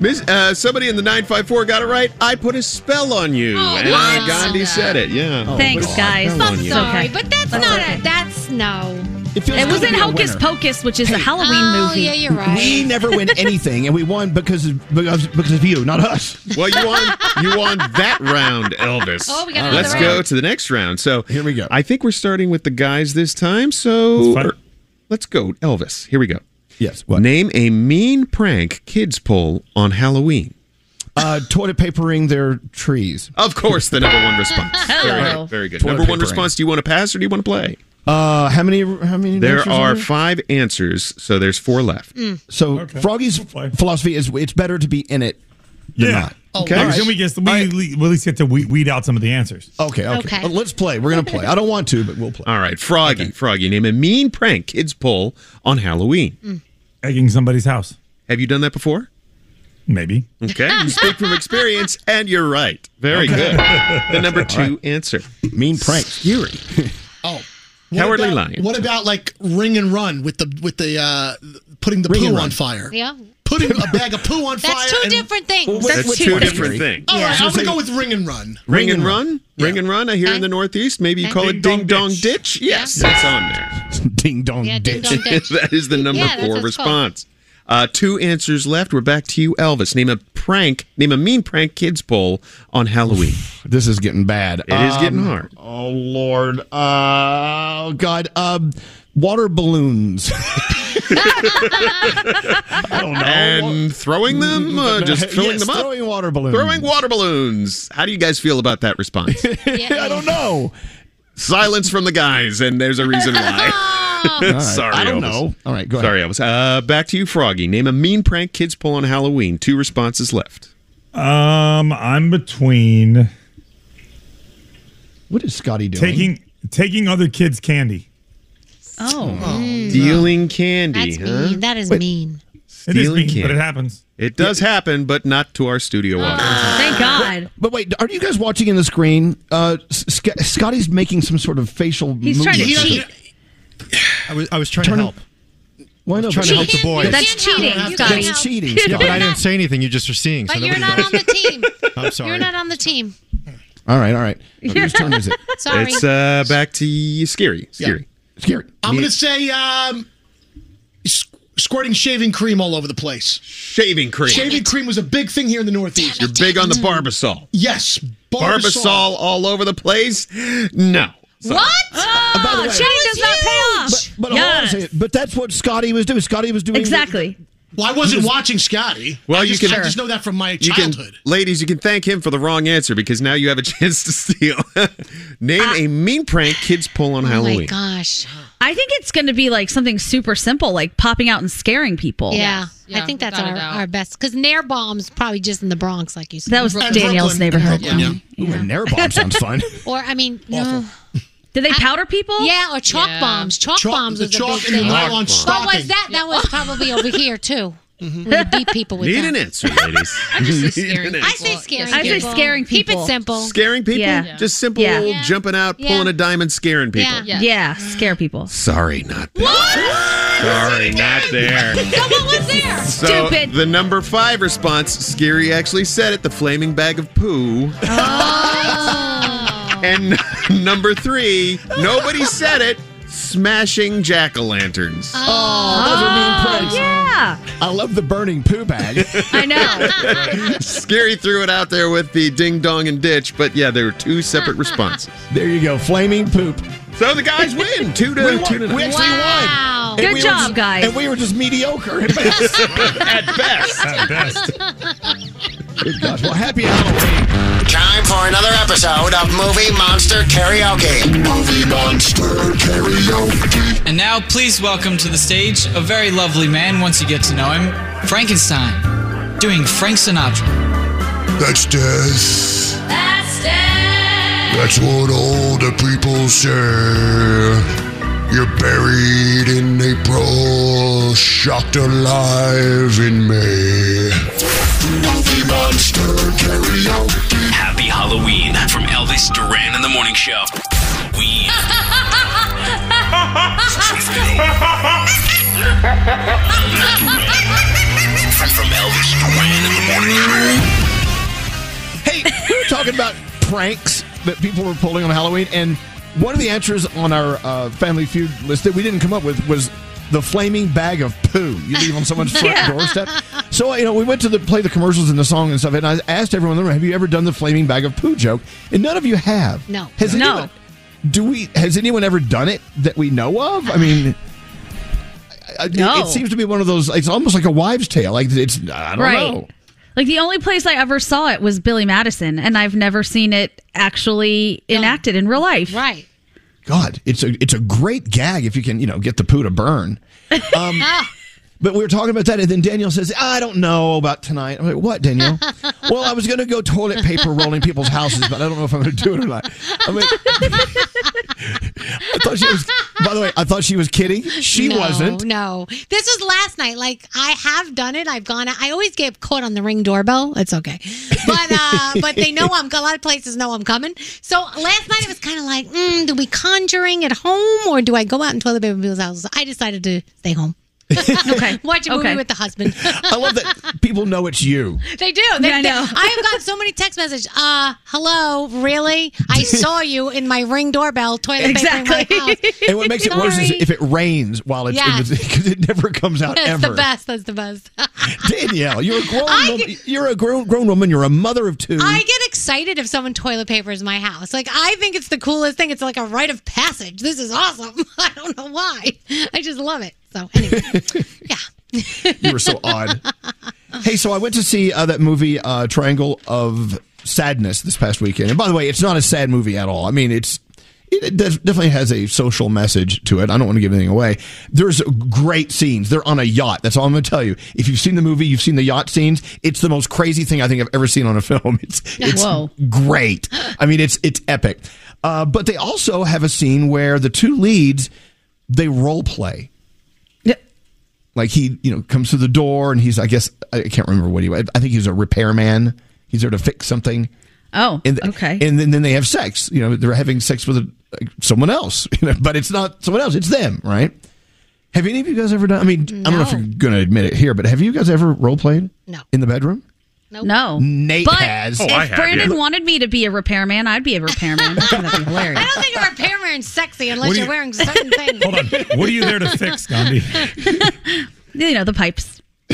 Miss, uh, somebody in the 954 got it right. I put a spell on you. Oh, and what? Gandhi said it. Yeah. Oh, Thanks, Oh, Put a guys. spell on I'm you. sorry, but that's not. A, that's no. Oh, It feels It good was to in be a Hocus winner. Pocus, which is a Halloween movie. We never win anything, and we won because of, because, because of you, not us. Well, you won. You won that round, Elvis. Oh, we got another Let's round. go to the next round. So here we go. I think we're starting with the guys this time. So er, let's go, Elvis. Here we go. Yes. Name a mean prank kids pull on Halloween. Uh, toilet papering their trees. Of course, the number one response. Very Hello. good. Very good. Toilet number one papering. response. Do you want to pass or do you want to play? Uh, how many? How many? There answers are five answers, so there's four left. Mm. So Froggy's philosophy is it's better to be in it than yeah. not. Okay. Because Oh, then we get we we'll at least get to weed, weed out some of the answers. Okay. Okay. Well, let's play. We're gonna play. I don't want to, but we'll play. All right, Froggy. Froggy, name a mean prank kids pull on Halloween. Egging somebody's house. Have you done that before? Maybe. Okay, you speak from experience, and you're right. Very Okay. good. The number two All right. answer. Mean prank. Scary. Oh. What Cowardly about- lion. What about like ring and run with the with the uh putting the poo on fire? Yeah. Putting a bag of poo on fire. That's two and- different things. That's two different things. All right, Yeah. I'm gonna go with ring and run. Ring and run. Ring and run. I hear in the Northeast, maybe you Okay. call it Ding ding dong ditch. Yes, that's on there. ding dong yeah, ding dong ditch. that is the number Yeah, that's four what it's called. response. Uh, two answers left. We're back to you, Elvis. Name a prank. Name a mean prank kids pull on Halloween. This is getting bad. It is getting Um, hard. Oh Lord. Uh, oh God. Um, water balloons. I don't know. And throwing them, uh, just filling Yes, them up. Throwing water balloons. Throwing water balloons. How do you guys feel about that response? I don't know. Silence from the guys, and there's a reason why. All right. Sorry, I don't Elvis. know. All right, go ahead. Sorry, Elvis. Uh, back to you, Froggy. Name a mean prank kids pull on Halloween. Two responses left. Um, I'm between What is Scotty doing? taking taking other kids' candy. Oh. Mm. Dealing candy. That's huh? mean. That is mean. It is Stealing mean, but candy. it happens. It does happen, but not to our studio Uh, audience. Thank Oh, God. But wait, are you guys watching in the screen? Uh, Sc- Scotty's making some sort of facial. He's trying to movement. cheat. I was I was trying Turn- to help. Why I not? was trying to help the boys. That's cheating, Scotty. That's cheating. Yeah, but I didn't say anything. You just were seeing. So But you're nobody not knows. on the team. I'm sorry. You're not on the team. All right, all right. Whose turn is it? Sorry. It's uh, back to you. Scary. Scary. Scary. I'm gonna say um s- squirting shaving cream all over the place. Shaving cream. Shaving cream was a big thing here in the Northeast. You're big on the Mm. barbasol. Yes, Barbasol, all over the place? No. Sorry. Uh, by the way- does not pay But, but hold on a second. But that's what Scotty was doing. Scotty was doing Exactly. Well, I wasn't watching Scotty. Well, I you just, can- I just know that from my You can, childhood. ladies, you can thank him for the wrong answer because now you have a chance to steal. Name Ah. a mean prank kids pull Oh on Halloween. gosh. I think it's going to be like something super simple, like popping out and scaring people. Yeah. I think that's our, our best because Nair bombs probably just in the Bronx, like you said. That was Brooklyn. Danielle's neighborhood. Ooh, an air bomb sounds fun. Or I mean, no. Did they powder people? Yeah, or chalk Yeah. bombs. Chalk, Chalk- bombs the was chalk a big and the thing. nylon Chalk bomb. What was that? That was probably over here too. We beat people with Need that. an answer, ladies. Need an I answer. say scaring. I say people. scaring Keep people. it simple. Scaring people? Yeah. Just simple Yeah. old jumping out, pulling Yeah. a diamond, scaring people. Yeah. yeah, scare people. Sorry, not there. Sorry, not there. was there? So the number five response, Scary actually said it, the flaming bag of poo. Oh. Oh. and number three, nobody said it, smashing jack-o'-lanterns. Oh, those are mean pranks. Yeah. I love the burning poo bag. I know. Scary threw it out there with the ding dong and ditch, but yeah, there were two separate responses. There you go, flaming poop. So the guys win two to We won. two to We nine. actually Wow. won. And Good we were job, just- guys. And we were just mediocre at best. at best. At best. Good God. Well, happy Halloween. Time for another episode of Movie Monster Karaoke. Movie Monster Karaoke. And now, please welcome to the stage a very lovely man once you get to know him, Frankenstein, doing Frank Sinatra. That's death. That's That's what all the people say. You're buried in April, shocked alive in May. Movie Monster Karaoke. Happy Halloween from Elvis Duran and the Morning Show. We from Elvis Duran and the Morning Show. Hey, we were talking about pranks that people were pulling on Halloween, and One of the answers on our uh, Family Feud list that we didn't come up with was the flaming bag of poo you leave on someone's front Yeah. doorstep. So you know, we went to the play the commercials and the song and stuff, and I asked everyone in the room, "Have you ever done the flaming bag of poo joke?" And none of you have. No. Has No. Anyone, do we? Has anyone ever done it that we know of? I mean. I- I- No. It seems to be one of those. It's almost like a wives' tale. Like it's. I don't right. know. Like the only place I ever saw it was Billy Madison, and I've never seen it actually enacted in real life. Right. God, it's a it's a great gag if you can you know get the poo to burn. Um, but we were talking about that, and then Daniel says, "I don't know about tonight." I'm like, "What, Daniel?" well, I was going to go toilet paper rolling people's houses, but I don't know if I'm going to do it or not. I mean, I thought she was. By the way, I thought she was kidding. She No, wasn't. No, this was last night. Like I have done it. I've gone. I always get caught on the ring doorbell. It's okay, but uh, but they know I'm. A lot of places know I'm coming. So last night it was kind of like, mm, do we conjuring at home or do I go out and toilet paper people's houses? I decided to stay home. okay, watch a movie Okay. with the husband. I love that people know it's you. They do. They, Yeah, I they- know. I have gotten so many text messages. Uh, hello, really? I saw you in my ring doorbell toilet paper. Exactly. in my house. And what makes it worse is Sorry. if it rains while it's Yes. because it never comes out That's ever. the best. That's the best. Danielle, you're a grown woman. You're a grown grown woman. You're a mother of two. I get excited if someone toilet papers my house. Like I think it's the coolest thing. It's like a rite of passage. This is awesome. I don't know why. I just love it. So anyway, You were so odd. hey, so I went to see uh, that movie uh, Triangle of Sadness this past weekend. And by the way, it's not a sad movie at all. I mean, it's it def- definitely has a social message to it. I don't want to give anything away. There's great scenes. They're on a yacht. That's all I'm going to tell you. If you've seen the movie, you've seen the yacht scenes. It's the most crazy thing I think I've ever seen on a film. It's Yeah. it's Whoa. great. I mean, it's it's epic. Uh, but they also have a scene where the two leads they role play like he you know comes through the door and he's i guess i can't remember what he was i think he's a repairman he's there to fix something oh and okay and then, then they have sex you know they're having sex with a, like, someone else you know, but it's not someone else it's them right have any of you guys ever done i mean i don't know if No. you're gonna admit it here but have you guys ever role played no in the bedroom No. Nate but has. Oh, if I have, Brandon yeah. wanted me to be a repairman, I'd be a repairman. That's gonna be hilarious. I don't think a repairman's sexy What unless do you, you- are wearing certain things. Hold on. What are you there to fix, Gandhi? You know, the pipes.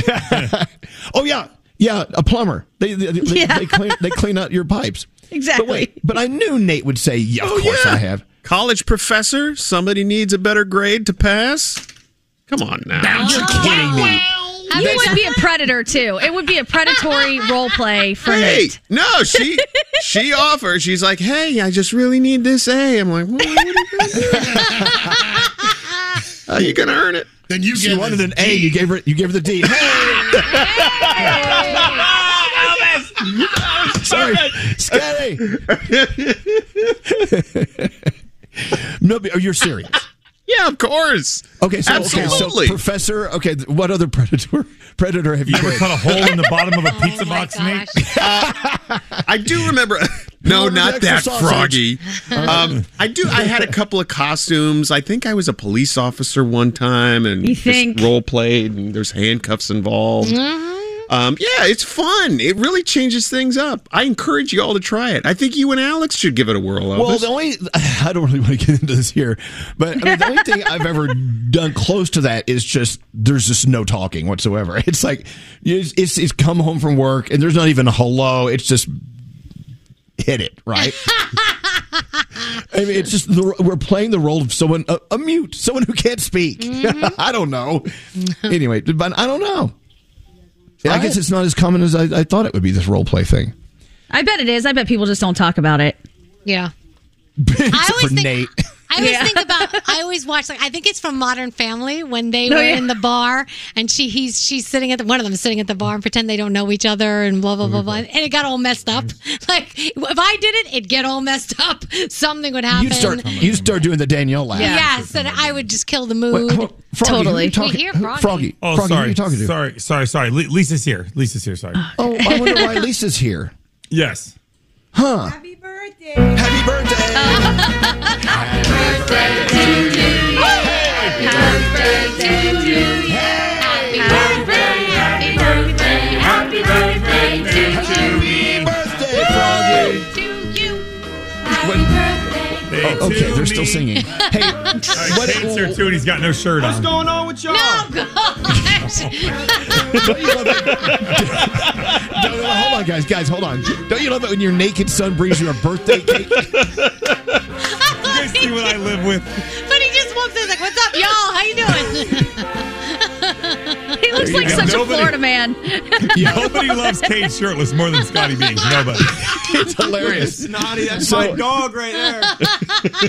oh yeah yeah a plumber they they, they, Yeah. they clean they clean out your pipes Exactly. but wait but i knew nate would say yeah of Oh, course yeah. i have College professor, somebody needs a better grade to pass. Come on now. you're kidding me. You would be a predator too. It would be a predatory role play for Hey, Nate. no, she she offers. She's like, "Hey, I just really need this A." I'm like, "What?" what How Uh, you gonna earn it? Then you she wanted an A. You gave her. You gave her the D. Sorry, Scotty. no, but- oh, you're serious. Yeah, of course. Okay, so, okay, so Absolutely. professor. Okay, th- what other predator predator have you Ever been? cut a hole in the bottom of a pizza box, Nate? I do remember. No, Remember not the that extra froggy. sausage? Um, I do. I had a couple of costumes. I think I was a police officer one time, and You just think? Mm-hmm. role played. And there's handcuffs involved. Um, yeah, it's fun. It really changes things up. I encourage you all to try it. I think you and Alex should give it a whirl. Well, Elvis. the only I don't really want to get into this here, but I mean, the only thing I've ever done close to that is just there's just no talking whatsoever. It's like it's, it's, it's come home from work and there's not even a hello. It's just hit it right. I mean, it's just the, we're playing the role of someone a, a mute, someone who can't speak. I don't know. Anyway, but I don't know. I guess it's not as common as I, I thought it would be. This role play thing. I bet it is. I bet people just don't talk about it. Yeah. Except for Nate. I always think about. I always watch. Like I think it's from Modern Family when they No, were yeah. in the bar and she he's she's sitting at the, one of them is sitting at the bar and pretend they don't know each other and blah blah blah blah and it got all messed up. Like if I did it, it'd get all messed up. Something would happen. You start. You start doing the Danielle laugh. Yes, and I would just kill the mood. Wait, hold on. Froggy, who you Totally. talking- We hear who- Froggy. Froggy. Oh, Froggy, who sorry. you talking to? Sorry, sorry, sorry. Le- Lisa's here. Lisa's here. Sorry. Oh, I wonder why Lisa's here. Yes. Huh? Happy birthday. Happy birthday to you. Happy birthday, Froggy. Oh, okay, they're still singing. Hey, what, pants there Uh, too, and he's got no shirt on. going on with y'all? No, God. No, no, hold on, guys, guys, hold on. Don't you love it when your naked son brings you a birthday cake? see what I live with. but he just walks in like, "What's up, y'all? How you doing?" he looks There you like go. such Nobody- a Florida man. Nobody loves Kate shirtless more than Scotty Beans. Nobody. It's hilarious. Snotty, that's So- my Oh, dog right there.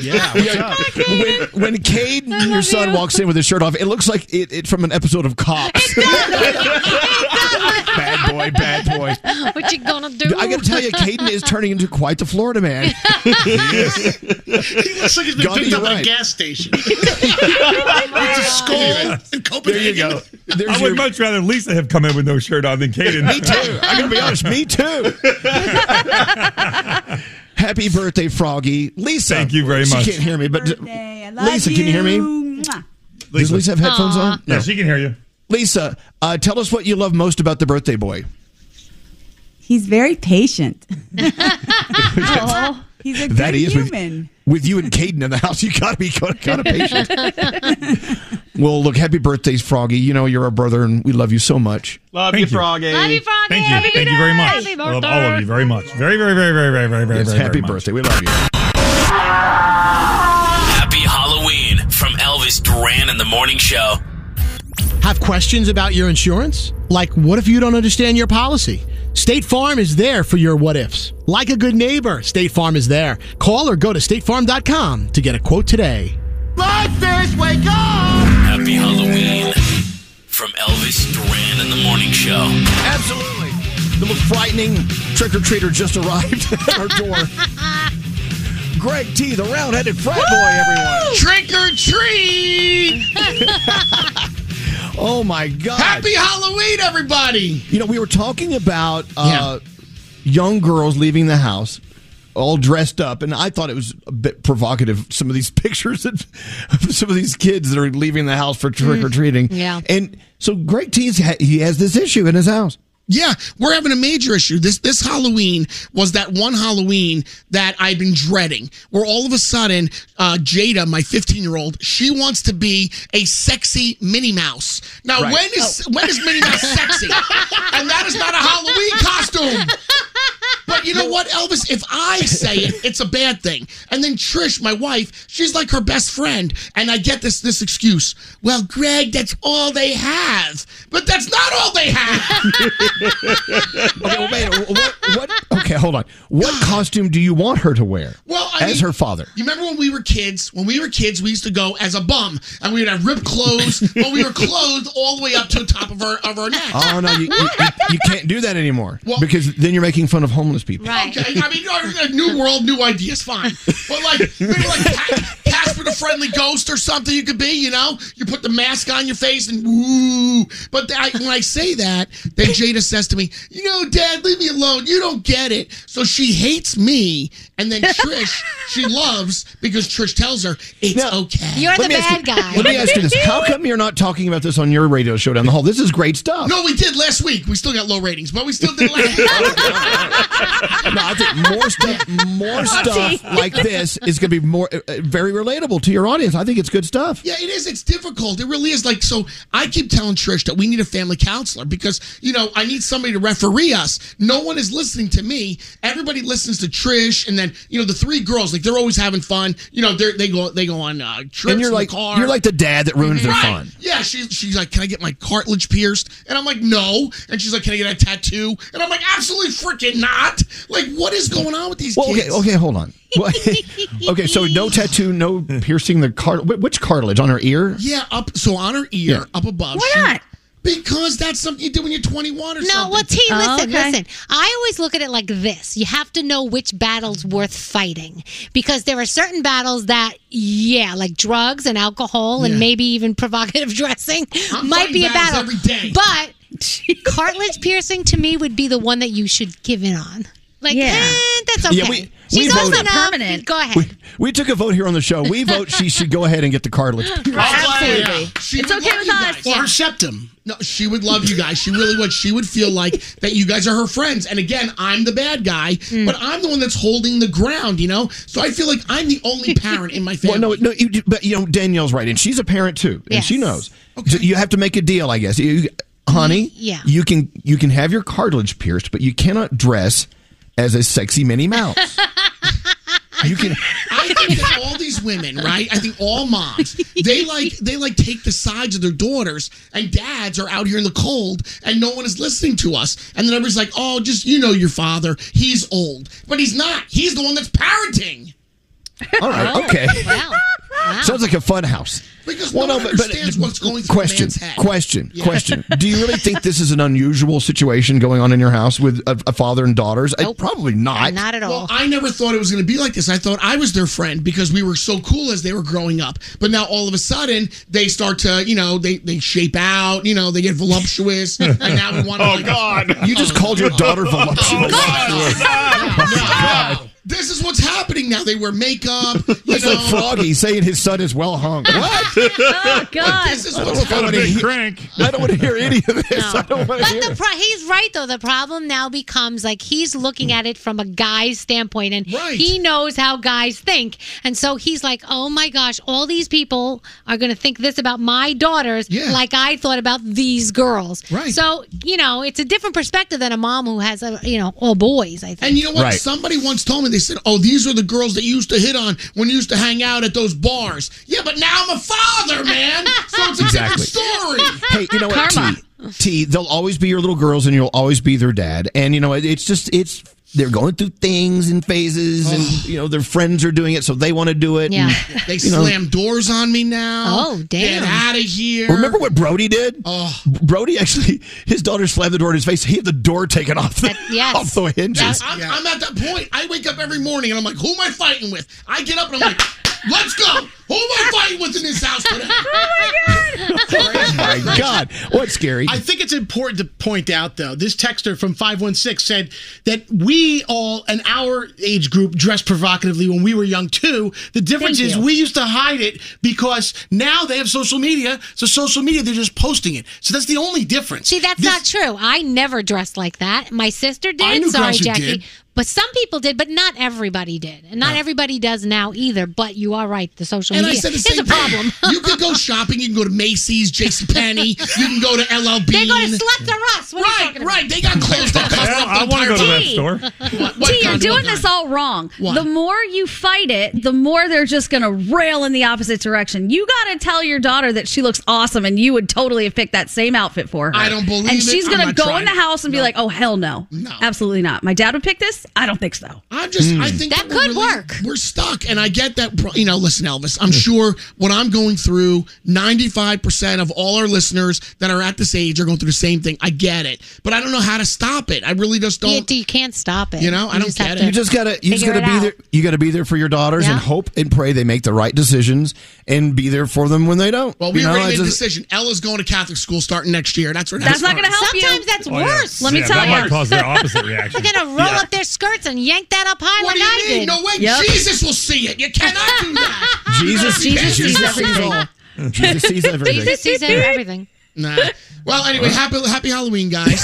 Yeah, When, when Cade, your son, walks in with his shirt off, it looks like it, it's from an episode of Cops. bad boy, bad boy. what you gonna do? I gotta tell you, Caden is turning into quite the Florida man. He looks like he's been Gandhi, picked up you're at a right. gas station. it's a skull in Copenhagen. There you go. I would much rather Lisa have come in with no shirt on than Kaden. Me too. I gotta be honest, me too. Happy birthday, Froggy. Lisa. Thank you very much. She can't hear me, but Lisa, can you hear me? Does Lisa have headphones on? Yeah, she can hear you. Lisa, uh, tell us what you love most about the birthday boy. He's very patient. He's a good That he is with- human. With you and Caden in the house, you gotta be kind of patient. well, look, happy birthdays, Froggy. You know you're our brother, and we love you so much. Love you, Froggy. Love you, Froggy. Thank you. Thank you very much. Happy I love all of you very much. Very, very, very, very, very, very, very, Yes, very, happy very birthday. We love you. Happy Halloween from Elvis Duran and the Morning Show. Have questions about your insurance? Like, what if you don't understand your policy? State Farm is there for your what ifs. Like a good neighbor, State Farm is there. Call or go to statefarm.com to get a quote today. Monsters, wake up! Happy Halloween from Elvis Duran and the Morning Show. Absolutely. The most frightening trick or treater just arrived at our door. Greg T, the round headed frat boy, everyone. Trick or treat! Oh my God. Happy Halloween, everybody! You know, we were talking about uh, young girls leaving the house. All dressed up, and I thought it was a bit provocative. Some of these pictures of some of these kids that are leaving the house for trick or Mm. treating. yeah. and so Greg T's ha- he has this issue in his house. Yeah, we're having a major issue. This this Halloween was that one Halloween that I've been dreading. Where all of a sudden, uh, Jada, my 15 year old, she wants to be a sexy Minnie Mouse. Now, Right. when is when is Minnie Mouse sexy? and that is not a Halloween costume. But you know what, Elvis? If I say it, it's a bad thing. And then Trish, my wife, she's like her best friend, and I get this this excuse. Well, Greg, that's all they have. But that's not all they have. okay, well, wait, what, what, okay, hold on. What costume do you want her to wear? Well, I as mean- her father. You remember when we were kids? When we were kids, we used to go as a bum, and we would have ripped clothes, but we were clothed all the way up to the top of our of our neck. Oh no, you, you, you- you can't do that anymore Well- because then you're making fun of homeless people. Right. Okay. I mean, our- our new world, new ideas, fine. But like, maybe like Ca- Casper the Friendly Ghost or something. You could be, you know, you put the mask on your face and ooh. But I, when I say that, then Jada says to me, "You know, Dad, leave me alone. You don't get it." So she hates me, and then Trish, she loves because Trish tells her it's okay. You're Let me ask you- Let me ask you this: How come you're not talking about this on your radio show down the hall? This is great stuff. No, we did last week. We still got low ratings, but we still did last week. No, I think more stuff, more stuff like this is going to be more uh, uh, very relatable to your audience. I think it's good stuff. Yeah, it is. It's difficult. It really is. Like, so I keep telling Trish that we need a family counselor because, you know, I need somebody to referee us. No one is listening to me. Everybody listens to Trish. And then, you know, the three girls, like, they're always having fun. You know, they're, they go, they go on uh, trips And you're in like the car. you're like the dad that ruins their Right. fun. Yeah, she, she's like, can I get my cartilage pierced? And I'm like, no. And she's like, can I get a tattoo? And I'm like, absolutely freaking not. Like, what is going on with these Well, kids? okay, okay, hold on. Well, okay, so no tattoo, no piercing the cart. wh- Which cartilage on her ear? Yeah, up so on her ear, Yeah. up above. Why she- not? Because that's something you do when you're 21 or No, something. well, T, listen, listen. I always look at it like this: you have to know which battle's worth fighting because there are certain battles that, yeah, like drugs and alcohol and Yeah. maybe even provocative dressing might be a fighting battles battle. every day. But cartilage piercing to me would be the one that you should give in on. Like, eh, that's okay. Yeah, we She's we also voted- not Go ahead. We, we took a vote here on the show. We vote she should go ahead and get the cartilage. Absolutely. It's okay with us. Or her septum. No, she would love you guys. She really would. She would feel like that you guys are her friends. And again, I'm the bad guy, Hmm. but I'm the one that's holding the ground, you know? So I feel like I'm the only parent in my family. Well, no, no, you, but you know Danielle's right, and she's a parent too, and she Yes. knows. So You have to make a deal, I guess. You, honey, yeah. you can you can have your cartilage pierced, but you cannot dress as a sexy Minnie Mouse. you can. I think that all these women, right? I think all moms, they like they like take the sides of their daughters, and dads are out here in the cold, and no one is listening to us. And then everybody's like, "Oh, just you know your father, he's old, but he's not. He's the one that's parenting." All right, okay. Sounds like a fun house. Because Well, no, one no, but- but- understands what's going through a Question, man's head. question, Yeah. question. Do you really think this is an unusual situation going on in your house with a, a father and daughters? I- probably not. Well, I never thought it was going to be like this. I thought I was their friend because we were so cool as they were growing up. But now all of a sudden they start to, you know, they they shape out, you know, they get voluptuous, and now we want. to Oh, like, God. You just called your daughter voluptuous. Oh, This is what's happening now. They wear makeup. You It's know, like Froggy saying his son is well hung. What? Oh, God. This is I don't what's wanna happening. hear- I don't want to hear any of this. I don't want to But hear. the pro- he's right though. The problem now becomes like he's looking at it from a guy's standpoint, and he knows how guys think, and so he's like, "Oh my gosh, all these people are going to think this about my daughters, like I thought about these girls." Right. So you know, it's a different perspective than a mom who has a you know all boys. I think. And you know what? Right. Somebody once told me they said, "Oh, these are the girls that you used to hit on when you used to hang out at those bars." Yeah, but now I'm a father, man. So it's a Exactly. different story. Hey, you know what? T, T, they'll always be your little girls, and you'll always be their dad. And you know, it, it's just it's they're going through things and phases, and you know their friends are doing it, so they want to do it. Yeah. and, Oh. They you know. slam doors on me now. Oh, damn. Get out of here. Remember what Brody did? Oh. Brody actually, his daughter slammed the door in his face. He had the door taken off the, off the hinges. I'm, I'm at that point. I wake up every morning and I'm like, who am I fighting with? I get up and I'm like, let's go. Who am I fighting with in this house today? Oh my God, what's scary? I think it's important to point out, though. This texter from 516 said that we all, in our age group, dressed provocatively when we were young, too. The difference Thank is you. we used to hide it because now they have social media. So, social media, they're just posting it. So, that's the only difference. See, that's not true. I never dressed like that. My sister did. I knew Sorry, girls who Jackie. did. But some people did, but not everybody did, and not everybody does now either. But you are right. The social And I media said the is same a problem. you can go shopping. You can go to Macy's, JCPenney. You can go to LLB. They go to Slept or Us. What are you right, talking about? right. They got clothes that cost Yeah, up the I wanna go to entire that team. store. What- what T, you're kind- doing what this kind? all wrong. The more you fight it, the more they're just going to rail in the opposite direction. You got to tell your daughter that she looks awesome and you would totally have picked that same outfit for her. I don't believe And it. she's I'm going to not go trying in the it. house and be like, oh, hell no. No. Absolutely not. My dad would pick this? I don't think so. I just, Hmm. I think that, could work. We're stuck, and I get that. pro- You know, listen, Elvis. I'm sure what I'm going through. Ninety-five percent of all our listeners that are at this age are going through the same thing. I get it, but I don't know how to stop it. I really just don't. You, can't stop it. You know, I don't just get have it. You just gotta, you just Figure gotta it be out. there. You gotta be there for your daughters and Yeah. hope and pray they make the right decisions and be there for them when they don't. Well, we You know, already I made a just- decision. Ella's going to Catholic school starting next year. That's what. That's not gonna help you. Sometimes that's Oh, yeah. worse. Let me Yeah, tell that you. might cause their opposite reaction. They're gonna roll up their skirts and yank that up high What like do you I mean? did. No way. Jesus will see it. You cannot do that. Jesus, Jesus Jesus sees sees everything. all. Jesus sees everything. Jesus sees everything. Nah. Well, anyway, happy happy Halloween, guys.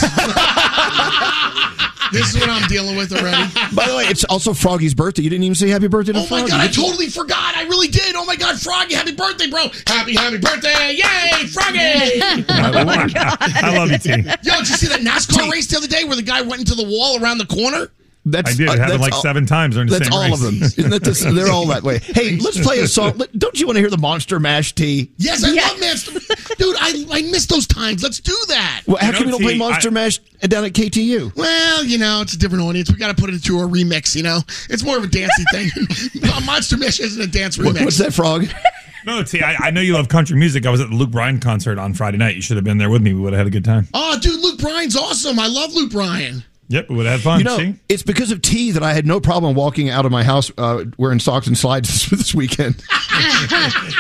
this is what I'm dealing with already. By the way, it's also Froggy's birthday. You didn't even say happy birthday to Oh Froggy. my god, I totally forgot. I really did. Oh my god, Froggy, happy birthday, bro. Happy, happy birthday. Yay, Froggy. Oh I love you, T. Yo, did you see that NASCAR race the other day where the guy went into the wall around the corner? That's, I did. It uh, happened that's like all- seven times during the That's same all race. of them. Isn't that this, they're all that way. Hey, let's play a song. Let- Don't you want to hear the Monster Mash T? Yes, I love Master. Dude, I, I miss those times. Let's do that. Well, how come we don't play Monster Mash down at KTU? Well, you know, it's a different audience. We got to put it through a remix, you know? It's more of a dancey thing. Monster Mash isn't a dance remix. frog? No, T, I, I know you love country music. I was at the Luke Bryan concert on Friday night. You should have been there with me. We would have had a good time. Oh, dude, Luke Bryan's awesome. I love Luke Bryan. Yep, we would have fun. You know, see? it's because of tea that I had no problem walking out of my house uh, wearing socks and slides this weekend.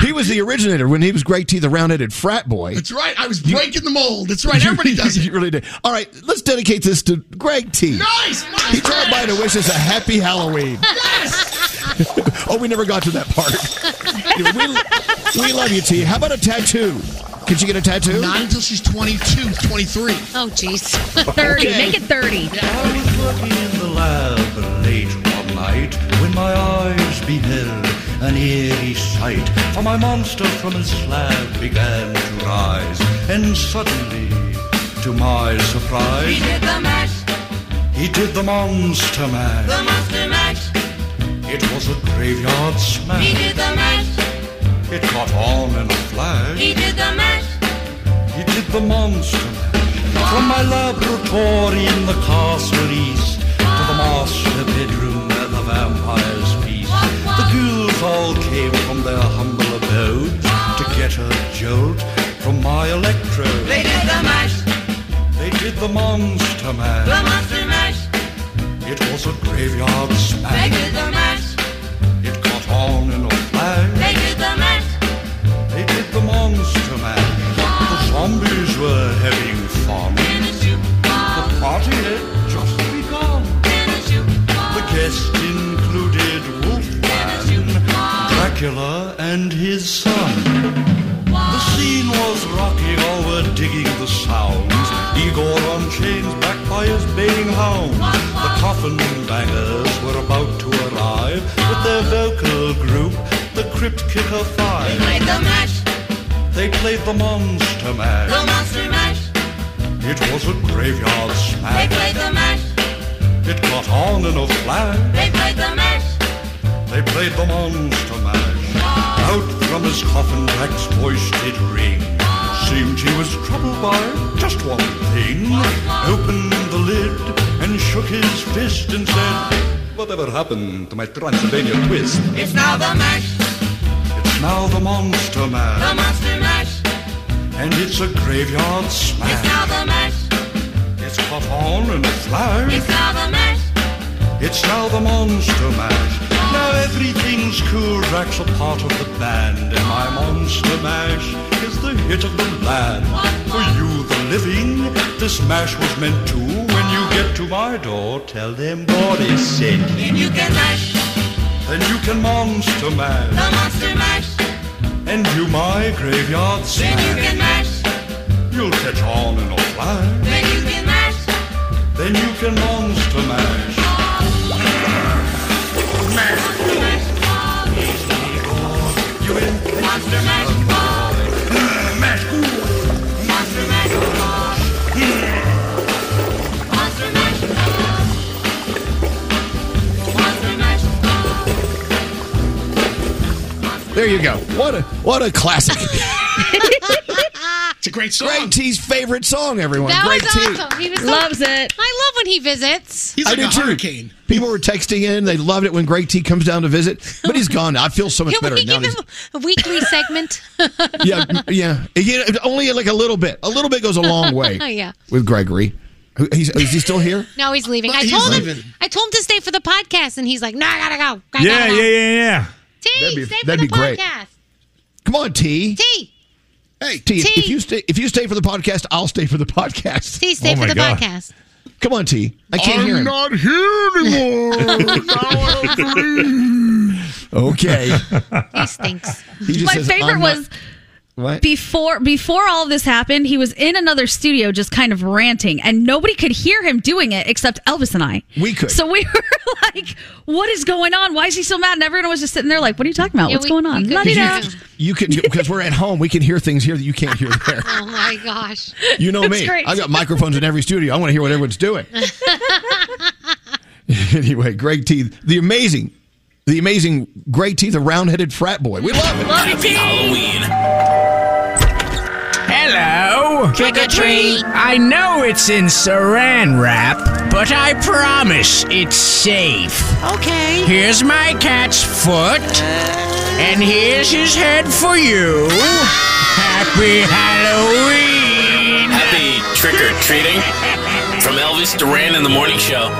he was the originator when he was Greg T, the round-headed frat boy. That's right. I was breaking the mold. That's right. Everybody does it. you really did. All right, let's dedicate this to Greg T. Nice. He dropped by to wish us a happy Halloween. oh, we never got to that part. Anyway, we, we love you, T. How about a tattoo? Could you get a tattoo? Not until she's 22, 23. Oh, jeez. 30. Make it 30. in the lab late one night when my eyes beheld an eerie sight. For my monster from his slab began to rise, and suddenly, to my surprise, He did the mash, he did the monster mash. the monster mash. It was a graveyard smash. He did the mash, It caught on in a flash. he did the mash. He did the monster mash. From my laboratory in the castle east to the master bedroom where the vampires feast. The ghouls all came from their humble abodes to get a jolt from my electrode. They did the mash, They did the monster mash. the monster mash. It was a graveyard They smash. did the mash, It caught on in a flash. they did the mash. They did the monster mash. The zombies were having fun. The party had just begun. The guests included Wolfman, Dracula, and his son. The scene was rocking, all were digging the sounds. Igor on chains, backed by his baying hounds. The coffin bangers were about to arrive with their vocal group, the Crypt Kicker Five. They did the mash, They played the Monster Mash. the monster mash. It was a graveyard They smash. played the mash, It caught on in a flash. they played the mash. They played the Monster Mash. Out from his coffin, Jack's voice did ring. Seemed he was troubled by just one thing. Opened the lid and shook his fist and said, Whatever happened to my Transylvania twist? It's now the mash, It's now the Monster the Mash. monster mash. And it's a graveyard It's smash. now the mash, It's caught on in a flash. it's now the mash. It's now the Monster Mash. Now everything's cool. Rack's a part of the band, and my Monster Mash is the hit of the land. For you, the living, this mash was meant to. When you get to my door, tell them what is said. And you can mash, Then you can Monster the Mash, monster mash. and you my graveyard Then you smash. can mash, You'll catch on in a flash. then you can mash. Then you can Monster Mash. Monster mash, mash, monster mash, monster mash, monster mash. There you go. What a what a classic. it's a great song. Greg T's favorite song, everyone. That Greg was T. awesome. He was so- I love when he visits. I do too. People were texting in. They loved it when Greg T comes down to visit, but he's gone. now. I feel so much Can better we now. give that him a weekly segment? he's- Yeah, m- yeah, yeah. Only like a little bit. A little bit goes a long way. Yeah. With Gregory, Who- he's, is he still here? No, he's leaving. I He's told him. leaving. I told him to stay for the podcast, and he's like, "No, I gotta go. I gotta go. yeah. T, That'd be- stay for that'd the be great. podcast. Come on, T. T. Hey, T. If, T. if you stay, if you stay for the podcast, I'll stay for the podcast. T, stay for the podcast. Come on, T. I can't hear him. not here anymore. okay. he stinks. He just My says, favorite "I'm not-" was what? before before all this happened, he was in another studio just kind of ranting, and nobody could hear him doing it except Elvis and I. We could. So we were like, "What is going on? Why is he so mad?" And everyone was just sitting there like, "What are you talking about? Yeah, What's we- going we on?" could La-di-da. hear him. You can because we're at home. We can hear things here that you can't hear there. Oh my gosh. You know me. I've got microphones in every studio. I want to hear what everyone's doing. anyway, Greg T, the amazing, the amazing Greg T, the round-headed frat boy. We love it. Happy Halloween. Hello. Trick or treat. I know it's in saran wrap, but I promise it's safe. Okay. Here's my cat's foot, and here's his head for you. Happy Halloween. Happy trick or treating. From Elvis Duran and the Morning Show.